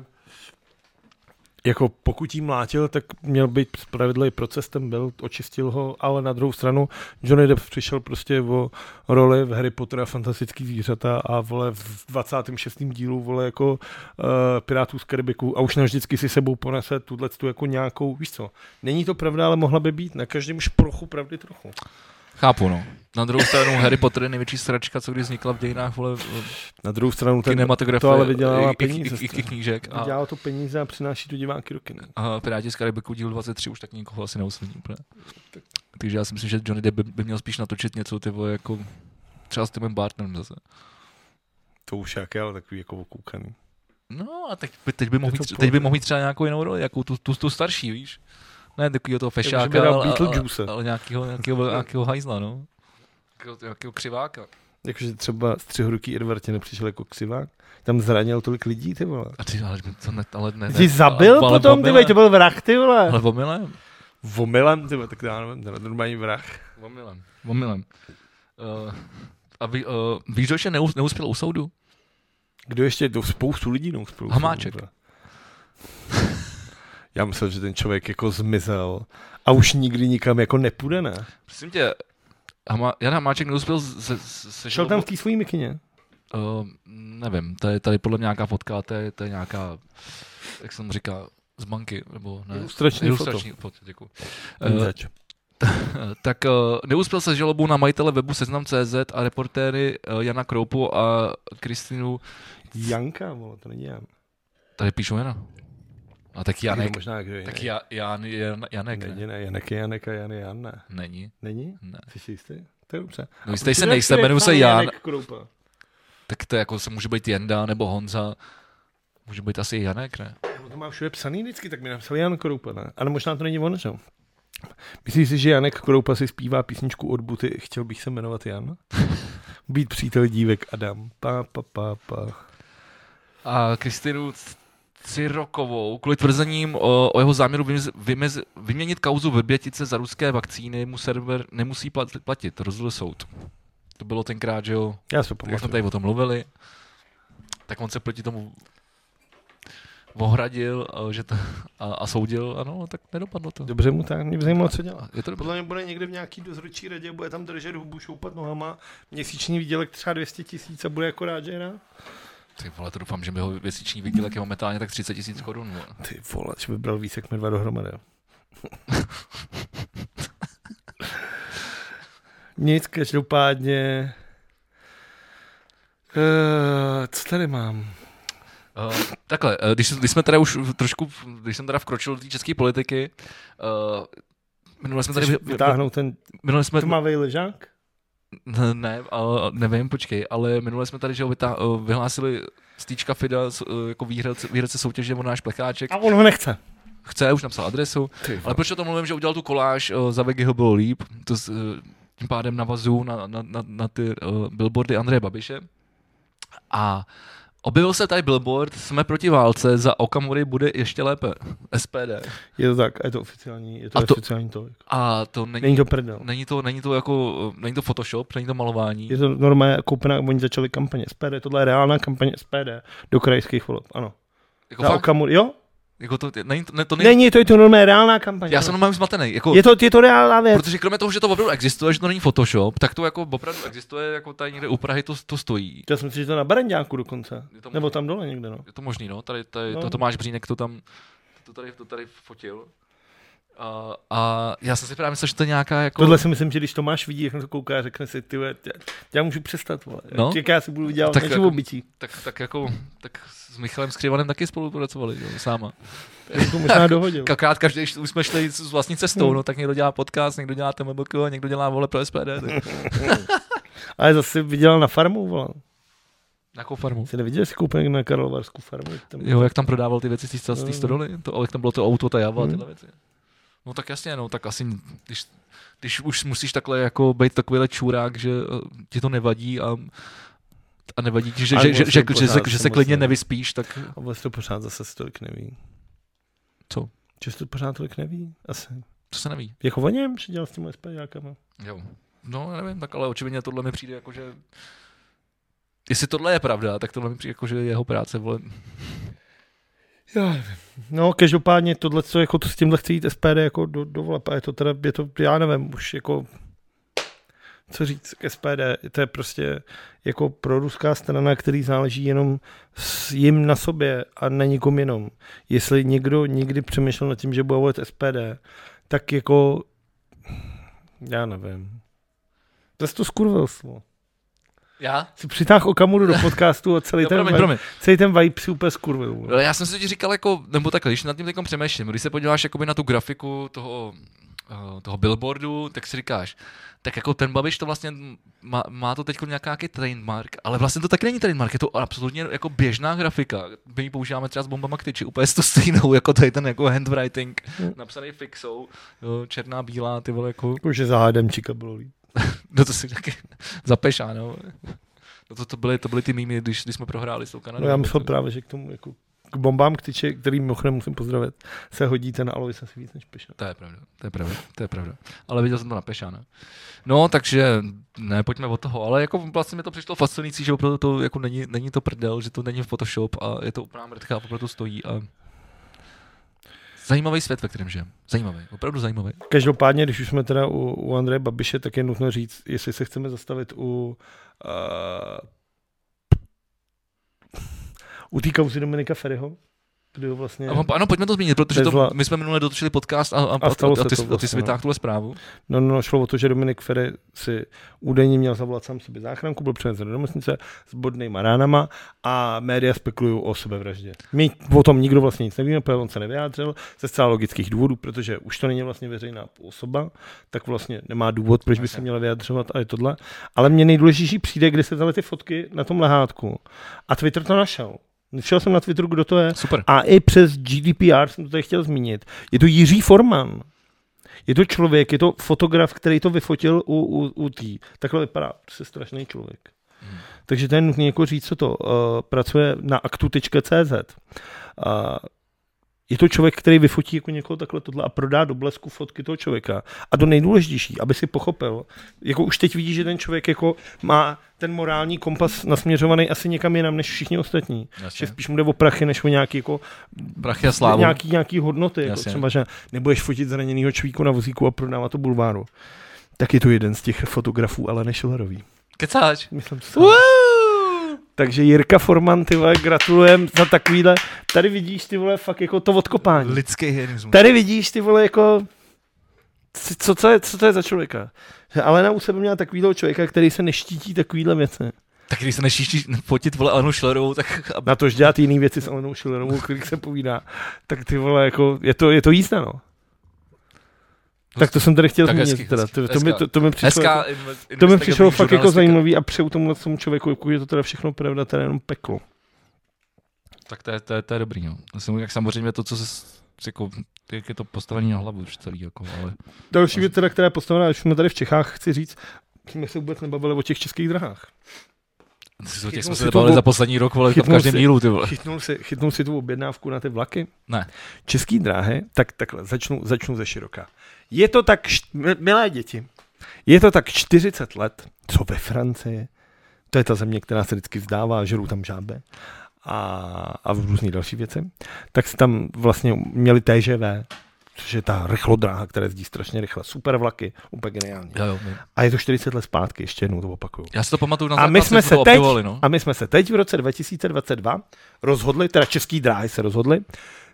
Jako pokud jí mlátil, tak měl být spravedlivý proces, ten byl, očistil ho, ale na druhou stranu Johnny Depp přišel prostě o roli v Harry Potter a fantastický zvířata a vole v 26. dílu vole jako uh, Pirátů z Karibiku a už navždycky si sebou ponese tuhle tu jako nějakou, víš co, není to pravda, ale mohla by být, na každém šprochu pravdy trochu.
chápu, no. Na druhou stranu Harry Potter je největší sračka, co kdy vznikla v dějinách vole, v-
Na druhou stranu ten
kinematografie
to ale
i,
vydělává
i,
peníze,
i, i, i, knížek. A,
dělá to peníze a přináší tu diváky do kina.
a Piráti z Karibiku díl 23 už tak nikoho asi neusvědí úplně. Takže já si myslím, že Johnny Depp by, by měl spíš natočit něco ty vole, jako třeba s Timem Bartnem zase.
To už jak je, ale takový jako okoukaný.
No a teď, by- teď, by mohl
Je to
mít, teď
pohodě.
by mohl mít třeba nějakou jinou roli, jakou tu, tu, tu starší, víš? Ne takovýho toho
že
fešáka,
by dal
ale, ale,
Beetlejuice.
ale
(laughs)
nějakýho, nějakýho, nějakýho hajzla, no. Nějakýho- Nějakýho křiváka.
Jakože třeba střihoruký Edward tě nepřišel jako křivák, tam zranil tolik lidí, ty vole.
A ty, ale to ne, ale ne. ne
Jsi zabil
ale, ale
potom, ty vole,
omylem.
to byl vrah, ty vole.
Ale omylem.
Vomilem, ty vole, tak já nevím, ten normální vrah.
Omylem. Omylem. Uh, a vy, uh, víš, kdo ještě neus- neuspěl u soudu?
Kdo ještě, to spoustu lidí neuspěl.
Hamáček.
(laughs) Já myslel, že ten člověk jako zmizel a už nikdy nikam jako nepůjde, ne?
Prosím tě, Hama, Jan Hamáček neuspěl se, se, se
Šel tam v té svojí mikině.
Uh, nevím, to je tady podle mě nějaká fotka, to je, to je nějaká, jak jsem říká, z banky, nebo ne?
Ilustrační
Ilustrační foto, děkuji. Uh, tak uh, neuspěl se žalobou na majitele webu Seznam.cz a reportéry uh, Jana Kroupu a Kristinu,
Janka, vole, to není Jan.
tady píšou Jana. A tak Janek,
Někdo Možná kdo jiný.
tak ja, Jan, Jan, Janek, ne?
Není, ne, Janek je Janek a Jan je Jan, ne.
Není?
Není?
Ne.
Jsi si jistý? To je dobře. A
No jistý se
proč
nejsem,
je
jmenuji se
pán
Jan,
Janek Kroupa?
tak to je jako se může být Jenda nebo Honza, může být asi i Janek, ne?
On to má všude psaný vždycky, tak mi napsal Jan Kroupa, ne? Ale možná to není on, že? jo? Myslíš si, že Janek Kroupa si zpívá písničku od Buty, chtěl bych se jmenovat Jan? (laughs) Být přítel dívek Adam. Pa, pa, pa, pa.
a Kristinu C- Cirokovou kvůli tvrzením o, o jeho záměru vymez, vymez, vyměnit kauzu Vrbětice za ruské vakcíny mu server nemusí plat, platit, rozhodl soud. To bylo tenkrát, že jo,
Já se
tak jak jsme
pamatuju.
tady o tom mluvili, tak on se proti tomu ohradil a, že to, a, a soudil, ano, tak nedopadlo to.
Dobře mu tak, mě by zajímalo, co dělá.
A Je to dobré.
Podle mě bude někde v nějaký dozorčí radě, bude tam držet hubu, šoupat nohama, měsíční výdělek třeba 200 tisíc a bude jako rád, že je rád.
Ty vole, to doufám, že mi ho měsíční výdělek je momentálně tak 30 tisíc korun. vole.
Ty vole, že by bral víc, jak my dva dohromady.
(laughs)
jo. Nic, každopádně. Uh, co tady mám?
Uh, takhle, eh, když, když jsme teda už v- trošku, když jsem teda vkročil do té české politiky, uh, minule jsme tady...
Chceš vytáhnout ten
minule jsme,
tmavý ležák?
ne, ne, ale nevím, počkej, ale minule jsme tady, že ho vytá, eh, vyhlásili Stýčka Fida s- eh, jako výherce, výherce soutěže o náš plecháček.
A on ho nechce.
Chce, už napsal adresu.
Ty,
Ale proč o tom mluvím, že udělal tu koláž eh, za VGH bylo líp, to s, eh, tím pádem navazu na, na, na, na ty uh, billboardy Andreje Babiše. A objevil se tady billboard, jsme proti válce, za Okamury bude ještě lépe. SPD.
je to tak, a je to oficiální, je to,
A to-
oficiální to.
A to není,
Není to prdel.
není, to, není to jako, eh, není to Photoshop, není to malování.
Je to normálně koupená, oni začali kampaně SPD, tohle je reálná kampaně SPD do krajských voleb, ano.
Jako,
Za
fakt,
Okamur, jo?
jako to, není, to, ne, to není,
Není, to je to normálně reálná kampaně.
já jsem
ano.
normálně zmatený. Jako,
je, to, je to reálná věc.
Protože kromě toho, že to opravdu existuje, že to není Photoshop, tak to jako opravdu existuje, jako tady někde u Prahy to, to stojí.
Já jsem si, že to na Baranďáku dokonce.
Je to
Nebo tam dole někde, no.
Je to možný, no. Tady, tady
No.
no. to Tomáš Břínek to tam, to tady, to tady fotil. A, a já jsem si právě myslel, že to je nějaká jako...
Tohle si myslím, že když Tomáš vidí, jak na to kouká, řekne si, ty vole, já, já můžu přestat, vole. No?
No.
Jak já si budu dělat
Tak
tak,
jako-
obytí.
Tak, tak jako, tak s Michalem Skřivanem taky spolupracovali, jo, sáma.
Já
(laughs)
to možná dohodil.
Kakrát každý, když už jsme šli s vlastní cestou, no, tak někdo dělá podcast, někdo dělá TMBK, někdo dělá vole pro SPD, tak,
Ale zase vydělal na farmu, vole.
nějakou farmu.
Jsi neviděl, jsi koupil na Karlovarskou farmu? Tam...
Jo, jak tam prodával ty věci z té-
Mm.
z té stodoly, to, ale jak tam bylo to auto, ta java, tyhle věci. No tak jasně, no, tak asi, když, když už musíš takhle jako být takovýhle čurák, že eh, ti to nevadí a, a nevadí ti, že,
Ale
že,
moc
že, že,
jsem
že, se,
pořád, no.
že se
jsem
klidně
moc ne-
nevyspíš, tak
A vlastně to pořád zase se tolik neví.
Co?
Že se to pořád tolik neví? Asi.
to se neví.
Jako o něm, že dělal s těmi SPDákama.
Jo. No, nevím, tak ale očividně tohle mi přijde jako, že jestli tohle je pravda, tak tohle mi přijde jako, že jeho práce, vole,
Já nevím. No, každopádně tohle, co jako to s tímhle chce jít SPD jako do, do voleb, a je to teda, je to, já nevím, už jako, co říct k SPD, to je prostě jako proruská strana, který záleží jenom s jim na sobě a na nikom jenom. Jestli někdo nikdy přemýšlel nad tím, že bude volit SPD, tak jako, já nevím. Zase to skurvil slovo.
já?
Si přitáhl Okamuru do podcastu a celý,
Jo,
ten,
promiň,
vibe,
promiň.
celý ten vibe si úplně skurvil. vole.
Ale já jsem si totiž říkal, jako, nebo takhle, když nad tím teď přemýšlím, když se podíváš jakoby na tu grafiku toho, eh, toho billboardu, tak si říkáš, tak jako ten Babiš to vlastně má, má to teď nějaký trademark, ale vlastně to taky není trademark, je to absolutně jako běžná grafika. My ji používáme třeba s bombama k tyči, úplně s to stejnou, jako tady ten jako handwriting,
Hm.
napsaný fixou, jo, černá, bílá, ty vole, jako,
Jako, že za Hademčíka bylo líp.
no to si taky (laughs) zapešá, no. No to, to, byly, to byly ty mýmy, když, když jsme prohráli s tou Kanadou.
No já myslel právě, že k tomu jako k bombám, k tyče, který mimochodem musím pozdravit, se hodí ten Aloisa si víc než Pešan.
To je pravda, to je pravda, to je pravda. Ale viděl jsem to na Pešána. No, takže ne, pojďme od toho, ale jako vlastně mi to přišlo fascinující, že opravdu to jako není, není to prdel, že to není v Photoshop a je to úplná mrtka a opravdu to stojí a Zajímavý svět, ve kterém žijeme. Zajímavý, opravdu zajímavý.
Každopádně, když už jsme teda u, u Andreje Babiše, tak je nutno říct, jestli se chceme zastavit u uh, u té kauzy Dominika Ferryho, kdy ho vlastně...
A, ano, pojďme to zmínit, protože
Bezla.
to, my jsme minule dotočili podcast a, a, a,
stalo
a,
se
ty,
to
a ty jsi
vlastně,
vytáhl tuhle zprávu.
No, no, šlo o to, že Dominik Ferry si údajně měl zavolat sám sobě záchranku, byl přenezen do nemocnice s bodnejma ránama a média spekulují o sebevraždě. My o tom nikdo vlastně nic nevíme, protože on se nevyjádřil ze zcela logických důvodů, protože už to není vlastně veřejná osoba, tak vlastně nemá důvod, proč by se měla vyjadřovat a je tohle. Ale mě nejdůležitější přijde, kde se vzaly ty fotky na tom lehátku a Twitter to našel. Šel jsem na Twitteru, kdo to je.
Super.
A i přes GDPR jsem to tady chtěl zmínit. Je to Jiří Forman. Je to člověk, je to fotograf, který to vyfotil u, u, u tý. Takhle vypadá se strašný člověk.
Hmm.
Takže to je nutné jako říct, co to. Uh, pracuje na aktu.cz. Uh, Eh, je to člověk, který vyfotí jako někoho takhle tohle a prodá do blesku fotky toho člověka. A to nejdůležitější, aby si pochopil, jako už teď vidí, že ten člověk jako má ten morální kompas nasměřovaný asi někam jinam než všichni ostatní. Že
Jasně.
spíš mu jde o prachy, než o nějaký jako
Prachy a slávu.
Nějaký, nějaký hodnoty, jako
Jasně.
třeba, že nebudeš fotit zraněného čvíku na vozíku a prodávat to bulváru. Tak je to jeden z těch fotografů Aleny Šilerový.
Kecáč.
Myslím si. Takže Jirka Forman, ty vole, gratulujem za takovýhle. Tady vidíš, ty vole, fakt jako to odkopání.
Lidský hyenismus.
Tady vidíš, ty vole, jako... c- Co, co, je, co to je za člověka? Že Alena u sebe měla takovýhle člověka, který se neštítí takovýhle věci.
Tak když se neštíš fotit vole Alenu Šlerovou, tak a
Na to, že dělat jiný věci s Alenou Šilerovou, kterých se povídá, tak ty vole, jako, je to, je to jízda, no. Tak to jsem tady chtěl
Tak
zmínit.
hezky,
teda.
hezky,
to, to, mi,
hezká-
to, to mi přišlo,
hezká
jako,
inve-
to mi
investigativní
přišlo fakt jako
žurnalistika.
zajímavý a přeju tomu tomu člověku, jako je to teda všechno pravda, teda jenom peklo.
Tak to je, to je, to je dobrý, no. To jsem, jak samozřejmě to, co se s- jako, jak je to postavení na hlavu už celý, jako, ale
Další věc, teda, která je postavená, už jsme tady v Čechách, chci říct, jsme se vůbec nebavili o těch českých drahách.
z těch
Chytnul
jsme
si
se
to
bavili
ob-
za poslední rok, vole, to v
chytnul
každém
si-
dílu, ty vole.
Chytnul si, chytnul si tu objednávku na ty vlaky?
Ne.
Český dráhy, tak takhle, začnu, začnu ze široka. Je to tak, št- mi- milé děti, je to tak 40 let, co ve Francii, to je ta země, která se vždycky vzdává, žerou tam žábe a, a v různé další věci, tak se tam vlastně měli TGV, což je ta rychlodráha, která jezdí strašně rychle, super vlaky, úplně geniální.
Jo, jo, my-
A je to 40 let zpátky, ještě jednou to opakuju.
já si to pamatuju na
A my
základce,
jsme se
to
teď,
obdivovali, no.
a my jsme se teď v roce 2022 rozhodli, teda český dráhy se rozhodli,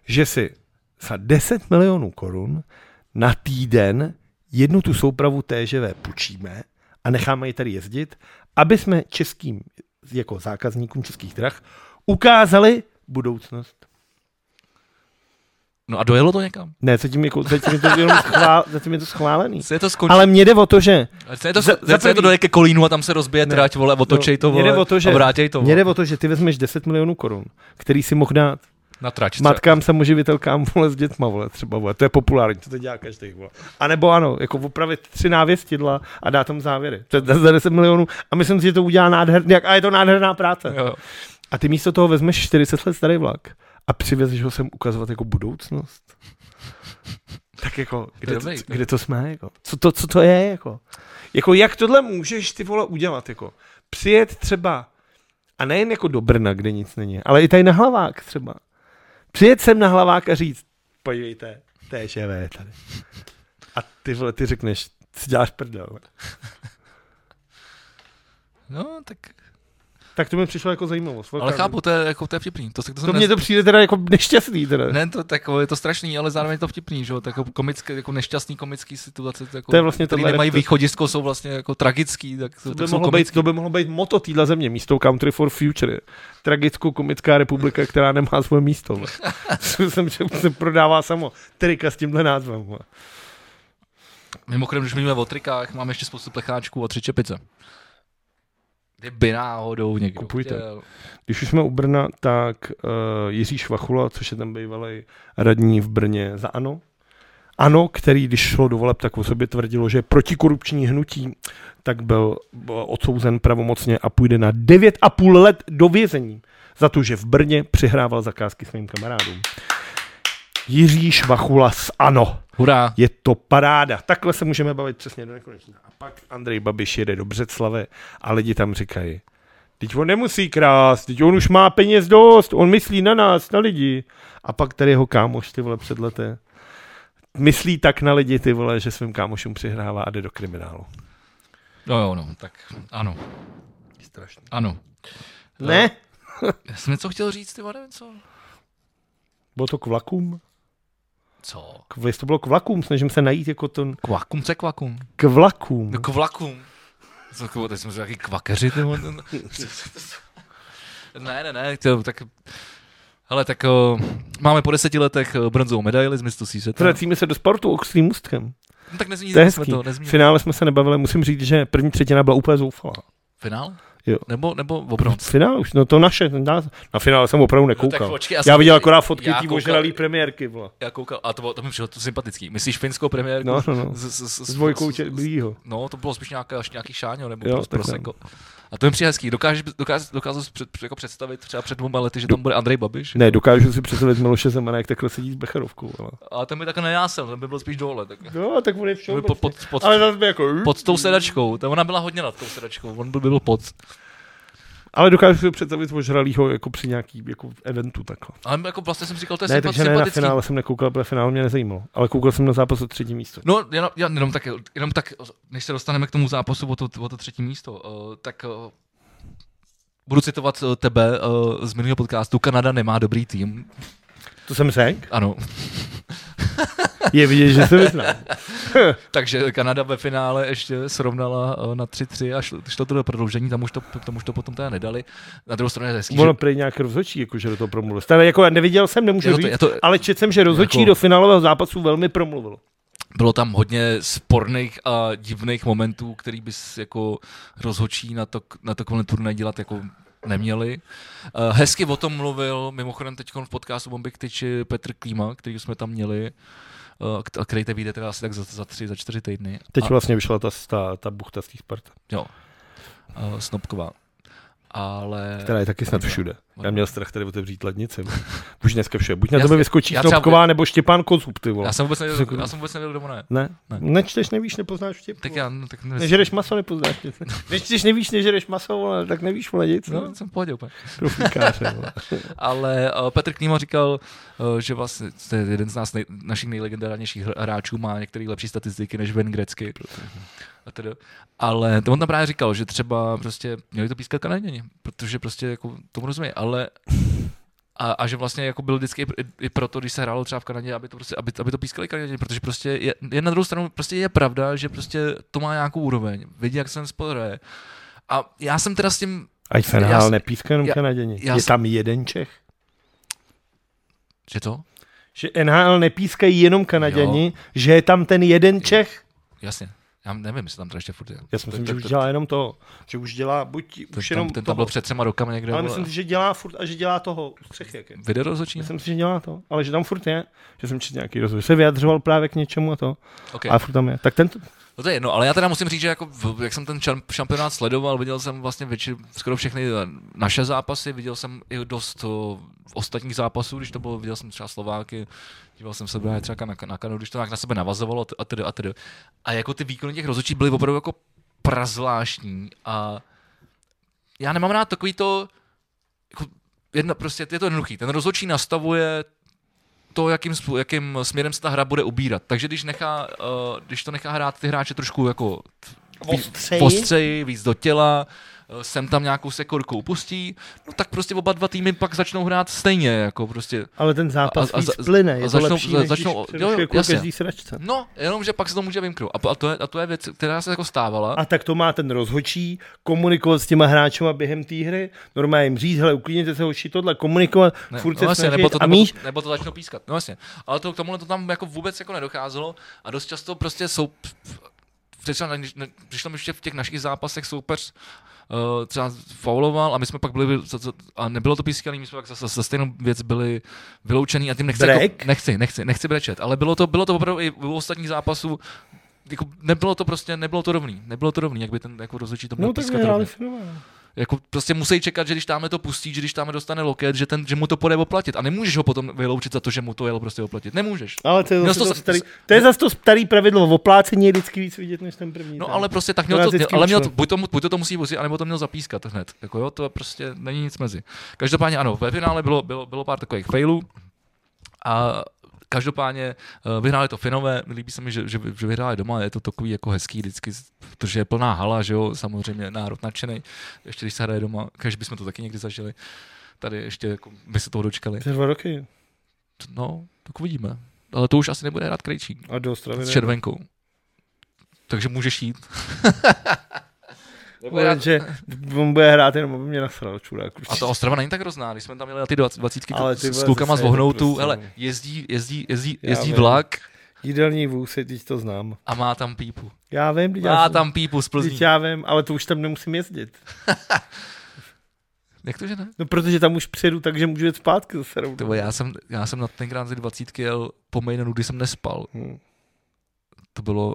že si za 10 milionů korun na týden jednu tu soupravu TŽV půjčíme a necháme ji tady jezdit, aby jsme českým jako zákazníkům českých drah ukázali budoucnost.
no. a dojelo to někam.
Ne, zatím, jako, zatím, je, to jenom
(laughs)
schvál, zatím je to schválený.
Se je to skončí,
Ale mně jde o to, že
se je to,
za-
za,
za
se je to
prvý-
doje ke kolínu a tam se rozbije
Ne. No,
trať, vole, otočej to,
mě jde
vole,
o to, že-
a vrátěj to,
mně
vole,
jde o to, že ty vezmeš 10 milionů korun, který si mohl dát
na trať. třeba.
Matkám samoživitelkám vole s dětma, vole, třeba, vole. to je populární, to, to dělá každý, vole. A nebo ano, jako opravit tři návěstidla a dát tam závěry. To je za 10 milionů a myslím si, že to udělá nádherný, jak- a je to nádherná práce.
Jo, jo.
A ty místo toho vezmeš 40 let starý vlak a přivezeš ho sem ukazovat jako budoucnost. Tak jako, kde to,
dobrý, no. to je-
kde to jsme, jako? Co to, co to je, jako? Jako, jak tohle můžeš, ty vole, udělat, jako? Přijet třeba, a nejen jako do Brna, kde nic není, ale i tady na hlavák třeba. Přijet sem na hlavák a říct, podívejte, TŽV je tady. A ty vole, ty řekneš, si děláš prdel.
No, tak,
Tak to mi přišlo jako zajímavost.
ale chápu, to je, jako, to je vtipný. To, se- to, jsem
To
nez-
mně to přijde teda jako nešťastný, teda.
Ne, to, tak, je to strašný, ale zároveň je to vtipný, že jo? Tak jako, komické, jako nešťastný komický situace, to, jako,
To je vlastně
který
tohle
nemají
rep-
východisko, jsou vlastně jako tragický, tak,
To
to,
by,
tak jsou
mohlo
komický.
být, to by mohlo být moto téhle země, místo Country for Future. Tragickou komická republika, která nemá svoje místo.
(laughs)
vole. Co Jsem, že se prodává samo. Trika s tímhle názvem. vole.
Mimochodem, když mluvíme o trikách, máme ještě spoustu plecháčků a tři čepice. Kdyby náhodou někdo
Kupujte.
chtěl.
Když už jsme u Brna, tak uh, Jiří Švachula, což je ten bývalý radní v Brně za ANO, ano, který, když šlo do voleb, tak o sobě tvrdilo, že je protikorupční hnutí, eh, tak byl, byl odsouzen pravomocně a půjde na 9,5 let do vězení za to, že v Brně přihrával zakázky svým kamarádům. Jiří Švachula z ANO.
Hurá.
Je to paráda. Takhle se můžeme bavit přesně do nekonečna. A pak Andrej Babiš jede do Břeclave a lidi tam říkají, Teď on nemusí krást, teď on už má peněz dost, on myslí na nás, na lidi. A pak tady jeho kámoš, ty vole, před leté. Myslí tak na lidi, ty vole, že svým kámošům přihrává a jde do kriminálu.
No jo, no, tak ano,
Strašný.
ano.
Ne?
Já jsem něco chtěl říct, ty vole, nevím co.
Bylo to k vlakům?
Co?
K, jestli to bylo k vlakům, snažím se najít jako to
K vakum, co je k vakum?
k vlakům.
No k vlakům. Co, k, teď jsme se taky kvakeři, ty vole. Ne, ne, ne, to, tak... Hele, tak o, máme po deseti letech o, bronzovou medaili z mistrovství světa.
Vracíme se do sportu oxlým ústkem.
No, tak
To je
nezmínili jsme
hezký.
to,
V
nezmínili.
finále jsme se nebavili, musím říct, že první třetina byla úplně zoufalá.
Finále?
Jo.
Nebo, nebo
V
obronz?
finále už, no to naše, ten nás- na finále jsem opravdu nekoukal.
No, počkej, já
já
jsem-
viděl akorát fotky
já
té
koukal-
ožralý premiérky, vole.
Já koukal, a to, bylo, to mi přišlo to sympatický. Myslíš finskou premiérku?
No, no, no.
Z, z, z,
S dvojkou
z-
tě,
z-
blího.
No, to bylo spíš nějaká, nějaký šáňo nebo
Jo,
jo,
tak no.
prosecco. A to mi přijde hezký. Dokážeš, dokáž, dokázal jsi před, jako představit třeba před dvěma lety, že tam bude Andrej Babiš?
Ne, dokážu si představit Miloše Zemana, jak takhle sedí s Becherovkou. Ale...
A ten by takhle nejásel, ten by byl spíš dole. Tak,
No, tak on je
Ten by
všeobecně.
pod, pod, pod,
Ale zase by jako...
pod tou sedačkou, tam ona byla hodně nad tou sedačkou, on by byl pod.
Ale dokážu si představit ožralýho jako při nějaký jako eventu takhle.
Ale jako vlastně jsem říkal, to je
Ne,
sympat-
takže ne, na
sympatický.
finále jsem nekoukal, protože finále mě nezajímalo. Ale koukal jsem na zápas o třetí místo.
No, jenom, já- jenom, tak, jenom tak, než se dostaneme k tomu zápasu o to, o to třetí místo, uh, tak uh, budu citovat eh, tebe uh, z minulého podcastu. Kanada nemá dobrý tým.
To jsem řekl.
Ano, (laughs)
Je vidět, že se vyznám.
takže Kanada ve finále ještě srovnala eh, na 3-3 a šlo, šlo to do prodloužení, tam už to, tam už to potom teda nedali. Na druhou stranu je hezký, (laughs) že
Ono prej nějak rozhodčí, jako, že do toho promluvil. Stále jako já neviděl jsem, nemůžu
Já to-
říct,
já to-
ale četl jsem, že rozhodčí
Jako-
do finálového zápasu velmi promluvil.
bylo tam hodně sporných a divných momentů, který bys jako rozhočí na, to, na takovém turnaj dělat jako neměli. Eh, Hezky o tom mluvil mimochodem teď v podcastu Bomby k tyči Petr Klíma, který jsme tam měli, eh, k- a který teď vyjde teda asi tak za, za tři, za čtyři týdny.
Teď
a,
vlastně vyšla ta, ta, ta buchta z té Sparta,
jo, eh, Snopková. Ale...
která je taky snad všude. Já měl strach tady otevřít lednici. Už dneska vše. Buď na
Já-
tebe vyskočí
já třeba-
Snopková nebo Štěpán Kozub, ty vole.
Já jsem vůbec nevěděl, já jsem vůbec nevěděl, kdo ona je.
Ne?
Ne.
Nečteš, nevíš, nepoznáš vtip.
Tak
vole.
já, no, tak nevím.
Nežereš maso, nepoznáš nic. Nečteš, nevíš, nežereš maso, vole, tak nevíš, vole, nic.
No, jsem v pohodě úplně.
Profíkáře,
(laughs)
vole.
Ale uh, Petr Klíma říkal, uh, že vlastně to je jeden z nás nej, našich nejlegendárnějších hr- hráčů, má některé lepší statistiky než Ben Grecky. A tedy. Ale to on tam právě říkal, že třeba prostě měli to pískat Kanaděni, protože prostě jako tomu rozumí, ale a, a, že vlastně jako byl vždycky i, pr- i proto, když se hrálo třeba v Kanadě, aby to, prostě, aby, aby to pískali Kanaděni, protože prostě je, je, na druhou stranu prostě je pravda, že prostě to má nějakou úroveň, vidí, jak se ten sport hraje. A já jsem teda s tím
Ať se
Já
nahál
jsem-
nepíská jenom
já-
Kanaděni.
já
Je
jsem-
tam jeden Čech.
že to?
Že NHL nepískají jenom Kanaděni, že je tam ten jeden Čech.
Jasně. Já nevím, jestli tam to ještě furt je.
Já si myslím,
To-
že
to-
už
to-
dělá jenom to. Že už dělá buď
to-
už
tam-
jenom
Ten tam byl
toho.
před třema rokama někde.
Ale myslím si, že dělá furt a že dělá toho střech, jak je.
Video rozhodčí?
Myslím si, že dělá to, ale že tam furt je, že jsem četl nějaký rozhovor, že se vyjadřoval právě k něčemu a to,
Okay.
ale furt tam je. Tak ten,
No to je jedno, ale já teda musím říct, že jako, v- jak jsem ten čem- šampionát sledoval, viděl jsem vlastně většinu, skoro všechny eh, naše zápasy, viděl jsem i dost o, ostatních zápasů, když to bylo, viděl jsem třeba Slováky, díval jsem se právě třeba na, na Kanadu, když to tak na sebe navazovalo a t- a tedy a tedy. A jako ty výkony těch rozhodčí byly opravdu jako prazvláštní a já nemám rád takový to, jako jedna, prostě je to jednoduchý, ten rozhodčí nastavuje to, jakým, způ- jakým směrem se ta hra bude ubírat. Takže když, nechá, uh, když to nechá hrát ty hráče trošku jako
Ostřeji.
postřeji, víc do těla, eh, sem tam nějakou sekorku upustí, no tak prostě oba dva týmy pak začnou hrát stejně, jako prostě.
ale ten zápas
A- a-
víc
a-
plyne, je
a
to
začnou-
lepší, než
začnou-
když
jo,
přerušuje
jo,
kluk
jasně.
jezdí sračce.
No, jenom, že pak se to může vymknout. A, po- a, to, je, a to je věc, která se jako stávala.
A tak to má ten rozhočí, komunikovat s těma hráčema během té hry, normálně jim říct, hele, uklidněte se hoši tohle, komunikovat, ne, furt se
no, jasně,
snažit,
nebo to,
a
nebo,
míš,
to, nebo to začnou pískat. No jasně. Ale to, k tomuhle to tam jako vůbec jako nedocházelo a dost často prostě jsou... Přišlo, na- ne, přišlo mi ještě v těch našich zápasech soupeř uh, třeba fauloval a my jsme pak byli, za- za- a nebylo to pískaný, my jsme pak za, za, za stejnou věc byli vyloučený a tím nechci, jako,
Brek?
nechci, nechci, nechci brečet, ale bylo to, bylo to opravdu i u ostatních zápasů, jako nebylo to prostě, nebylo to rovný, nebylo to rovný, jak by ten jako rozhodčí to měl
no tak
pískat
vyhráli
rovně.
Finové.
jako prostě musí čekat, že když tamhle to pustí, že když tamhle dostane loket, že, ten, že mu to půjde oplatit. A nemůžeš ho potom vyloučit za to, že mu to jelo prostě oplatit. Nemůžeš.
Ale to je,
Měl
zase
No, to
to,
s-
starý, to je zase to starý pravidlo, v oplácení je vždycky víc vidět než ten první.
No
ten.
ale prostě tak měl to,
Klasický
ale měl to,
účel.
buď, to, mu- buď to, to musí vozit, anebo to měl zapískat hned. Jako jo, to prostě není nic mezi. Každopádně ano, ve finále bylo, bylo, bylo pár takových failů a Každopádně eh, vyhráli to Finové, líbí se mi, že, že, že vyhráli doma, je to takový jako hezký vždycky, protože je plná hala, že jo, samozřejmě národ nadšený, ještě když se hraje doma, když bychom to taky někdy zažili, tady ještě jako by se toho dočkali.
Za dva roky
No, tak uvidíme. Ale to už asi nebude hrát Krejčík
a do Ostravy.
s
ne?
červenkou. Takže můžeš jít. Nebude hrát-
Bude, že on bude hrát jenom, aby mě nasral čurák.
A ta Ostrava není tak hrozná, když jsme tam měli na ty dvac- dvacítky
Ale
Ale
ty
s
vole,
klukama z
zase je to
Vohnoutu,
prostě,
hele,
no.
jezdí, jezdí, jezdí,
Já
jezdí
vím.
vlak
Jídelní vůz, teď to znám.
a má tam pípu.
Já vím, teď já,
Má
jsem-
tam pípu z Plzní.
teď já vím, ale to už tam nemusím jezdit.
Jak to, že ne?
No protože tam už přijedu, takže můžu jet zpátky zase rovnou.
Ty vole, já jsem, já jsem na tenkrát z dvacítky jel po Maidenu, kdy jsem nespal.
Hm.
To bylo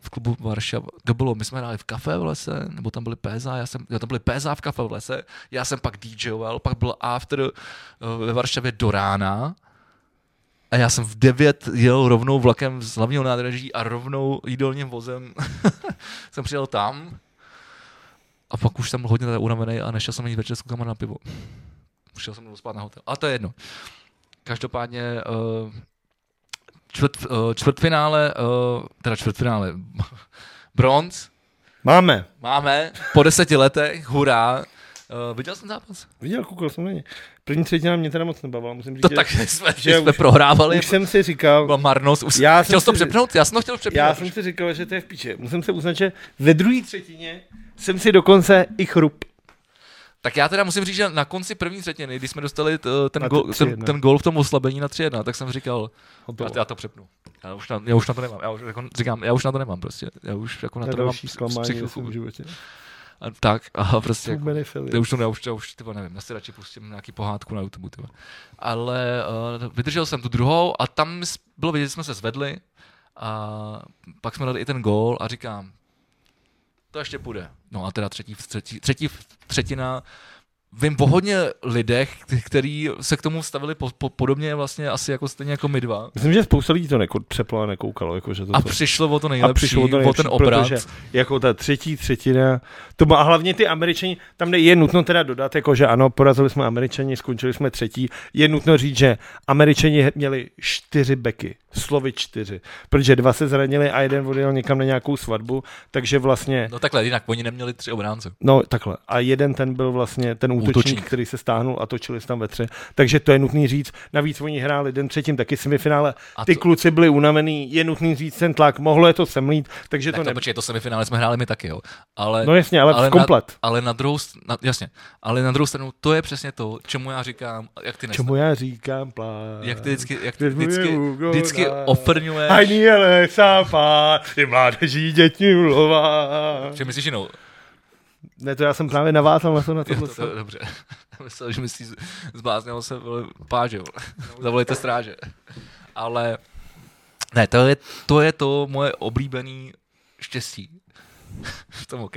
v klubu Varšava. To bylo, my jsme hráli v kafe v lese, nebo tam byly PSA, já jsem, jo, tam byly PSA v kafe v lese, já jsem pak DJoval, pak byl after eh, ve Varšavě do rána, a já jsem v 9 jel rovnou vlakem z hlavního nádraží a rovnou jídelním vozem (laughs) jsem přijel tam. A pak už jsem byl hodně teda unavený a nešel jsem ani večer s klukama na pivo. Šel jsem rovnou spát na hotel. A to je jedno. Každopádně eh, čtvrt, eh, čtvrtfinále, eh, teda čtvrtfinále, (laughs) bronz,
Máme.
máme po deseti letech, hurá. Eh, viděl
(laughs)
jsem zápas?
Viděl, koukal jsem na ně. První třetina mě teda moc nebavila, musím říct.
To
že-
tak jsme,
že
že jsme
už-
prohrávali,
Už jsem si říkal,
byla marnost, už
Já
já
jsem
chtěl jsem to
si-
přepnout, já jsem to chtěl přepnout.
Já jsem si říkal, že to je v píče. Musím se uznat, že ve druhé třetině jsem si dokonce i chrup.
Tak já teda musím říct, že na konci první třetiny, když jsme dostali t- ten,
Na
gol,
to
ten,
3:1.
ten gol v tom oslabení na 3-1, tak jsem říkal, já, já to přepnu. Já už, na, já už na to nemám, já už, jako, říkám, já už na to nemám prostě, já už jako na,
Na
to nemám
další zklamání ve
psychiku.
svém životě.
A, tak, a prostě jako,
Hubený failure.
já už to já už, já už tyba, nevím, já si radši pustím nějaký pohádku na YouTube. Tyba. Ale uh, vydržel jsem tu druhou a tam s- bylo vidět, že jsme se zvedli a pak jsme dali i ten gól a říkám, to ještě půjde. No a teda třetí, třetí, třetí třetina, vím o hodně lidech, kteří se k tomu stavili po, po, podobně vlastně asi jako stejně jako my dva.
Myslím, že spousta lidí to neko- přeplo a nekoukalo. Jako, že to
A
to...
přišlo o to nejlepší,
přišlo to
o
nejlepší,
ten obrat.
Protože jako ta třetí třetina, to má, a hlavně ty Američani, tam ne- je nutno teda dodat, jako že ano, porazili jsme Američani, skončili jsme třetí, je nutno říct, že Američani he- měli čtyři beky, slovy čtyři, protože dva se zranili a jeden odjel někam na nějakou svatbu, takže vlastně
No takhle, jinak oni neměli tři obránce.
No takhle. A jeden ten byl vlastně ten útočník,
Útočník.
útočník. který se stáhnul a točili se tam ve tři. Takže to je nutný říct. Navíc oni hráli den předtím taky semifinále.
A
A Ty
to-
to... kluci byli unavený, je nutný říct ten tlak, mohlo je to semlít, takže
Tak
to
to,
ne...
počkej, to semifinále jsme hráli my taky, jo. Ale,
No jasně, ale,
ale
ale komplet. Na...
Na, ale na druhou, s- na, jasně, ale na druhou stranu to je přesně to, čemu já říkám, jak ty, nesna,
Čemu já říkám plán?
jak ty vždycky, jak ty
Teď mi
vždycky,
Hugo
vždycky
dá.
ofrňuješ,
Ani ale sápá, ty mládeží děti ulová.
že myslíš jinou.
Ne, to já jsem právě navázal na to na
Jo,
tohle.
to, to, dobře. (laughs) Myslel, že myslíš, zbláznilo se, vole, páže, (laughs) vole. zavolejte stráže. Ale ne, to je to, je to moje oblíbený štěstí. (laughs) v tom OK.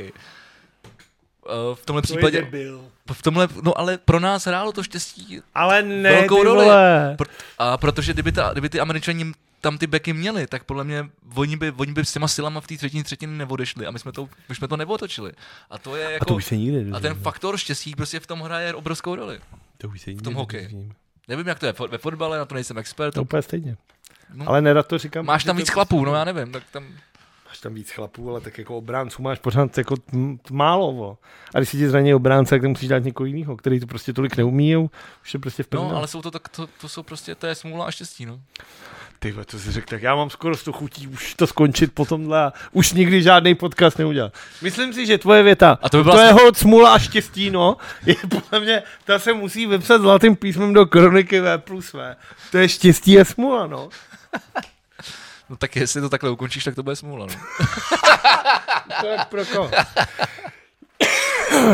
V tomhle případě,
byl.
v tomhle, no ale pro nás hrálo to štěstí
Ale ne, ty
Velkou roli.
vole.
Pro- A protože kdyby, ta, kdyby ty američani tam ty beky měli, tak podle mě oni by, oni by s těma silama v té třetině třetiny neodešli a my jsme to, my jsme to neotočili. A to je
A
jako...
to už se nikdy
a ten faktor štěstí prostě v tom hraje obrovskou roli.
to už se nikdy
tom hokeji.
nedozvím.
Nevím, jak to je fo- ve fotbale, na to nejsem expert.
To je úplně stejně.
No.
Ale nerad to říkám.
Máš
protože
tam
to
víc
prostě-
chlapů, no já nevím, tak tam...
Máš tam víc chlapů, ale tak jako obránců máš pořád jako tm- tm- málo. Vo. A když si ti zraní obránce, tak tam musíš dát někoho jiného, který to prostě tolik neumí, už je prostě v prdeli.
No, ale jsou to tak, to, to jsou prostě, to je smůla a štěstí, no.
Ty vole, to si řekl, tak já mám skoro sto chutí už to skončit po tomhle a už nikdy žádný podcast neudělat. Myslím si, že tvoje věta,
A to by byla
to je
snad-
hod smula a štěstí, no, je podle mě, ta se musí vypsat zlatým písmem do kroniky V plus V. To je štěstí a smula, no.
No tak jestli to takhle ukončíš, tak to bude
(coughs)
smůla, no.
To je pro koho?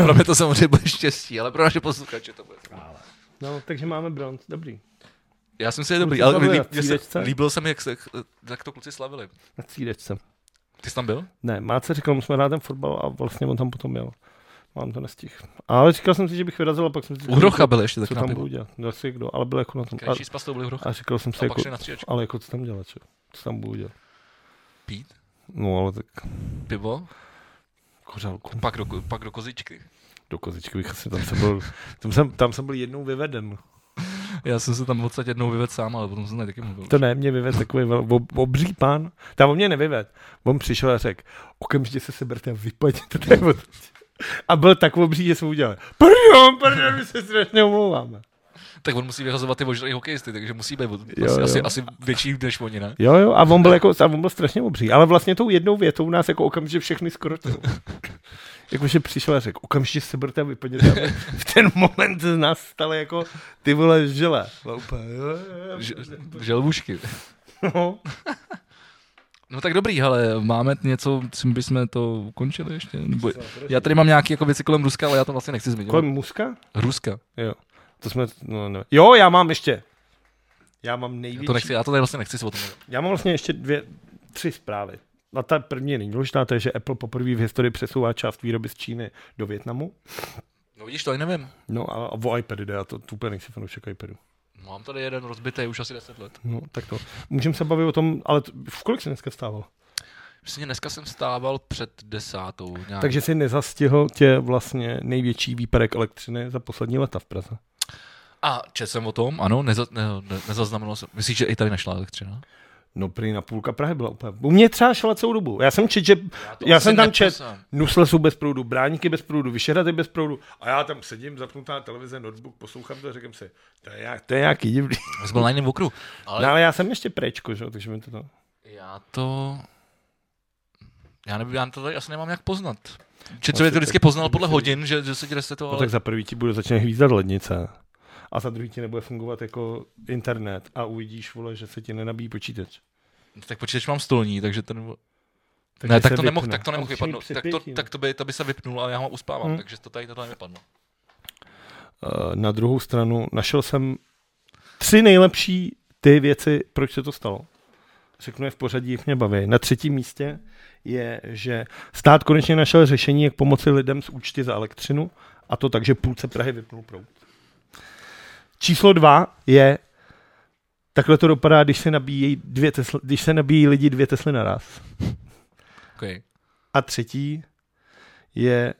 Pro mě to samozřejmě bude štěstí, ale pro naše posluchače to bude smůla.
No, takže máme bronz, dobrý.
Já jsem si je dobrý,
Kluci
ale
slavili
líb,
na
mě se,
střídačce.
líbilo se mi, jak, se, jak to kluci slavili.
Na cídečce.
Ty jsi tam byl?
Ne, Máce říkal, musíme hrát ten fotbal a vlastně on tam potom jel. Mám to nestih. Ale říkal jsem si, že bych vyrazil, a pak jsem si
U Hrocha byl ještě
co
tak na
tam
pivu.
budu dělat. Zase kdo, ale byl jako na tom. A,
Krejší s pastou byli u Hrocha.
a říkal jsem si,
A pak
jako,
šli na střídačku
ale jako co tam dělat, čo? co tam budu dělat.
pít
No ale tak
pivo,
kořálku.
pak do, pak do kozičky.
Do kozičky bych asi tam jsem byl, tam jsem, tam jsem byl jednou vyveden.
Já jsem se tam v podstatě jednou vyvedl sám, ale potom jsem tady taky mluvil.
To ne, mě vyved takový vel, ob, obří pán. Tam on mě nevyved. On přišel a řekl, okamžitě se seberte a vypadněte tady od- A byl tak obří, že jsme udělali. Pardon, pardon, my se strašně omlouváme.
Tak on musí vyhazovat ty ožralý hokejisty, takže musí být
Jo,
asi,
jo.
Asi, asi větší než oni, ne?
Jo, jo, a on byl, jako, a on byl strašně obří. Ale vlastně tou jednou větou nás jako okamžitě všechny skrotil. (laughs) Jakože přišel a řekl, okamžitě seberte a vypadněte. A my v ten moment z nás staly jako ty vole žele. A úplně, jo, jo,
Ž, želvušky.
jo, no.
No tak dobrý, ale máme něco, čím bychom to ukončili ještě? Nebo, já tady mám nějaké jako věci kolem Ruska, ale já to vlastně nechci zmiňovat.
Kolem muska?
Ruska.
Jo. To jsme, no, ne. Jo, já mám ještě. Já mám
Já
největší.
to, nechci, já to tady vlastně nechci si o tom mluvit.
já mám vlastně ještě dvě, tři zprávy. A ta první není důležitá, to je, že Apple poprvé v historii přesouvá část výroby z Číny do Větnamu.
No vidíš, to ani nevím.
No a, a o iPady jde, já to, to úplně nejsem fanoušek iPadu.
Mám tady jeden rozbitý už asi 10 let.
No, tak to. Můžeme se bavit o tom, ale t- v kolik se dneska vstával?
Vlastně dneska jsem stával před desátou. Nějak.
Takže si nezastihl tě vlastně největší výpadek elektřiny za poslední leta v Praze.
A četl jsem o tom, ano, neza, ne, ne, nezaznamenal jsem. Myslíš, že i tady našla elektřina?
No prý na půlka Prahy byla úplně. U mě třeba šla celou dobu. Já jsem čet, že... Já,
to
já
asi
jsem tam
nepoznám.
čet, nusle jsou bez proudu, bráníky bez proudu, vyšerady bez proudu. A já tam sedím, zapnutá televize, notebook, poslouchám to a říkám si, to je, nějak- to je nějaký divný.
Já jsem byl na jiném okruhu. Ale
No, ale já jsem ještě prečko, že? jo, takže mi to no. to...
já to... Já, nevím, já to tady asi nemám jak poznat. Čet jsem to vždycky poznal podle hodin, že, že se ti
No,
resetoval.
tak za prvý ti bude začne hvízdat lednice. A za druhý ti nebude fungovat jako internet a uvidíš, vole, že se ti nenabíjí počítač.
Tak počítač mám stolní, takže to nebo...
Takže
ne, tak
se
to, nemohl,
vypne.
tak to
A
nemohl
už mi
vypadnout.
před
Tak to,
pětím.
tak to, by, to by se vypnulo a já ho uspávám,
Hmm.
takže to tady tohle nevypadlo.
Eh, Na druhou stranu našel jsem tři nejlepší ty věci, proč se to stalo. Řeknu je v pořadí, jak mě baví. Na třetím místě je, že stát konečně našel řešení, jak pomoci lidem s účty za elektřinu, a to tak, že půlce Prahy vypnul proud. Číslo dva je, takhle to dopadá, když se nabíjí, dvě tesl, když se nabíjí lidi dvě Tesly naraz.
Okay.
A třetí je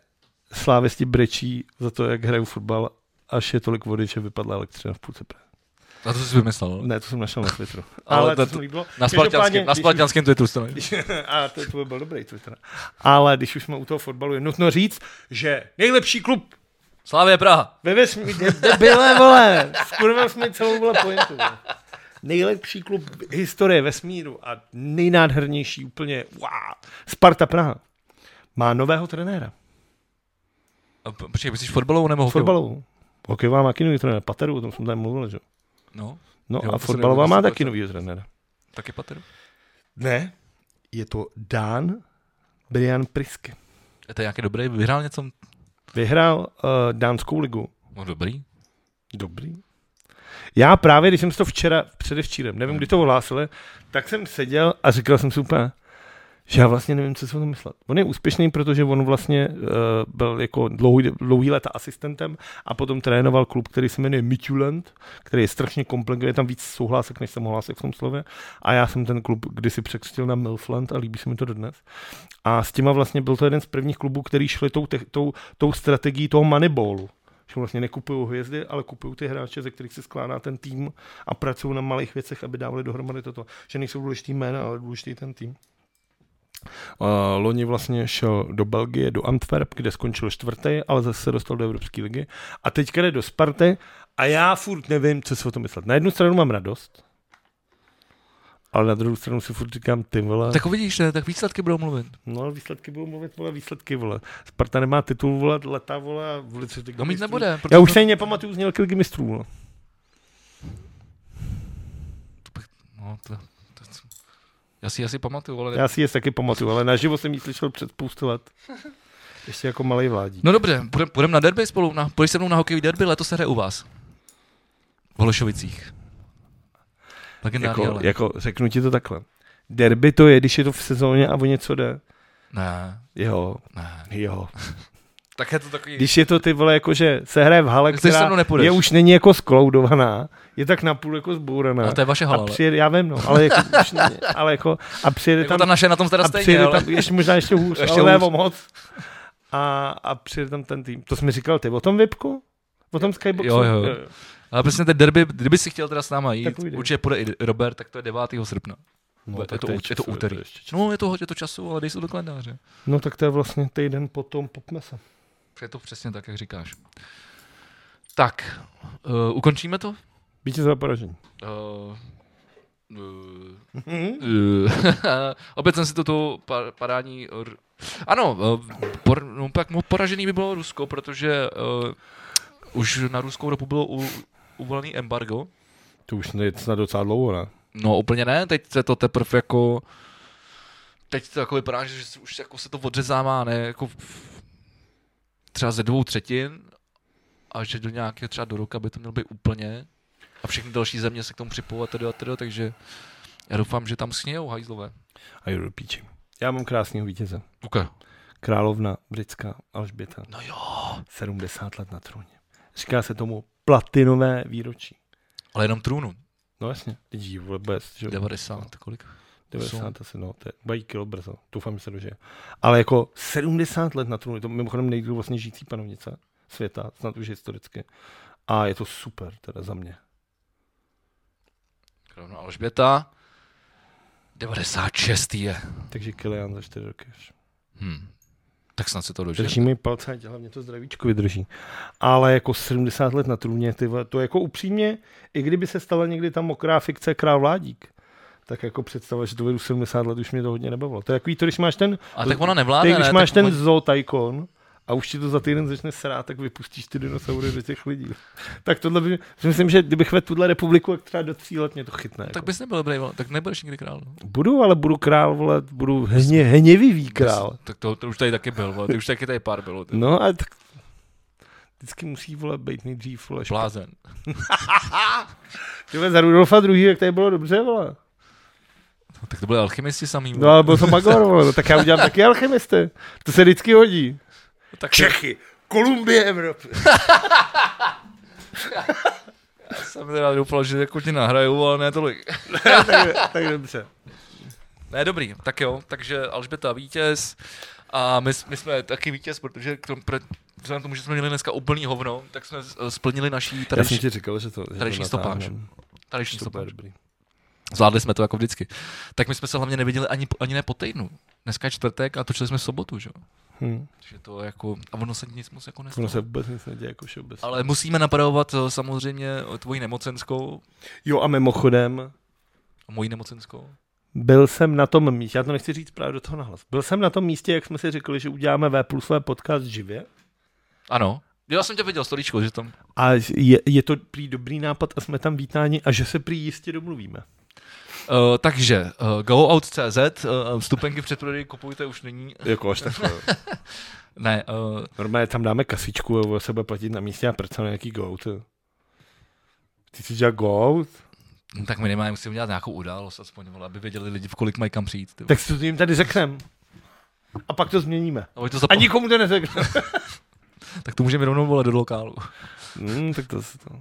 slávisti brečí za to, jak hrajou fotbal, až je tolik vody, že vypadla elektřina v půlce Prahy.
A to jsi vymyslel.
Ne, to jsem našel na Twitteru. (laughs)
Ale
Ale,
to-
to se mi líbilo.
Na
No. Každopádně,
spartianském, na
když
spartianském Twitteru jste ne-
už- (laughs) A to, to by byl dobrý Twitter. Ale když už jsme u toho fotbalu, je nutno říct, že nejlepší klub
Slávě Praha.
ve vesmíru,
(laughs)
debile, vole, skurvil jsme celou vole pointu. vole. Nejlepší klub historie vesmíru a nejnádhernější úplně, wow, Sparta Praha má nového trenéra.
A p- Počkej, myslíš fotbalovou nebo hokejovou?
Fotbalovou. Hokejová má kinový trenér, Pateru, o tom jsme tady mluvili, že? jo.
No,
No
Jo,
a
to se
fotbalová
nebudu
má
vysvětlovat.
taky novýho trenéra.
taky Pateru.
Ne, je to Dán Brian Priske.
Je to nějaký dobrý, vyhrál něco?
Vyhrál uh, dánskou ligu.
No dobrý.
Dobrý. Já právě, když jsem si to včera, předevčírem, nevím, kdy to ohlásili, tak jsem seděl a říkal jsem si úplně, že já vlastně nevím, co si o tom myslet. On je úspěšný, protože on vlastně uh, byl jako dlouhý, dlouhý leta asistentem a potom trénoval klub, který se jmenuje Midtjylland, který je strašně komplikovaný, je tam víc souhlásek, než jsem hlásek v tom slově. A já jsem ten klub kdysi překřtil na Milfland a líbí se mi to dodnes. A s těma vlastně byl to jeden z prvních klubů, který šli tou, te- tou, tou strategií toho Moneyballu. Že vlastně nekupují hvězdy, ale kupují ty hráče, ze kterých se skládá ten tým a pracují na malých věcech, aby dávali dohromady toto. Že nejsou důležitý jména, ale důležitý ten tým. Uh, loni vlastně šel do Belgie, do Antwerp, kde skončil čtvrtý, ale zase se dostal do Evropské ligy. A teďka jde do Sparty a já furt nevím, co si o tom myslet. Na jednu stranu mám radost, ale na druhou stranu si furt říkám, ty vole...
No Tak uvidíš, ne? tak výsledky budou mluvit.
No ale výsledky budou mluvit, vole, výsledky, vole. Sparta nemá titul, vole, leta, vole, a v lice ligy
No mít
mistrů.
nebude.
Já už se ani nepamatuju z nějaké ligy mistrů, vole.
No, to, to, to, já si asi pamatuju, ale...
Já si je taky pamatuju, ale naživo jsem ji slyšel před spoustu let. Ještě jako malý vládí.
No dobře, půjdem, půjdem na derby spolu, na, půjdeš se mnou na hokejový derby, letos se hraje u vás. V Holešovicích. Legendární,
jako,
ale.
jako, řeknu ti to takhle. Derby to je, když je to v sezóně a o něco jde.
Ne,
Jo,
ne.
jo.
Tak je to takový...
Když je to ty vole, jako že se hraje v hale,
Tak ty se
která
mnou nepůjdeš.
je už není jako skloudovaná, je tak napůl jako zbouraná.
No, to je vaše hala,
A
ale.
přijede, já vím, no, ale jako, už ne, ale jako, a přijede
Jako
tam,
ta naše na tom teda
a
stejně,
přijede
ale... (laughs)
tam, ještě možná ještě hůř,
Ještě
ještě ale
hůř.
hůř. moc. A, a přijede tam ten tým. To jsi mi říkal ty o tom Vipku? O tom Skyboxu?
Jo, jo. Ale přesně ten derby, kdyby si chtěl teda s náma jít,
půjdeš.
určitě půjde i Robert, tak to je 9. srpna.
No,
Bude- je,
tak
to,
to je
ú- je to
časově,
úterý.
to je ještě
no, je to hodně to času, ale dej se to do kalendáře.
No tak to je vlastně týden potom popmesa.
Je to přesně tak, jak říkáš. Tak, uh, ukončíme to?
Vítěz za poražení.
Uh, uh, (laughs) opět jsem si toto pa- padání... r- Ano, eh, por, no, pak mu poražený by bylo Rusko, protože uh, už na Ruskou ropu bylo u, uvolený embargo.
To už je snad docela dlouho, ne?
No úplně ne, teď se to teprve jako... Teď to jako vypadá, že se- už jako se to odřezává, ne, jako v- třeba ze dvou třetin a že do nějakého třeba do roka by to mělo být úplně a všechny další země se k tomu připojovat tedy a tedy, takže já doufám, že tam snějou hajzlové.
A jdu do píči. Já mám krásného vítěze.
Okay.
Královna britská Alžběta.
No jo,
70 let na trůně. Říká se tomu platinové výročí.
ale jenom trůnu.
No jasně, teď jí vůbec, že jo, No.
90, kolik?
90 asi, no, to je bají kilo brzo, doufám, že se dožije. Ale jako 70 let na trůnu, je to mimochodem nejdůl vlastně žijící panovnice světa, snad už historicky. A je to super, teda za mě.
Královna Alžběta. 96 je.
Takže Kilian za 4 roky. Až.
Hm. Tak snad se to dožije.
Drží mi palce, ať hlavně to zdravíčko vydrží. Ale jako 70 let na trůně, ty, vole, to jako upřímně, i kdyby se stala někdy ta mokrá fikce král vládík, tak jako představa, že to vedu 70 let, už mě to hodně nebavilo. To je takový to, když máš ten,
A tak ona
ty,
nevládne,
když
ne?
máš
tak
ten
ona-
zootajkon a už ti to za týden začne srát, tak vypustíš ty dinosaury do těch lidí. tak tohle by, si myslím, že kdybych vedl tuhle republiku, jak třeba do tří let mě to chytne.
Tak
Jako.
bys nebyl dobrý, vole, tak nebudeš nikdy král. no.
Budu, ale budu král, vole, budu hně, hněvivý král.
Tak to, to už tady taky byl, vole. Ty už taky tady pár bylo. Ty.
No a tak vždycky musí vole být nejdřív vole špatný.
Blázen.
Ty vole, za Rudolfa druhý, jak tady bylo dobře, vole.
No, tak to byli alchymisti samý.
No
No,
ale byl to Magor, vole, no, tak já udělám taky alchymisty. To se vždycky hodí.
tak
Čechy, Kolumbie Evropy.
já jsem teda doufal, že jako ti nahrajou, ale ne tolik.
tak, tak dobře.
Ne, dobrý, tak jo. Takže Alžběta vítěz. A my, s- my jsme taky vítěz, protože k tomu, pre, vzhledem k tomu, že jsme měli dneska úplný hovno, tak jsme eh, splnili naší
Já jsem
tradiční,
ti říkal, že to, že
tradiční
to
stopáž.
natáhnem.
tradiční
Super,
stopáž.
dobrý.
Zvládli jsme to jako vždycky. Tak my jsme se hlavně neviděli ani, po- ani ne po týdnu. Dneska je čtvrtek a točili jsme v sobotu, že jo.
Hm.
Takže to jako, a ono se nic moc jako nestalo.
Ono se vůbec nic neděje jako všeobecně.
Ale musíme napravovat eh, samozřejmě eh, tvoji nemocenskou,
Jo a mimochodem,
moji nemocenskou.
byl jsem na tom místě, já to nechci říct právě do toho nahlas, byl jsem na tom místě, jak jsme si řekli, že uděláme V plusové podcast živě,
Ano. Jo, Já jsem tě viděl, stolíčko, že tam...
A je, je to prý dobrý nápad a jsme tam vítáni a že se prý jistě domluvíme.
Uh, takže uh, goout.cz, uh, vstupenky před prodej kupujte už nyní.
Jako až tak.
Ne, uh,
(laughs) Normálně tam dáme kasičku, jo, se bude platit na místě a prca na nějaký goat. jo. Ty jsi dělal goat?
eh, tak minimálně musíme dělat nějakou událost, aspoň, vole, aby věděli lidi, v kolik mají kam přijít. Ty. vole.
Tak si to jim tady řekneme. A pak to změníme.
No, to
A
zapo-
nikomu to (laughs) neřekneme.
tak to můžeme rovnou volat do lokálu.
Hmm, tak to, to...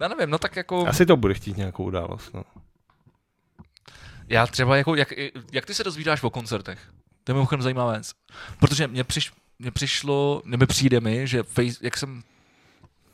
Já nevím, no tak jako...
Asi to bude chtít nějakou událost. No.
Já třeba jako, jak, jak ty se dozvídáš o koncertech? To je mimochodem zajímavá věc. Protože mě, přiš, mě přišlo, nebo přijde mi, že face, jak jsem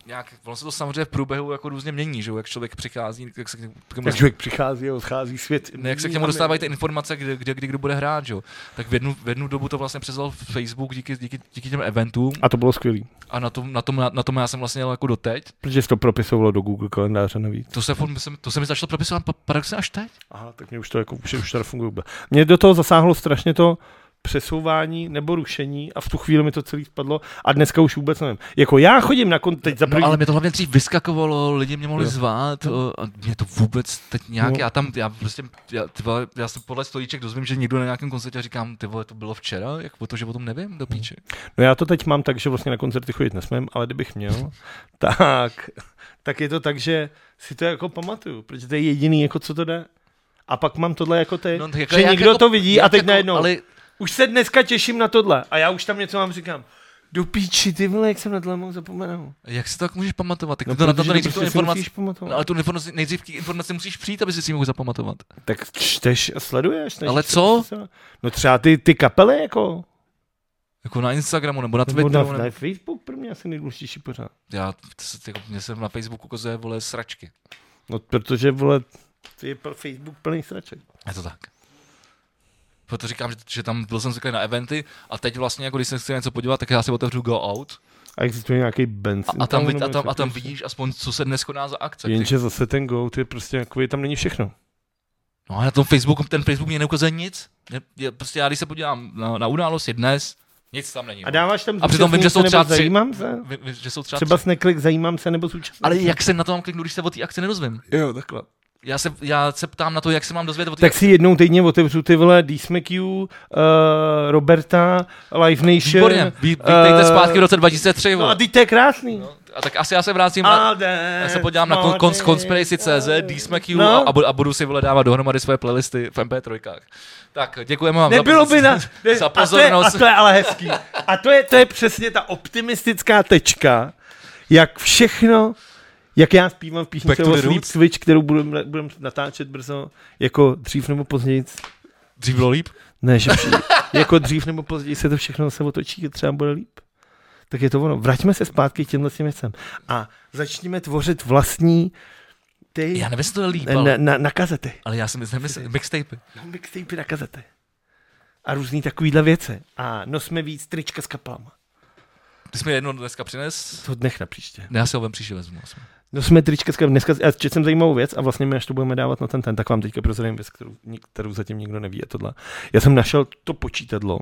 nějak, ono se to samozřejmě v průběhu jako různě mění, že jo, jak člověk přichází, jak se k němu- k tomu,
Jak člověk přichází a odchází svět.
ne, jak se k němu dostávají ty informace, kde, kde, kdy kdo bude hrát, že jo. Tak v jednu, v jednu dobu to vlastně převzal Facebook díky, díky, díky těm eventům
A to bylo skvělé,
a na tom, na, tom, na, na tom já jsem vlastně jel jako doteď.
protože jsi to propisovalo do Google kalendáře navíc.
To se, furt- to se mi začalo propisovat pa- paradoxně až teď.
Aha, tak mě už to jako, už, už to nefunguje vůbec. Mě do toho zasáhlo strašně to přesouvání nebo rušení a v tu chvíli mi to celý spadlo a dneska už vůbec nevím. Jako já chodím na kon, teď za první,
No, ale mě to hlavně dřív vyskakovalo, lidi mě mohli
Jo.
zvát o, a mě to vůbec teď nějak,
No.
já tam, já prostě, já, ty vole, já jsem podle stolíček dozvím, že někdo na nějakém koncertě říkám, ty vole, to bylo včera, jak o to, že o tom nevím, do píče.
no já to teď mám tak, že vlastně na koncerty chodit nesmím, ale kdybych měl, (laughs) tak, tak je to tak, že si to jako pamatuju, protože to je jediný, jako co to jde. A pak mám tohle jako ty, no,
tak
jako, že někdo jako, to vidí
jak
a teď
jako-
najednou,
Ale
už se dneska těším na tohle a já už tam něco vám říkám. Do píči, ty vole, jak jsem na tohle mohl zapomenout.
Jak si to tak můžeš pamatovat? Tak no, to na to
protože
nejdřív tu
prostě si
informaci,
musíš pamatovat.
no, ale tu informaci, nejdřív k informaci musíš přijít, aby si si mohl zapamatovat.
Tak čteš a sleduješ. snažíš
Ale
se
co?
procesovat. No třeba ty, ty kapely jako.
Jako na Instagramu nebo na
Nebo
Twitteru.
na,
nebo...
na Facebook pro mě asi nejdůležitější pořád.
Já, to se, jako, mě se na Facebooku ukazuje, vole, sračky.
No protože vole, ty je pl- Facebook plný sraček.
Je to tak. Proto říkám, že, že tam byl jsem zvyklý na eventy a teď vlastně, jako když se chci něco podívat, tak já si otevřu Go Out
A existuje nějaký benzín.
a, a, tam, vid,
nebo
a, tam,
něco
a tam
takového.
vidíš aspoň, co se dnes koná za akce. ty.
Jenže zase ten Goat je prostě takový, tam není všechno.
No a na tom Facebooku, ten Facebook mě neukazuje nic. Ne, je, prostě já, když se podívám na, na událost, je dnes, nic tam není.
A dáváš tam
A přitom vím, že jsou
zúčastnit se
třeba
nebo Zajímám
tři.
se?
Vy, vy, že jsou třeba,
Třeba
třeba...
s neklik zajímám se nebo zúčastnit.
Ale jak se na to mám kliknout, když se o té akci nedozvím?
Jo, takhle.
Já se, já se ptám na to, jak se mám dozvědět o té
Tak si jednou týdně otevřu ty vole D-Smack uh, Roberta, Live Nation.
Výborně, Vy- vítejte
eh,
zpátky v roce 2003.
No
vole.
a teď to je krásný. No.
A tak asi já se vrátím na... Já se podívám na kon- kon- Conspiracy.cz, dsmacu no.
No.
a, bu- a, budu si vole dávat dohromady svoje playlisty v MP3. Tak, děkujeme vám
Nebylo
(laughs) za,
by na...
ne, za
a, to je,
pozornost.
a to je ale hezký. A to je, to je přesně ta optimistická tečka, jak všechno, jak já zpívám v
Back
písnice
to
o
the
Sleep
roots.
Switch, kterou budeme budem natáčet brzo, jako dřív nebo později.
Dřív bylo líp.
Ne, že při, jako dřív nebo později se to všechno se otočí, třeba bude líp. Tak je to ono. Vraťme se zpátky k těmhle těm věcem. A začněme tvořit vlastní ty
Já nevím, jestli to je líp,
na,
ale,
na, na kazety.
ale já si myslím, že mixtapy.
No, mixtapy na kazety. A různý takovýhle věci. A nosme víc trička s kapelama.
Ty jsi mi jedno dneska přines.
To dnech na příště.
Ne, já si ho vem příště vezmu. asi.
Nosme No trička s kapelama. Dneska já četl jsem zajímavou věc a vlastně my až to budeme dávat na ten ten, tak vám teďka prozradím věc, kterou, nik- kterou zatím nikdo neví. A tohle. Já jsem našel to počítadlo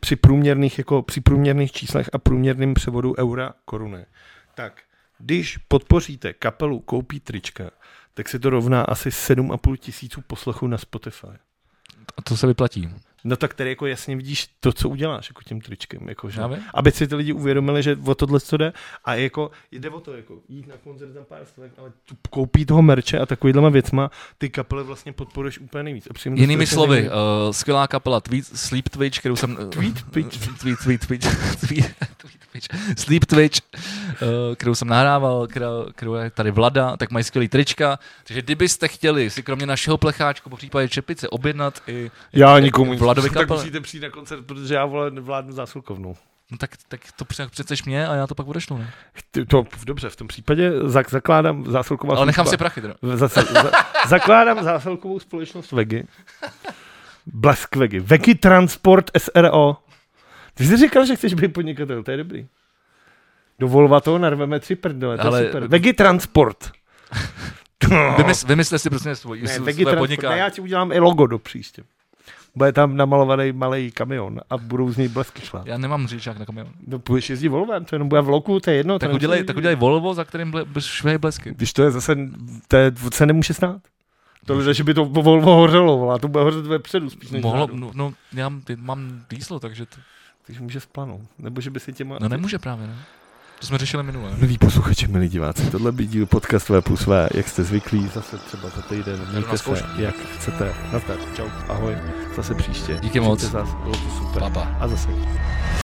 při průměrných, jako, při průměrných číslech a průměrném převodu eura koruny. Tak, když podpoříte kapelu, koupí trička, tak se to rovná asi 7,5 tisíců poslechů na Spotify.
A to se vyplatí.
No tak tady jako jasně vidíš to, co uděláš jako tím tričkem, jako, že,
Já vím.
aby si ty lidi uvědomili, že o tohle co jde a jako jde o to, jako jít na koncert za pár stovek, ale tu koupí toho merče a takovýhlema věcma, ty kapely vlastně podporuješ úplně nejvíc. A přijím to
Jinými
strašně
slovy,
nejvíc.
uh, skvělá kapela tweet, Sleep Twitch, kterou jsem... Uh,
Tweet Twitch.
(laughs) tweet, tweet, tweet, tweet, tweet Twitch. Sleep Twitch, uh, kterou jsem nahrával, kterou, kterou je tady Vlada, tak mají skvělý trička. Takže kdybyste chtěli si kromě našeho plecháčku, po případě čepice, objednat i...
já
i-
nikomu
i
(laughs)
Vladovi
tak
kapele.
musíte přijít na koncert, protože já vole vládnu zásilkovnou.
No, tak, tak to pře- přeceš mě a já to pak odešlu, ne?
Ty- To, dobře, v tom případě zak, zakládám zásilková
Ale nechám
služba.
si prachy teda.
Zase, za, zakládám zásilkovou společnost Vegi. Blesk Vegi. Vegi Transport SRO. Ty jsi říkal, že chceš být podnikatel, to je dobrý. Do Volva toho narveme tři prdele, to
Ale-
je super. Vegi
(laughs)
Transport. No.
Vymysl, vymysle si prostě svůj,
Ne,
svůj,
Vegi
své
Transport. Ne,
podnikání.
já ti udělám i logo do příště. Bude tam namalovaný malý kamion a budou z něj blesky šla.
Já nemám řidičák na kamion.
No, budeš jezdit Volvem, to jenom bude v loku, to je jedno. to
Tak
nemusí-
udělej, tak udělej Volvo, za kterým ble, švej blesky.
Když to je zase, to je, se nemůže stát. Tohle, že by to Volvo hořelo, volá, to bude hořet vepředu spíš než
Mohlo,
vzadu.
no, no, já mám, ty- mám dýslo, takže to,
Takže může splanout. Nebo že by si těma...
No nemůže právě, ne? To jsme řešili minule.
Milí posluchači, milí diváci, tohle by díl podcast V plus V, jak jste zvyklí, zase třeba za týden, mějte se,
zkoušku.
jak chcete. Nazdar, čau, ahoj, zase příště.
Díky moc.
Zase, bylo to super.
Papa.
A zase.